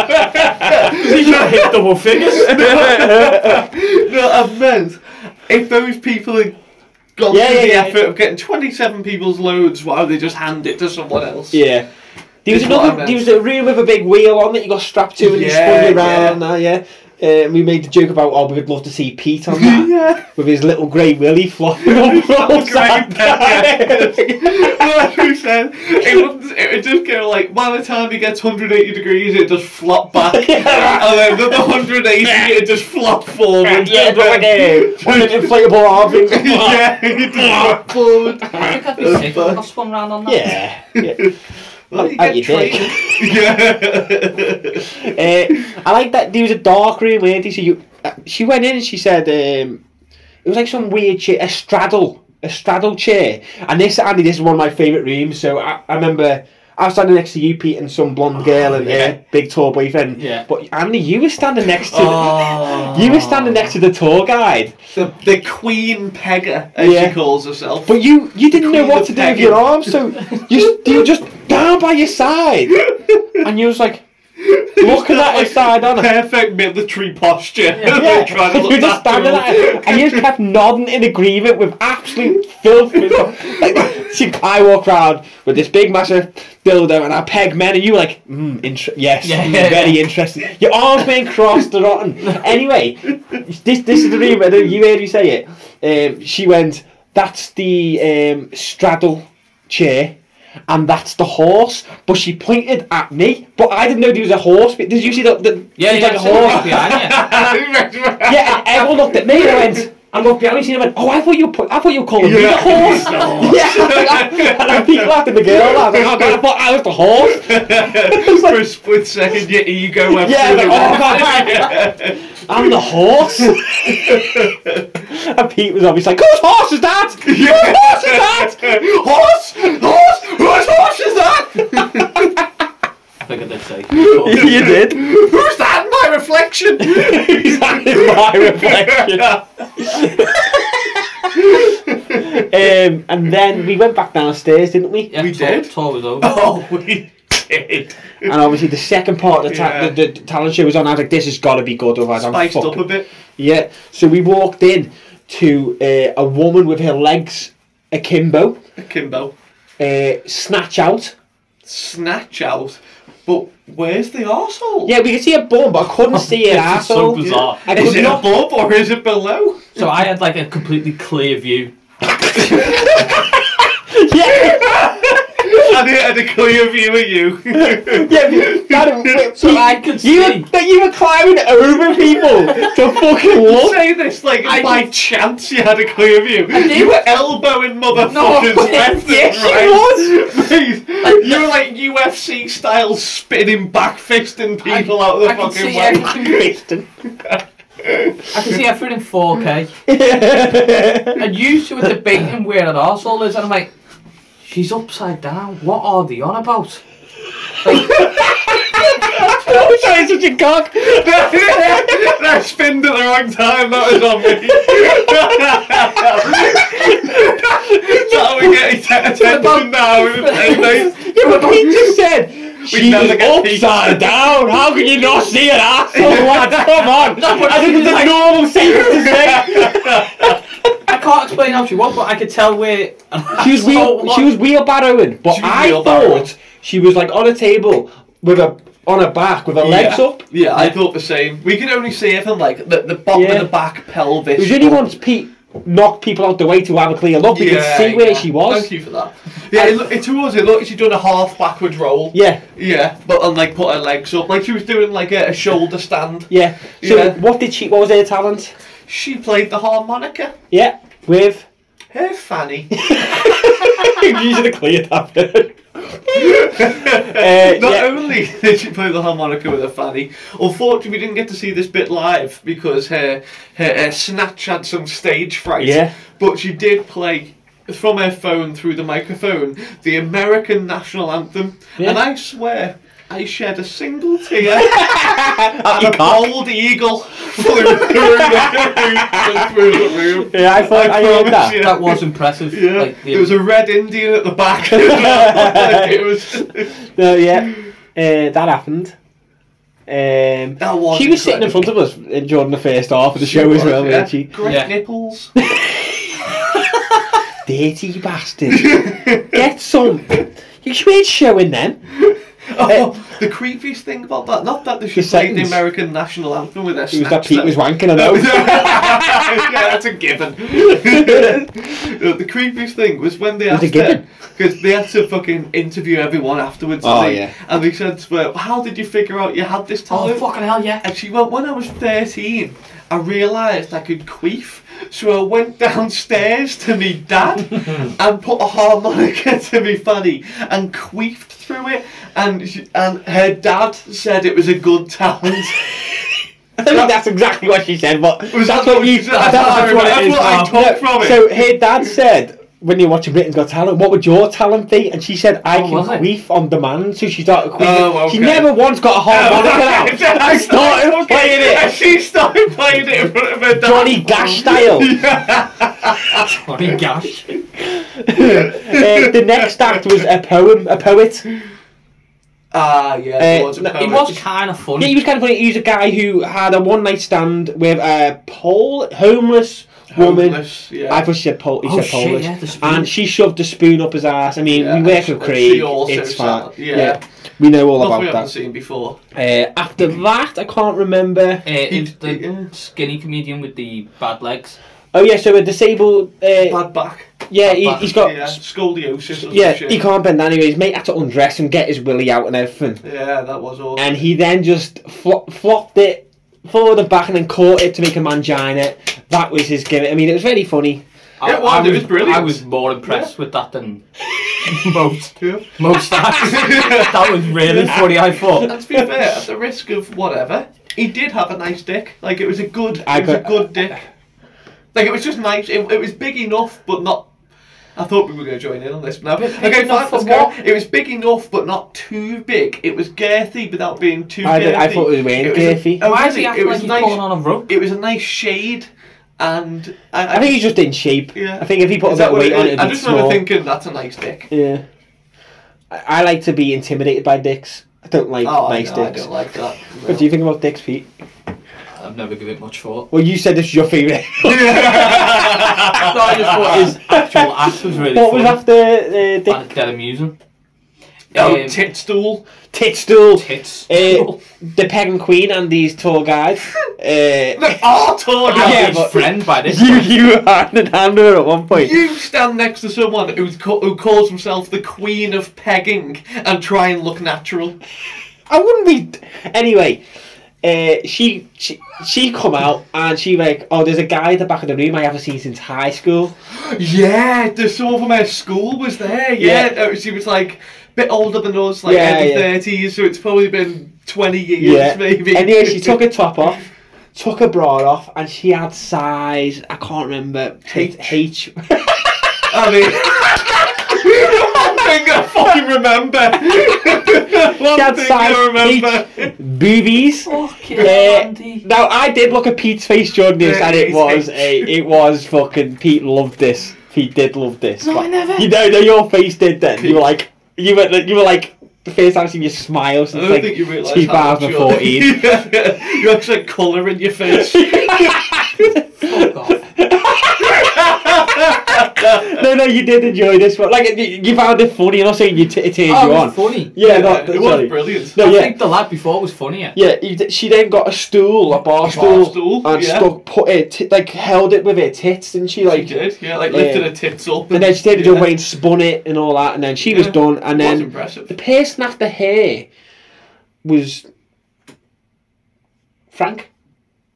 Speaker 4: He's trying to hit double figures.
Speaker 1: no, I meant if those people had gone
Speaker 4: Yeah,
Speaker 1: through
Speaker 4: yeah,
Speaker 1: the
Speaker 4: yeah.
Speaker 1: effort of getting 27 people's loads, why would they just hand it to someone else?
Speaker 4: Yeah. There was
Speaker 1: Is what I
Speaker 4: another.
Speaker 1: meant.
Speaker 4: There was a room with a big wheel on that you got strapped to and you
Speaker 1: Yeah,
Speaker 4: spun you around. Now, yeah. Uh, we made the joke about oh we would love to see Pete on that
Speaker 1: Yeah.
Speaker 4: with his little grey willy flopping up. all
Speaker 1: grey
Speaker 4: sideways.
Speaker 1: Like we said, it would, it would just go like by the time it gets 180 degrees, it just flop back, and then the 180, it just flop forward.
Speaker 4: yeah, but like a one of the inflatable arm things.
Speaker 1: yeah, it just flop forward.
Speaker 5: I think I'd be sick if I got spun round on that.
Speaker 4: Oh, Yeah. yeah.
Speaker 1: Well, you
Speaker 4: Oh,
Speaker 1: get
Speaker 4: you did.
Speaker 1: trained. yeah.
Speaker 4: Uh, I like that there was a dark room where so you, uh, she went in and she said um, it was like some weird chair, a straddle, a straddle chair. And this, Andy, this is one of my favourite rooms. So I, I remember I was standing next to you, Pete, and some blonde girl and
Speaker 5: yeah.
Speaker 4: yeah. big tall boyfriend.
Speaker 5: Yeah.
Speaker 4: But Andy, you were standing next to.
Speaker 1: Oh.
Speaker 4: You were standing next to the tour guide,
Speaker 1: The, the Queen Pegger, as
Speaker 4: Yeah.
Speaker 1: she calls herself.
Speaker 4: but you you didn't know
Speaker 1: Queen
Speaker 4: what
Speaker 1: of
Speaker 4: to do with
Speaker 1: Peckham.
Speaker 4: your arm, so you s- you were just down by your side, and you was like looking at her side on
Speaker 1: Perfect military posture. They're trying to
Speaker 4: Yeah,
Speaker 1: look
Speaker 4: you just
Speaker 1: natural.
Speaker 4: standing there, and you just kept nodding in agreement with absolute filth. Like, see, I walk round with this big massive dildo, and I peg men, and you were like, mm, inter- yes,
Speaker 5: Yeah,
Speaker 4: mm,
Speaker 5: yeah,
Speaker 4: very
Speaker 5: yeah.
Speaker 4: interesting. Your arms being crossed and rotten. Anyway, this this is the rumor. You heard me say it. Um, she went, that's the um, straddle chair. And that's the horse, but she pointed at me. But I didn't know there was a horse. But did you see that? The,
Speaker 5: Yeah,
Speaker 4: it was
Speaker 5: yeah,
Speaker 4: like a
Speaker 5: I've seen it behind
Speaker 4: horse.
Speaker 5: you.
Speaker 4: Yeah, and everyone looked at me and I went, I looked behind me and I went, oh, I thought you were, pu- I thought you were calling me the
Speaker 1: Yeah.
Speaker 4: horse. yeah, and I peeked laughing the girl. I was like, oh, God, I thought I was the horse.
Speaker 1: For a split second, your ego went
Speaker 4: Yeah,
Speaker 1: through
Speaker 4: like,
Speaker 1: the
Speaker 4: oh,
Speaker 1: roof.
Speaker 4: God. I'm the horse. and Pete was obviously like, whose horse is that?
Speaker 1: Yeah.
Speaker 4: Horse is that?
Speaker 1: Horse! Horse! Whose horse is that?
Speaker 5: I think I did say.
Speaker 4: you did.
Speaker 1: Who's that in my reflection?
Speaker 4: that is my reflection. um, and then we went back downstairs, didn't we?
Speaker 5: Yeah,
Speaker 1: We
Speaker 5: tour-
Speaker 1: did?
Speaker 5: Tour was over.
Speaker 1: oh, we did.
Speaker 4: And obviously, the second part of the, ta-
Speaker 1: Yeah.
Speaker 4: the, the talent show was on. I was like, "This has got to be good." Otherwise,
Speaker 1: Spiced
Speaker 4: I'm
Speaker 1: up
Speaker 4: fucking
Speaker 1: a bit.
Speaker 4: yeah." So we walked in to uh, a woman with her legs akimbo,
Speaker 1: Kimbo.
Speaker 4: uh, snatch out.
Speaker 1: Snatch out. But where's the arsehole?
Speaker 4: Yeah, we could see a bum, but I couldn't see her
Speaker 5: It's so
Speaker 4: asshole.
Speaker 5: bizarre.
Speaker 4: I
Speaker 1: Is
Speaker 4: could
Speaker 1: it
Speaker 4: not.
Speaker 1: above or is it below?
Speaker 5: So I had like a completely clear view.
Speaker 4: Yeah,
Speaker 1: and it had a clear view of you.
Speaker 4: yeah. we- that-
Speaker 5: So I could
Speaker 4: you
Speaker 5: see.
Speaker 4: were, that you were climbing over people to fucking look.
Speaker 1: Say this like by chance you had a clear view. You were elbowing motherfuckers
Speaker 5: No,
Speaker 1: left
Speaker 4: yes,
Speaker 1: and right.
Speaker 4: you
Speaker 1: Mate, you were like UFC style spinning back fisting people out of the
Speaker 5: I can
Speaker 1: fucking
Speaker 5: see
Speaker 1: way.
Speaker 5: everything. I could see everything in 4K. And you two were debating where an arsehole is, and I'm like, she's upside down. What are they on about?
Speaker 4: I'm sorry, such a cock.
Speaker 1: I spinned at the wrong time, that was on me. That's how we get att- attention now. mate.
Speaker 4: Yeah, but he just said
Speaker 1: We
Speaker 4: she's
Speaker 1: never get peace."
Speaker 4: upside down. How can you not see an asshole? Like, come on, I think it's a normal sentence to say.
Speaker 5: I can't explain how she was, but I could tell where.
Speaker 4: She was
Speaker 5: So
Speaker 4: wheel,
Speaker 5: what?
Speaker 4: she was wheelbarrowing, but
Speaker 1: She was
Speaker 4: I
Speaker 1: wheelbarrowing.
Speaker 4: thought she was like on a table with a on her back with her legs
Speaker 1: yeah.
Speaker 4: up.
Speaker 1: Yeah, I thought the same. We could only see it from like the, the bottom
Speaker 4: Yeah.
Speaker 1: of the back pelvis.
Speaker 4: It was only once Pete knocked people out the way to have a clear look. We could see where she was.
Speaker 1: Thank you for that. Yeah, it, loo- it was. It looked. She done a half backward roll.
Speaker 4: Yeah,
Speaker 1: Yeah, but and like put her legs up, like she was doing like a, a shoulder stand.
Speaker 4: yeah. So
Speaker 1: Yeah.
Speaker 4: what did she? What was her talent?
Speaker 1: She played the harmonica.
Speaker 4: Yeah, with
Speaker 1: Her fanny.
Speaker 4: using a clear tap. Uh,
Speaker 1: Not
Speaker 4: yeah.
Speaker 1: only did she play the harmonica with her fanny, unfortunately we didn't get to see this bit live because her her, her snatch had some stage fright.
Speaker 4: Yeah.
Speaker 1: But she did play from her phone through the microphone the American national anthem, and I swear I shed a single tear. and
Speaker 4: your
Speaker 1: a
Speaker 4: cock.
Speaker 1: bald eagle flew through the, through the room.
Speaker 4: Yeah, I thought I, heard
Speaker 1: promise
Speaker 4: that.
Speaker 1: you.
Speaker 5: That was impressive.
Speaker 1: Yeah,
Speaker 5: Like, the,
Speaker 1: there was a red Indian at the back. as well. Like, it was.
Speaker 4: No, yeah, uh, that happened. Um,
Speaker 1: That was
Speaker 4: she was sitting in front of us uh, during the first half of the show as well,
Speaker 1: yeah.
Speaker 4: wasn't she?
Speaker 1: Great
Speaker 5: Yeah.
Speaker 1: nipples.
Speaker 4: Dirty bastard. Get some. You should be showing them.
Speaker 1: oh, the creepiest thing about that, not that they should
Speaker 4: The
Speaker 1: play the
Speaker 4: settings.
Speaker 1: American national anthem with their
Speaker 4: It was that
Speaker 1: snaps,
Speaker 4: Pete
Speaker 1: though.
Speaker 4: was wanking, I know.
Speaker 1: yeah, that's a given. the creepiest thing was when they
Speaker 4: was
Speaker 1: asked
Speaker 4: a given.
Speaker 1: because they had to fucking interview everyone afterwards.
Speaker 4: Oh,
Speaker 1: didn't they?
Speaker 4: yeah.
Speaker 1: And they said, to her, "How did you figure out you had this
Speaker 5: oh,
Speaker 1: talent?"
Speaker 5: fucking hell, yeah.
Speaker 1: And she went, when I was 13, I realised I could queef, so I went downstairs to me dad and put a harmonica to me fanny and queefed through it. And she, and her dad said it was a good talent.
Speaker 4: I think that's exactly what she said, but
Speaker 1: Was that
Speaker 4: that's what
Speaker 1: what
Speaker 4: you.
Speaker 1: you said? I
Speaker 4: That's,
Speaker 1: can't
Speaker 4: what, it
Speaker 1: remember. That's
Speaker 4: is
Speaker 1: what I
Speaker 4: now.
Speaker 1: took from it.
Speaker 4: So her dad said. When you were watching Britain's Got Talent, what would your talent be? And she said, I
Speaker 5: Oh, was
Speaker 4: can
Speaker 5: it?
Speaker 4: queef on demand. So she started queefing.
Speaker 1: Oh,
Speaker 4: She
Speaker 1: okay. Oh,
Speaker 4: never once got a harmonica out. I started
Speaker 1: Okay.
Speaker 4: playing it.
Speaker 1: And she started playing it in front of her dad.
Speaker 4: Johnny Gash style.
Speaker 5: Big gash.
Speaker 4: Uh, the next act was a poem, a poet.
Speaker 1: Ah, yeah, it
Speaker 4: Uh,
Speaker 1: was a
Speaker 4: no, it
Speaker 5: It
Speaker 1: poem.
Speaker 5: was kind of funny.
Speaker 4: Yeah, he was kind of funny. He was a guy who had a one night stand with a Pole, homeless woman.
Speaker 1: Homeless, yeah.
Speaker 4: I thought she said Pole. He
Speaker 5: Oh,
Speaker 4: said
Speaker 5: shit,
Speaker 4: Polish.
Speaker 5: yeah, the spoon.
Speaker 4: and she shoved a spoon up his ass. I mean,
Speaker 1: Yeah,
Speaker 4: we work with
Speaker 1: and
Speaker 4: Craig.
Speaker 1: she also
Speaker 4: It's
Speaker 1: said-
Speaker 4: fine.
Speaker 1: yeah.
Speaker 4: we know all
Speaker 1: Nothing we haven't
Speaker 4: about that.
Speaker 1: seen Mm-hmm. before.
Speaker 4: Uh, after that, I can't remember.
Speaker 5: Uh,
Speaker 1: Eh.
Speaker 5: it was the
Speaker 1: Yeah.
Speaker 5: skinny comedian with the bad legs.
Speaker 4: Oh yeah, so a disabled. Uh,
Speaker 1: Bad back.
Speaker 4: yeah, he, he's got.
Speaker 1: yeah,
Speaker 4: Yeah,
Speaker 1: scoliosis. Or some shit.
Speaker 4: he can't bend anyways. Mate had to undress and get his willy out and everything.
Speaker 1: Yeah, that was all.
Speaker 4: and he then just flop, flopped it forward and back and then caught it to make a mangina. That was his gimmick. I mean, it was very funny.
Speaker 5: I,
Speaker 1: It was,
Speaker 5: I
Speaker 1: it was brilliant.
Speaker 5: I was more impressed with that than most.
Speaker 1: Yeah.
Speaker 5: Most acts. that was really funny, I thought.
Speaker 1: And to be fair, at the risk of whatever, he did have a nice dick. Like it was a good,
Speaker 4: I
Speaker 1: it was a
Speaker 4: got-
Speaker 1: good dick. Like it was just nice. It, it was big enough, but not. I thought we were going to join in on this, but no. Okay, fine.
Speaker 5: enough for
Speaker 1: Let's go.
Speaker 5: what?
Speaker 1: It was big enough, but not too big. It was girthy without being too.
Speaker 4: I
Speaker 1: girthy.
Speaker 4: did- I thought it was Wayne
Speaker 1: a-
Speaker 4: girthy.
Speaker 1: oh,
Speaker 5: Why is
Speaker 1: really?
Speaker 5: he acting
Speaker 1: it was
Speaker 5: like he's
Speaker 1: nice,
Speaker 5: pulling on a rope?
Speaker 1: It was a nice shade, and I,
Speaker 4: I think he's just in shape.
Speaker 1: Yeah.
Speaker 4: I think if he put a
Speaker 1: Is
Speaker 4: bit
Speaker 1: that
Speaker 4: of
Speaker 1: what
Speaker 4: weight
Speaker 1: it
Speaker 4: on
Speaker 1: is?
Speaker 4: it,
Speaker 1: I
Speaker 4: it'd be
Speaker 1: just remember
Speaker 4: small.
Speaker 1: thinking that's a nice dick.
Speaker 4: Yeah. I, I like to be intimidated by dicks. I don't like
Speaker 1: Oh,
Speaker 4: nice
Speaker 1: no, I
Speaker 4: dicks.
Speaker 1: don't like that.
Speaker 4: What do you think about dicks, Pete?
Speaker 5: I've never given it much thought.
Speaker 4: Well, you said this was your favourite.
Speaker 5: no, I just thought his actual act was really
Speaker 4: what
Speaker 5: funny.
Speaker 4: was after uh, dick?
Speaker 5: And dead amusing.
Speaker 1: Oh,
Speaker 5: Um,
Speaker 1: tit stool.
Speaker 4: Tit stool.
Speaker 5: tits.
Speaker 4: Uh, the Pegging Queen and these tour guys. Uh,
Speaker 1: Oh, Todd.
Speaker 5: I'm
Speaker 4: yeah,
Speaker 5: his
Speaker 4: but-
Speaker 5: friend by this
Speaker 4: you
Speaker 5: point.
Speaker 4: you had an hand over at one point.
Speaker 1: You stand next to someone who's ca- who calls himself the Queen of Pegging and try and look natural.
Speaker 4: I wouldn't be. Anyway, uh, she she she come out and she like, oh, there's a guy at the back of the room I haven't seen since high school.
Speaker 1: Yeah, there's someone from her school was there. Yeah, uh, she was like a bit older than us, like
Speaker 4: Yeah,
Speaker 1: end of
Speaker 4: yeah.
Speaker 1: thirties, so it's probably been twenty years maybe.
Speaker 4: Anyway, she took her top off, took her bra off, and she had size. I can't remember. H. H.
Speaker 1: I mean, one thing I fucking remember. one
Speaker 4: she had
Speaker 1: thing
Speaker 4: size.
Speaker 1: I remember.
Speaker 4: H boobies.
Speaker 5: Fucking
Speaker 4: Uh,
Speaker 5: Andy.
Speaker 4: now I did look at Pete's face during this,
Speaker 1: Yeah,
Speaker 4: and it
Speaker 1: his
Speaker 4: was
Speaker 1: face.
Speaker 4: a, it was fucking Pete loved this. Pete did love this.
Speaker 5: No, I
Speaker 4: But-
Speaker 5: never.
Speaker 4: You know, no, your face did then. You
Speaker 1: Pete.
Speaker 4: were like, you were, you were like, the first time I've seen you smile
Speaker 1: I
Speaker 4: since
Speaker 1: don't
Speaker 4: like
Speaker 1: think you realise how much you're-
Speaker 4: 2014.
Speaker 1: you actually colour in your face.
Speaker 5: Fuck off.
Speaker 4: no, no, you did enjoy this one. Like, you, you found it funny, and also you t- it turned
Speaker 5: Oh,
Speaker 4: you
Speaker 5: it
Speaker 4: on.
Speaker 5: was funny.
Speaker 4: Yeah, not,
Speaker 1: it
Speaker 4: sorry.
Speaker 1: was brilliant.
Speaker 4: No,
Speaker 5: I
Speaker 4: yeah.
Speaker 5: think the lad before was funnier.
Speaker 4: Yeah, you d- she then got a stool, a bar stool,
Speaker 1: stool,
Speaker 4: and
Speaker 1: yeah.
Speaker 4: stuck put it t- like held it with her tits, didn't she?
Speaker 1: She
Speaker 4: Like,
Speaker 1: did, yeah, like
Speaker 4: Yeah.
Speaker 1: lifted her tits up.
Speaker 4: and then she turned it
Speaker 1: yeah.
Speaker 4: away and spun it and all that, and then she was
Speaker 1: Yeah.
Speaker 4: done. And
Speaker 1: That's
Speaker 4: then the
Speaker 1: impressive.
Speaker 4: person after her was Frank,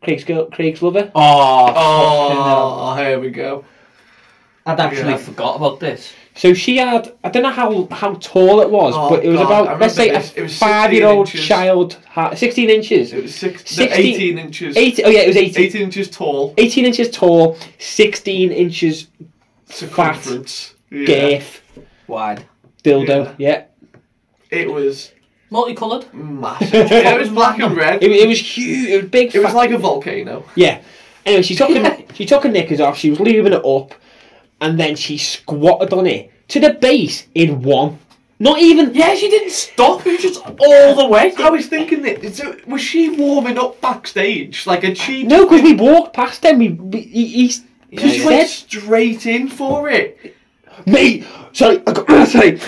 Speaker 4: Craig's girl, Craig's lover.
Speaker 5: Oh,
Speaker 1: Oh, here we go.
Speaker 5: I'd actually
Speaker 1: Yeah.
Speaker 5: forgot about this.
Speaker 4: So she had, I don't know how, how tall it was,
Speaker 1: Oh,
Speaker 4: but it was
Speaker 1: God, I
Speaker 4: about, let's say,
Speaker 1: remember
Speaker 4: a
Speaker 1: this. It was 16
Speaker 4: five year old
Speaker 1: inches.
Speaker 4: child, ha- 16 inches.
Speaker 1: It was six, no,
Speaker 4: 16
Speaker 1: 18 inches.
Speaker 4: 18, oh, yeah, it was 18,
Speaker 1: 18 inches tall.
Speaker 4: 18 inches tall, 16 inches
Speaker 1: Circumference. Yeah.
Speaker 4: girth
Speaker 5: Wide.
Speaker 4: dildo. Yeah.
Speaker 1: It was
Speaker 5: Multicoloured.
Speaker 1: massive. yeah, it was black and red.
Speaker 4: It, it was huge, it was big.
Speaker 1: It was
Speaker 4: fat-
Speaker 1: like a volcano.
Speaker 4: Yeah. Anyway, she took her, she took her knickers off. She was lubing it up, and then she squatted on it to the base in one. Not even. Yeah, she didn't stop. It was just all the way.
Speaker 1: I was thinking that is it- was she warming up backstage like a cheap?
Speaker 4: No, because we walked past him. We, we he, he s-
Speaker 1: she
Speaker 4: he
Speaker 1: went
Speaker 4: said,
Speaker 1: straight in for it.
Speaker 4: "Mate, sorry, I got, sorry."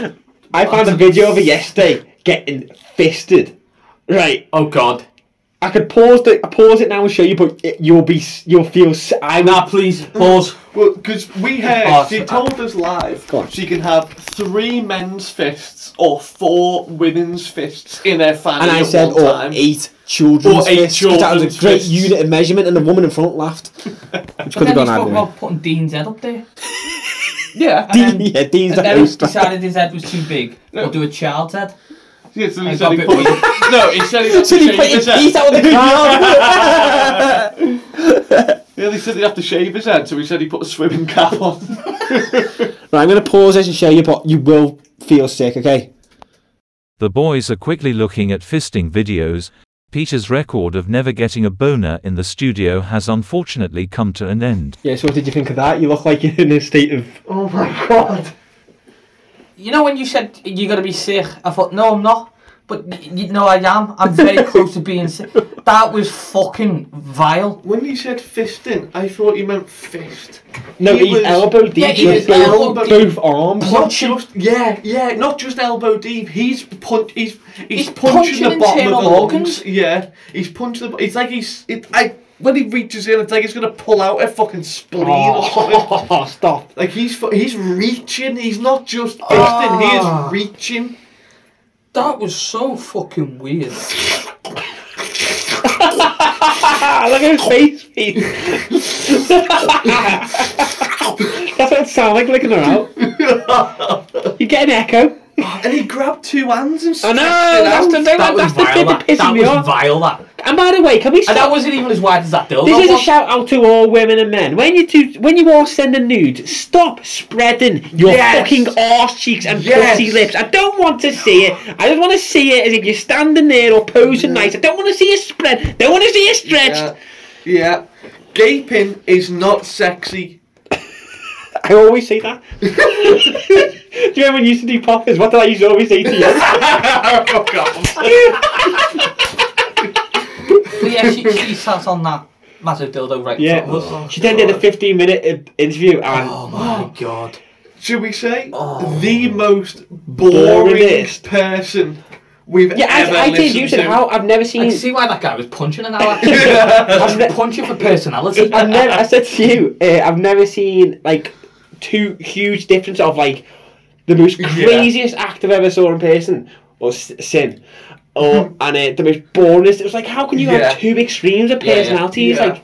Speaker 4: I found a video of her yesterday getting fisted. Right,
Speaker 5: Oh God.
Speaker 4: I could pause the I pause it now and show you, but it, you'll be s- you'll feel. s- I
Speaker 5: Nah, please pause.
Speaker 1: Well, because we heard
Speaker 5: Oh,
Speaker 1: she
Speaker 5: sorry.
Speaker 1: told us live
Speaker 4: Go on.
Speaker 1: she can have three men's fists or four women's fists in her fanny
Speaker 4: And I
Speaker 1: at
Speaker 4: said, "Oh,
Speaker 1: one
Speaker 4: or
Speaker 1: time.
Speaker 4: Oh, eight
Speaker 1: Or
Speaker 4: children's
Speaker 1: eight
Speaker 4: fists, 'cause that was
Speaker 1: children's
Speaker 4: a great
Speaker 1: fists.
Speaker 4: unit of measurement, and the woman in front laughed. Which could
Speaker 5: Then
Speaker 4: have
Speaker 5: he's
Speaker 4: gone
Speaker 5: talking
Speaker 4: either way.
Speaker 5: about putting Dean's head up there.
Speaker 1: yeah.
Speaker 5: And
Speaker 4: Dean- yeah, Dean's
Speaker 5: and
Speaker 4: the
Speaker 5: then he
Speaker 4: host.
Speaker 5: decided his head was too big. We'll do a child's head.
Speaker 1: yeah so he
Speaker 5: I
Speaker 1: said
Speaker 5: got
Speaker 1: he
Speaker 5: a bit
Speaker 1: put-
Speaker 5: weak.
Speaker 1: no, he said he had to
Speaker 4: Should he
Speaker 1: shave
Speaker 4: put
Speaker 1: his
Speaker 4: his
Speaker 1: head.
Speaker 4: teeth out of the crowd?
Speaker 1: Yeah, they said he'd have to shave his head, so he said he put a swimming cap on.
Speaker 4: right, I'm going to pause this and show you, but you will feel sick, okay?
Speaker 7: The boys are quickly looking at fisting videos. Peter's record of never getting a boner in the studio has unfortunately come to an end.
Speaker 4: Yeah, so what did you think of that? You look like you're in a state of.
Speaker 1: oh my god.
Speaker 5: You know when you said you're gonna be sick, I thought no, I'm not. But y- you know I am. I'm very close to being sick. That was fucking vile.
Speaker 1: When you said fisting, I thought you meant fist.
Speaker 4: No,
Speaker 1: He
Speaker 4: he's
Speaker 1: was-
Speaker 4: elbow deep.
Speaker 5: Yeah, he
Speaker 4: with
Speaker 5: was
Speaker 4: both-
Speaker 5: elbow deep.
Speaker 4: Both arms.
Speaker 1: Not
Speaker 5: Punching.
Speaker 1: just yeah, yeah. Not just elbow deep. He's punch. He's he's,
Speaker 5: He's
Speaker 1: punching,
Speaker 5: punching
Speaker 1: the bottom of the
Speaker 5: internal
Speaker 1: lungs.
Speaker 5: organs.
Speaker 1: Yeah, he's punching the. It's like he's. It, I when he reaches in, it's like he's gonna pull out a fucking spleen or something.
Speaker 4: Oh, stop.
Speaker 1: Like he's fu- he's reaching. He's not just fisting.
Speaker 5: Ah.
Speaker 1: He is reaching.
Speaker 5: That was so fucking weird.
Speaker 4: Ah, look at his face, Pete. That's what it sounds like licking her out. You get an echo.
Speaker 1: And he grabbed two hands and.
Speaker 4: I know,
Speaker 1: stretched it
Speaker 4: that's
Speaker 1: out.
Speaker 5: that
Speaker 4: the, that's
Speaker 5: was
Speaker 4: the
Speaker 5: vile.
Speaker 4: bit that
Speaker 5: That,
Speaker 4: pisses
Speaker 5: that
Speaker 4: me
Speaker 5: was
Speaker 4: off.
Speaker 5: vile. That
Speaker 4: And by the way, can we
Speaker 5: and
Speaker 4: stop
Speaker 5: that wasn't even as wide as that dildo.
Speaker 4: This is a
Speaker 5: was.
Speaker 4: shout out to all women and men. When you do, when you all send a nude, stop spreading your
Speaker 1: Yes.
Speaker 4: fucking arse cheeks and
Speaker 1: Yes.
Speaker 4: pussy lips. I don't want to see it. I just want to see it as if you're standing there or posing nice. I don't want to see it spread. Don't want to see it stretched.
Speaker 1: Yeah. yeah. Gaping is not sexy.
Speaker 4: I always say that. do you remember when you used to do poppers? What did I used to always say to you?
Speaker 1: oh god.
Speaker 5: But yeah, she, she sat on that massive dildo right in front of us.
Speaker 4: yeah. She then did a 15 minute uh, interview and
Speaker 5: Oh my god.
Speaker 1: Should we say the most boring
Speaker 4: Oh. Boringest.
Speaker 1: person we've
Speaker 4: yeah,
Speaker 1: ever
Speaker 4: I, I did.
Speaker 1: listened to?
Speaker 4: You said how I've never
Speaker 5: I
Speaker 4: seen.
Speaker 5: can see why that guy was punching an hour.
Speaker 4: I've ne-
Speaker 5: punching for personality.
Speaker 4: I've never, I said to you, uh, I've never seen like two huge difference of like the most craziest act I've ever saw in person or s- sin, or and uh, the most boringest. It was like, how can you
Speaker 1: Yeah.
Speaker 4: have two extremes of
Speaker 5: Yeah, yeah,
Speaker 4: personalities?
Speaker 1: yeah.
Speaker 4: Like,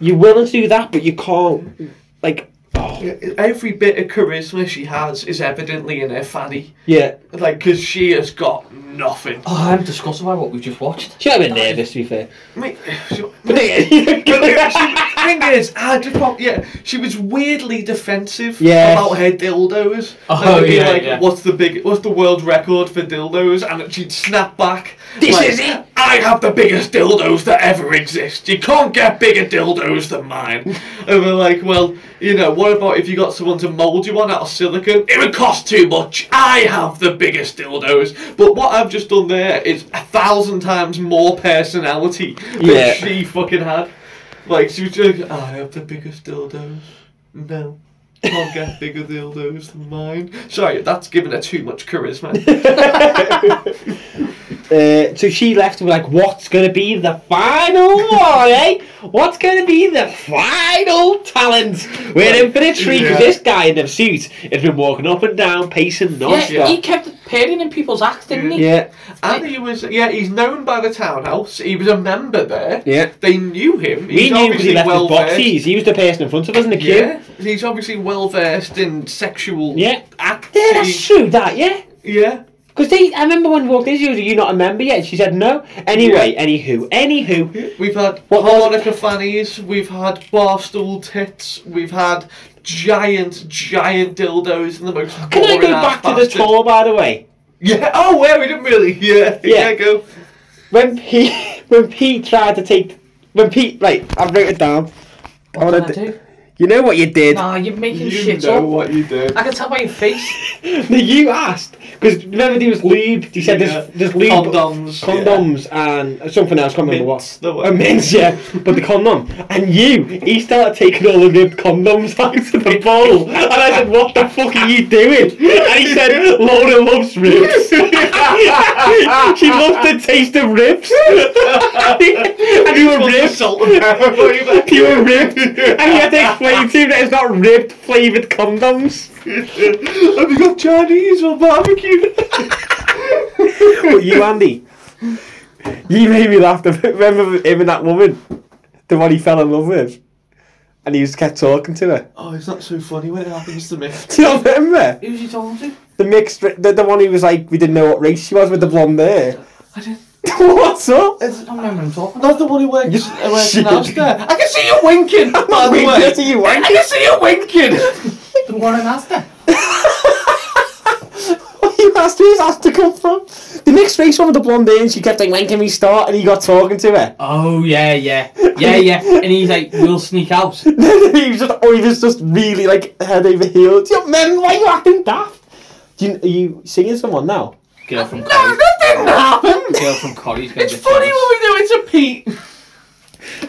Speaker 4: you're willing to do that, but you can't. Like, oh,
Speaker 1: Every bit of charisma she has is evidently in her fanny.
Speaker 4: yeah.
Speaker 1: Like, because she has got nothing.
Speaker 5: Oh, I'm disgusted by what we've just watched.
Speaker 4: She had a bit nervous, to be fair.
Speaker 1: I mean, she,
Speaker 4: But yeah,
Speaker 1: thing is, I just pop, yeah, she was weirdly defensive
Speaker 4: Yes.
Speaker 1: about her dildos.
Speaker 5: Oh,
Speaker 1: And it'd be
Speaker 5: yeah,
Speaker 1: like,
Speaker 5: yeah.
Speaker 1: What's the big? What's the world record for dildos? And she'd snap back.
Speaker 4: This
Speaker 1: like,
Speaker 4: is it.
Speaker 1: I have the biggest dildos that ever exist. You can't get bigger dildos than mine. and we're like, well, you know, what about if you got someone to mould you one out of silicone? It would cost too much. I have the biggest dildos. But what I've just done there is a thousand times more personality than
Speaker 4: Yeah.
Speaker 1: she fucking had. Like she was just like, I have the biggest dildos. No. Can't get bigger dildos than mine. Sorry, that's giving her too much charisma.
Speaker 4: uh, so she left and we're like, what's going to be the final one, eh? What's going to be the final talent? We're in for a treat 'cause this guy in the suit has been walking up and down, pacing
Speaker 5: Yeah,
Speaker 4: non-stop.
Speaker 5: he kept appearing in people's acts, didn't he?
Speaker 4: yeah.
Speaker 1: And he was, yeah, he's known by the townhouse. He was a member there.
Speaker 4: Yeah.
Speaker 1: They knew him.
Speaker 4: We
Speaker 1: He's
Speaker 4: knew because
Speaker 1: obviously
Speaker 4: he left
Speaker 1: well
Speaker 4: his box
Speaker 1: versed.
Speaker 4: keys. He was the person in front of us in the queue.
Speaker 1: Yeah. He's obviously well versed in sexual
Speaker 4: Yeah. Ah,
Speaker 1: acts.
Speaker 4: Yeah, that's true, that, yeah.
Speaker 1: Yeah.
Speaker 4: Because they, I remember when we walked in, she was, are you not a member yet? And she said no. Anyway, anywho, anywho.
Speaker 1: We've had
Speaker 4: What was-
Speaker 1: harmonica fannies, we've had barstool tits, we've had giant, giant dildos and the most.
Speaker 4: Can I go
Speaker 1: boring-ass
Speaker 4: back to the
Speaker 1: bastard.
Speaker 4: tour, by the way?
Speaker 1: Yeah. Oh, yeah, we didn't really. Yeah.
Speaker 4: Yeah.
Speaker 1: Yeah, go.
Speaker 4: When Pete, when Pete tried to take, when Pete, right, I wrote it down. I
Speaker 5: What
Speaker 4: wanna
Speaker 5: did I
Speaker 4: d-
Speaker 5: do?
Speaker 4: You know what you did?
Speaker 5: Nah, you're making
Speaker 1: You
Speaker 5: shit
Speaker 1: know
Speaker 5: up.
Speaker 1: what you did.
Speaker 5: I can tell by your face.
Speaker 4: No, you asked because remember there was lube. He said
Speaker 1: Yeah.
Speaker 4: there's, there's lube,
Speaker 1: Condoms,
Speaker 4: condoms, and something else. Can't remember
Speaker 1: Mints, the
Speaker 4: what.
Speaker 1: word.
Speaker 4: A mints, yeah. but the condom and you, he started taking all of the condoms out of the bowl, and I said, "What the fuck are you doing?" And he said, "Laura loves ribs. she loves the taste of ribs." and you were ribs.
Speaker 1: Salt and pepper flavour.
Speaker 4: You were ripped, and you had to explain to him that it's not ribbed flavoured condoms.
Speaker 1: Have you got Chinese or barbecue?
Speaker 4: But you, Andy, you made me laugh. Remember him and that woman, the one he fell in love with, and he just kept talking to her.
Speaker 1: oh, it's not so funny when it happens to me.
Speaker 4: Do you not remember
Speaker 5: Who's he talking to?
Speaker 4: the mixed, the, the one who was like, we didn't know what race she was with the blonde hair.
Speaker 1: I didn't.
Speaker 4: What's up?
Speaker 5: I don't remember him talking.
Speaker 1: Not the one who works,
Speaker 4: You-
Speaker 1: who works
Speaker 4: shit.
Speaker 1: in Asda. I can see you winking, by the
Speaker 4: Wait,
Speaker 1: way.
Speaker 4: what are you wanking?
Speaker 1: I can see you winking.
Speaker 5: The one in Asda.
Speaker 4: You asked who's asked to come from? The mixed race one with the blonde hair, and she kept like, when can we start? And he got talking to her.
Speaker 5: Oh yeah, yeah, yeah, yeah. And he's like, "We'll sneak out."
Speaker 4: he was just, or he was just really like head over heels. You remember why you acting daft? Do you, are you singing someone now?
Speaker 5: Girl from Corrie.
Speaker 4: didn't happen.
Speaker 5: Girl from Corrie's gonna get
Speaker 1: Funny
Speaker 5: jealous.
Speaker 1: what we do it to Pete. It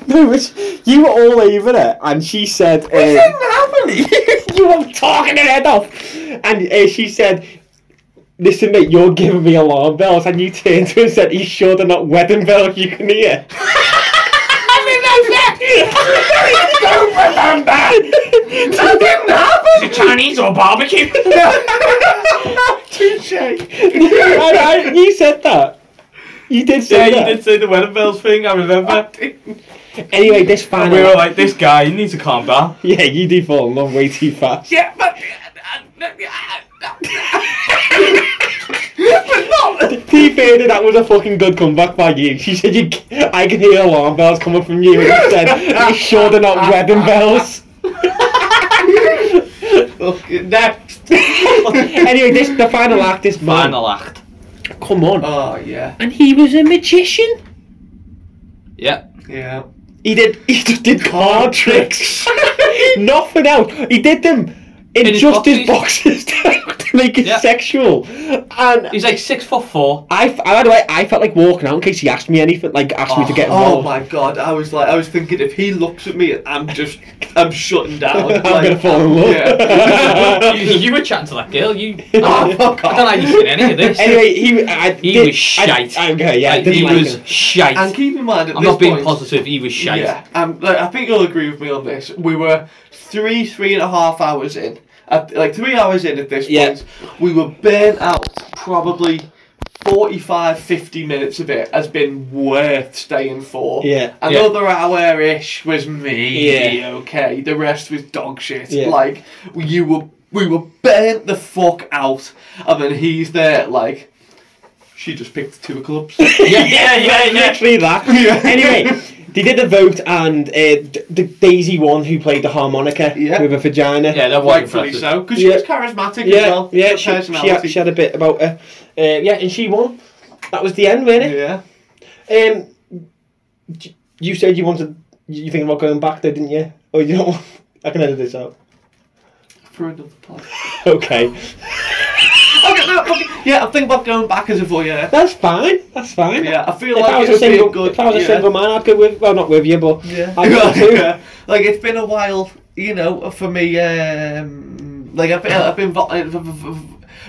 Speaker 4: No, which you were all over it, and she said, uh,
Speaker 1: didn't happen.
Speaker 4: "You were talking her head off," and uh, she said. Listen, mate, you're giving me alarm bells, and you turned to her and said, "You sure they're not wedding bells you can hear?" I didn't know that. didn't happen.
Speaker 5: Chinese or barbecue?
Speaker 4: I, I, you said that. You did say that.
Speaker 6: say the wedding bells thing, I remember.
Speaker 4: Anyway, this final.
Speaker 6: like, this guy, you need to calm down.
Speaker 4: yeah, you do fall in love way too fast.
Speaker 1: Yeah, but.
Speaker 4: To be fair, that was a fucking good comeback by you. She said, you, c- I can hear alarm bells coming from you. And you said, you sure they're not wedding bells?
Speaker 1: Fucking next.
Speaker 4: anyway, this the final act is man.
Speaker 5: Final act.
Speaker 4: Come on.
Speaker 1: Oh, yeah.
Speaker 4: and he was a magician.
Speaker 5: Yep.
Speaker 1: Yeah.
Speaker 4: He did. He just did card tricks. Nothing else. He did them in,
Speaker 5: In his
Speaker 4: just his boxes to, to make it
Speaker 5: Yeah.
Speaker 4: sexual. And
Speaker 5: He's like six foot four.
Speaker 4: I, f- by the way, I felt like walking out in case he asked me anything, like asked me to get
Speaker 1: Oh
Speaker 4: involved.
Speaker 1: my god, I was like, I was thinking if he looks at me, I'm just, I'm shutting down.
Speaker 4: I'm
Speaker 1: like,
Speaker 4: gonna fall in love.
Speaker 5: you, you were chatting to that girl. You. I don't know how you seen any of this.
Speaker 4: anyway, he, I,
Speaker 5: He
Speaker 4: did,
Speaker 5: was shite.
Speaker 4: I, okay, yeah, I
Speaker 5: Like,
Speaker 4: didn't
Speaker 5: he
Speaker 4: like
Speaker 5: was
Speaker 4: him.
Speaker 5: shite.
Speaker 1: And keep in mind, at
Speaker 5: I'm
Speaker 1: this
Speaker 5: not being
Speaker 1: point,
Speaker 5: positive. He was shite.
Speaker 1: Yeah, um, like, I think you'll agree with me on this. We were three, three and a half hours in. At, like three hours in at this
Speaker 4: Yeah.
Speaker 1: point, we were burnt out. Probably 45, 50 minutes of it has been worth staying for.
Speaker 4: Yeah.
Speaker 1: Another hour ish was me.
Speaker 4: Yeah.
Speaker 1: Okay. The rest was dog shit.
Speaker 4: Yeah.
Speaker 1: Like, you were. We were burnt the fuck out, and then he's there like, she just picked two clubs.
Speaker 5: yeah, yeah, yeah.
Speaker 4: Literally that. Anyway, they did a vote, and uh, d- the Daisy one who played the harmonica
Speaker 1: Yeah.
Speaker 4: with a vagina.
Speaker 5: Yeah, that was
Speaker 1: Rightfully
Speaker 5: impressive.
Speaker 1: so, because she
Speaker 4: Yeah.
Speaker 1: was charismatic as
Speaker 4: yeah,
Speaker 1: well.
Speaker 4: yeah.
Speaker 1: her
Speaker 4: She, she, had,
Speaker 1: personality.
Speaker 4: she had a bit about her. Uh, yeah, and she won. That was the end, really.
Speaker 1: yeah.
Speaker 4: Um, d- you said you wanted. You think about going back there, didn't you? Oh, you don't. Want, I can edit this out.
Speaker 1: For another pod.
Speaker 4: Okay,
Speaker 1: okay, no, okay. Yeah, I think about going back as a voyeur.
Speaker 4: that's fine. That's fine.
Speaker 1: Yeah, I feel
Speaker 4: If
Speaker 1: like
Speaker 4: I
Speaker 1: it
Speaker 4: was a
Speaker 1: would be
Speaker 4: single,
Speaker 1: a good.
Speaker 4: if I was a
Speaker 1: yeah.
Speaker 4: single man, I'd go with. Well, not with you, but
Speaker 1: Yeah.
Speaker 4: I'd go too.
Speaker 1: Yeah. Like it's been a while, you know, for me. Um, like I've been, I've been vo-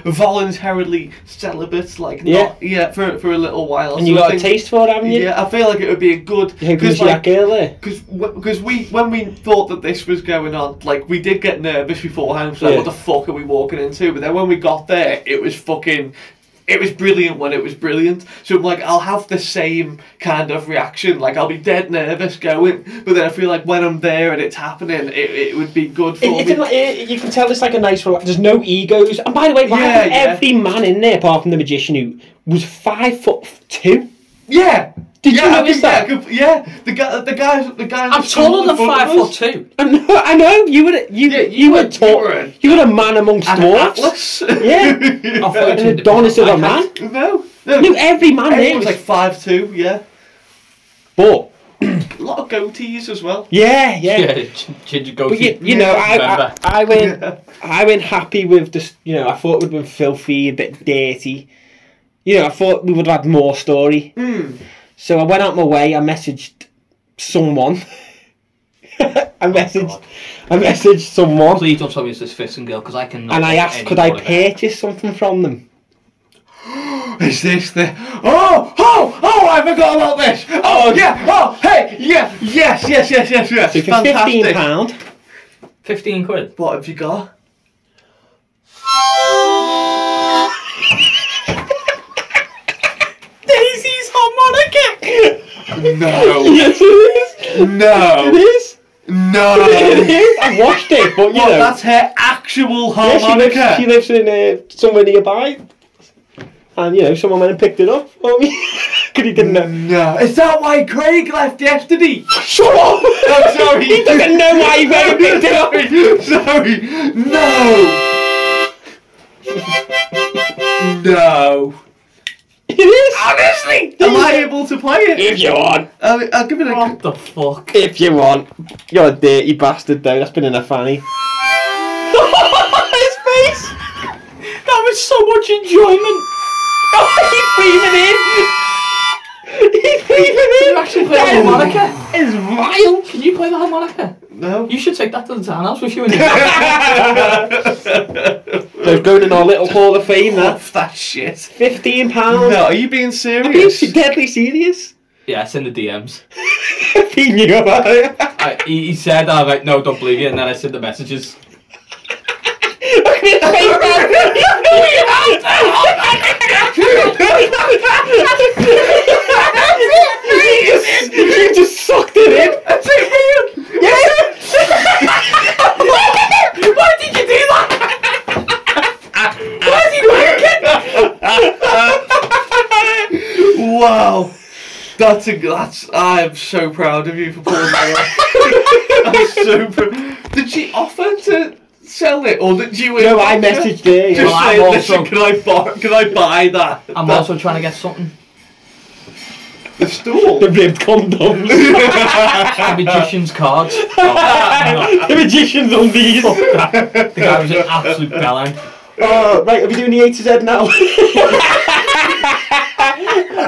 Speaker 1: voluntarily celibate, like
Speaker 4: Yeah.
Speaker 1: not yeah for, for a little while.
Speaker 4: And you
Speaker 1: So I
Speaker 4: got a
Speaker 1: think-
Speaker 4: taste for it, haven't you?
Speaker 1: Yeah, I feel like it would be a good
Speaker 4: You think we should
Speaker 1: like,
Speaker 4: that girl there?
Speaker 1: because because we when we thought that this was going on, like we did get nervous beforehand. So like,
Speaker 4: Yeah.
Speaker 1: what the fuck are we walking into? But then when we got there, it was fucking. It was brilliant when it was brilliant. So I'm like, I'll have the same kind of reaction. Like I'll be dead nervous going, but then I feel like when I'm there and it's happening, it, it would be good for
Speaker 4: It, it's
Speaker 1: me.
Speaker 4: a, ni- it, you can tell it's like a nice relax. There's no egos. And by the way, why
Speaker 1: Yeah,
Speaker 4: was
Speaker 1: yeah.
Speaker 4: every man in there apart from the magician who was five foot f- two?
Speaker 1: yeah.
Speaker 4: Did
Speaker 1: yeah,
Speaker 4: you
Speaker 1: I
Speaker 4: notice
Speaker 1: think- yeah,
Speaker 4: that?
Speaker 1: com- Yeah, the guy, the guy, the guy.
Speaker 5: I'm taller than five foot two.
Speaker 4: I know. I know. You were you
Speaker 1: Yeah,
Speaker 4: you,
Speaker 1: you
Speaker 4: were
Speaker 1: were-
Speaker 4: tall.
Speaker 1: you were a-
Speaker 4: You were a man amongst dwarfs.
Speaker 1: Atlas.
Speaker 4: Yeah.
Speaker 5: I thought
Speaker 4: An
Speaker 5: you did-
Speaker 4: Adonis of
Speaker 5: I
Speaker 4: a
Speaker 5: had-
Speaker 4: man.
Speaker 1: no, no.
Speaker 4: No, every man there
Speaker 1: Everyone's
Speaker 4: was
Speaker 1: like
Speaker 4: like
Speaker 1: five two. Yeah.
Speaker 4: four.
Speaker 1: A lot of goatees as well.
Speaker 4: Yeah, yeah.
Speaker 5: Yeah, g- ginger goatee.
Speaker 4: But you, you know, I,
Speaker 5: Remember.
Speaker 4: I, I went I went happy with just you know I thought it would have been filthy, a bit dirty. You know, I thought we would have had more story.
Speaker 1: Hmm.
Speaker 4: So I went out my way. I messaged someone. I messaged I messaged someone,
Speaker 5: Oh, Please don't tell me it's this fist and girl because I can.
Speaker 4: and I asked, could I purchase something from them?
Speaker 1: Is this the? Oh, oh, oh! I forgot about this. Oh yeah. Oh hey, yeah, yes, yes, yes, yes, yes.
Speaker 4: So for
Speaker 1: Fantastic.
Speaker 4: fifteen pound,
Speaker 5: Fifteen quid.
Speaker 1: What have you got?
Speaker 4: Daisy's harmonica.
Speaker 1: No,
Speaker 4: yes, it is. It
Speaker 1: no,
Speaker 4: is. It
Speaker 1: no.
Speaker 4: is. I watched it, but you
Speaker 1: What?
Speaker 4: know.
Speaker 1: Oh, That's her actual
Speaker 4: Yeah, she
Speaker 1: harmonica.
Speaker 4: lives, she lives in uh, somewhere nearby. And, you know, someone went and picked it up for me. Because he didn't know.
Speaker 1: no, is that why Craig left yesterday?
Speaker 4: Shut up!
Speaker 1: I'm sorry.
Speaker 4: he doesn't know why he went and picked it up.
Speaker 1: sorry, sorry. No. No.
Speaker 4: It is.
Speaker 1: Honestly, am I able to play it?
Speaker 4: If you want.
Speaker 1: I'll, I'll give it a.
Speaker 5: What the fuck?
Speaker 4: If you want. You're a dirty bastard, though. That's been in a fanny. His face!
Speaker 5: That was so much enjoyment.
Speaker 4: Oh, he's breathing in! He's breathing in!
Speaker 5: You actually play the harmonica?
Speaker 4: It's vile!
Speaker 5: Can you play the harmonica?
Speaker 1: No.
Speaker 5: You should take that to the townhouse with you. In the
Speaker 4: So it's going in our little hall of fame, that.
Speaker 1: Off that shit.
Speaker 4: £15.
Speaker 1: No, are you being
Speaker 4: Being
Speaker 1: serious?
Speaker 4: deadly serious.
Speaker 5: yeah, it's in the DMs.
Speaker 4: he knew about it.
Speaker 5: I, he, he said, "I'm like, no, don't believe you," and then I sent the messages.
Speaker 4: Look at his face down there. He knew he had it. You just- You just sucked it in. That's it, man. Yeah. Why did you do that? Why did you
Speaker 1: wow. That's a, that's I'm so proud of you for pulling that off. I'm so proud. Did she offer to sell it or did you?
Speaker 4: No, I messaged her.
Speaker 1: Just
Speaker 5: Well, I'm
Speaker 1: say, listen,
Speaker 5: also-
Speaker 1: can I buy? Can I buy that?
Speaker 5: I'm
Speaker 1: that,
Speaker 5: also trying to get something.
Speaker 1: the stool.
Speaker 4: The ribbed condoms.
Speaker 5: A magician's cards.
Speaker 4: the magician's on these.
Speaker 5: Oh, The guy was an absolute bellend.
Speaker 4: Oh, right, are we doing the A to Z now?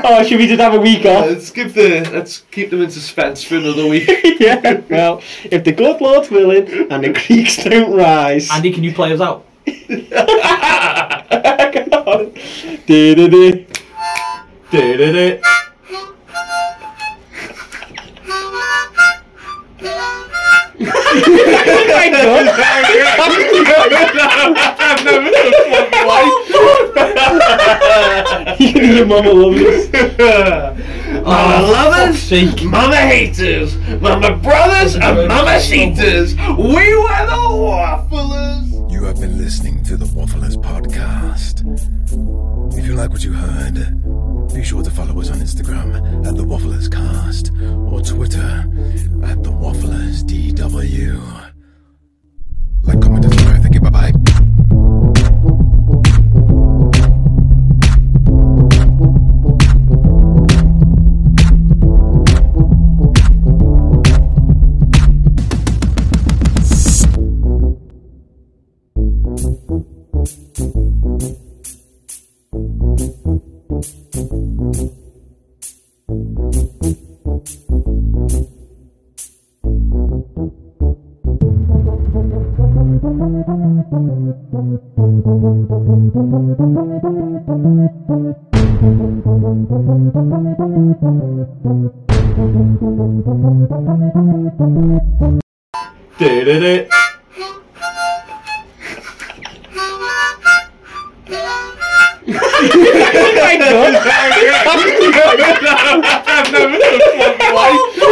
Speaker 4: oh, should we just have a week off?
Speaker 1: Let's give the. Let's keep them in suspense for another week.
Speaker 4: yeah. Well, if the good Lord's willing and the creeks don't rise.
Speaker 5: Andy, can you play us out?
Speaker 4: Du-du-du.
Speaker 5: Did it.
Speaker 4: Thank God. You and your mama love us.
Speaker 1: Mama lovers, mama haters, mama brothers and mama cheaters. We were the wafflers.
Speaker 8: You have been listening to the Wafflers podcast. If you like what you heard, be sure to follow us on Instagram at the Wafflers Cast or Twitter at the Wafflers DW. Like, comment, and subscribe. Thank you. Bye bye.
Speaker 6: Did it.
Speaker 4: Thank God.
Speaker 6: I've never done it before.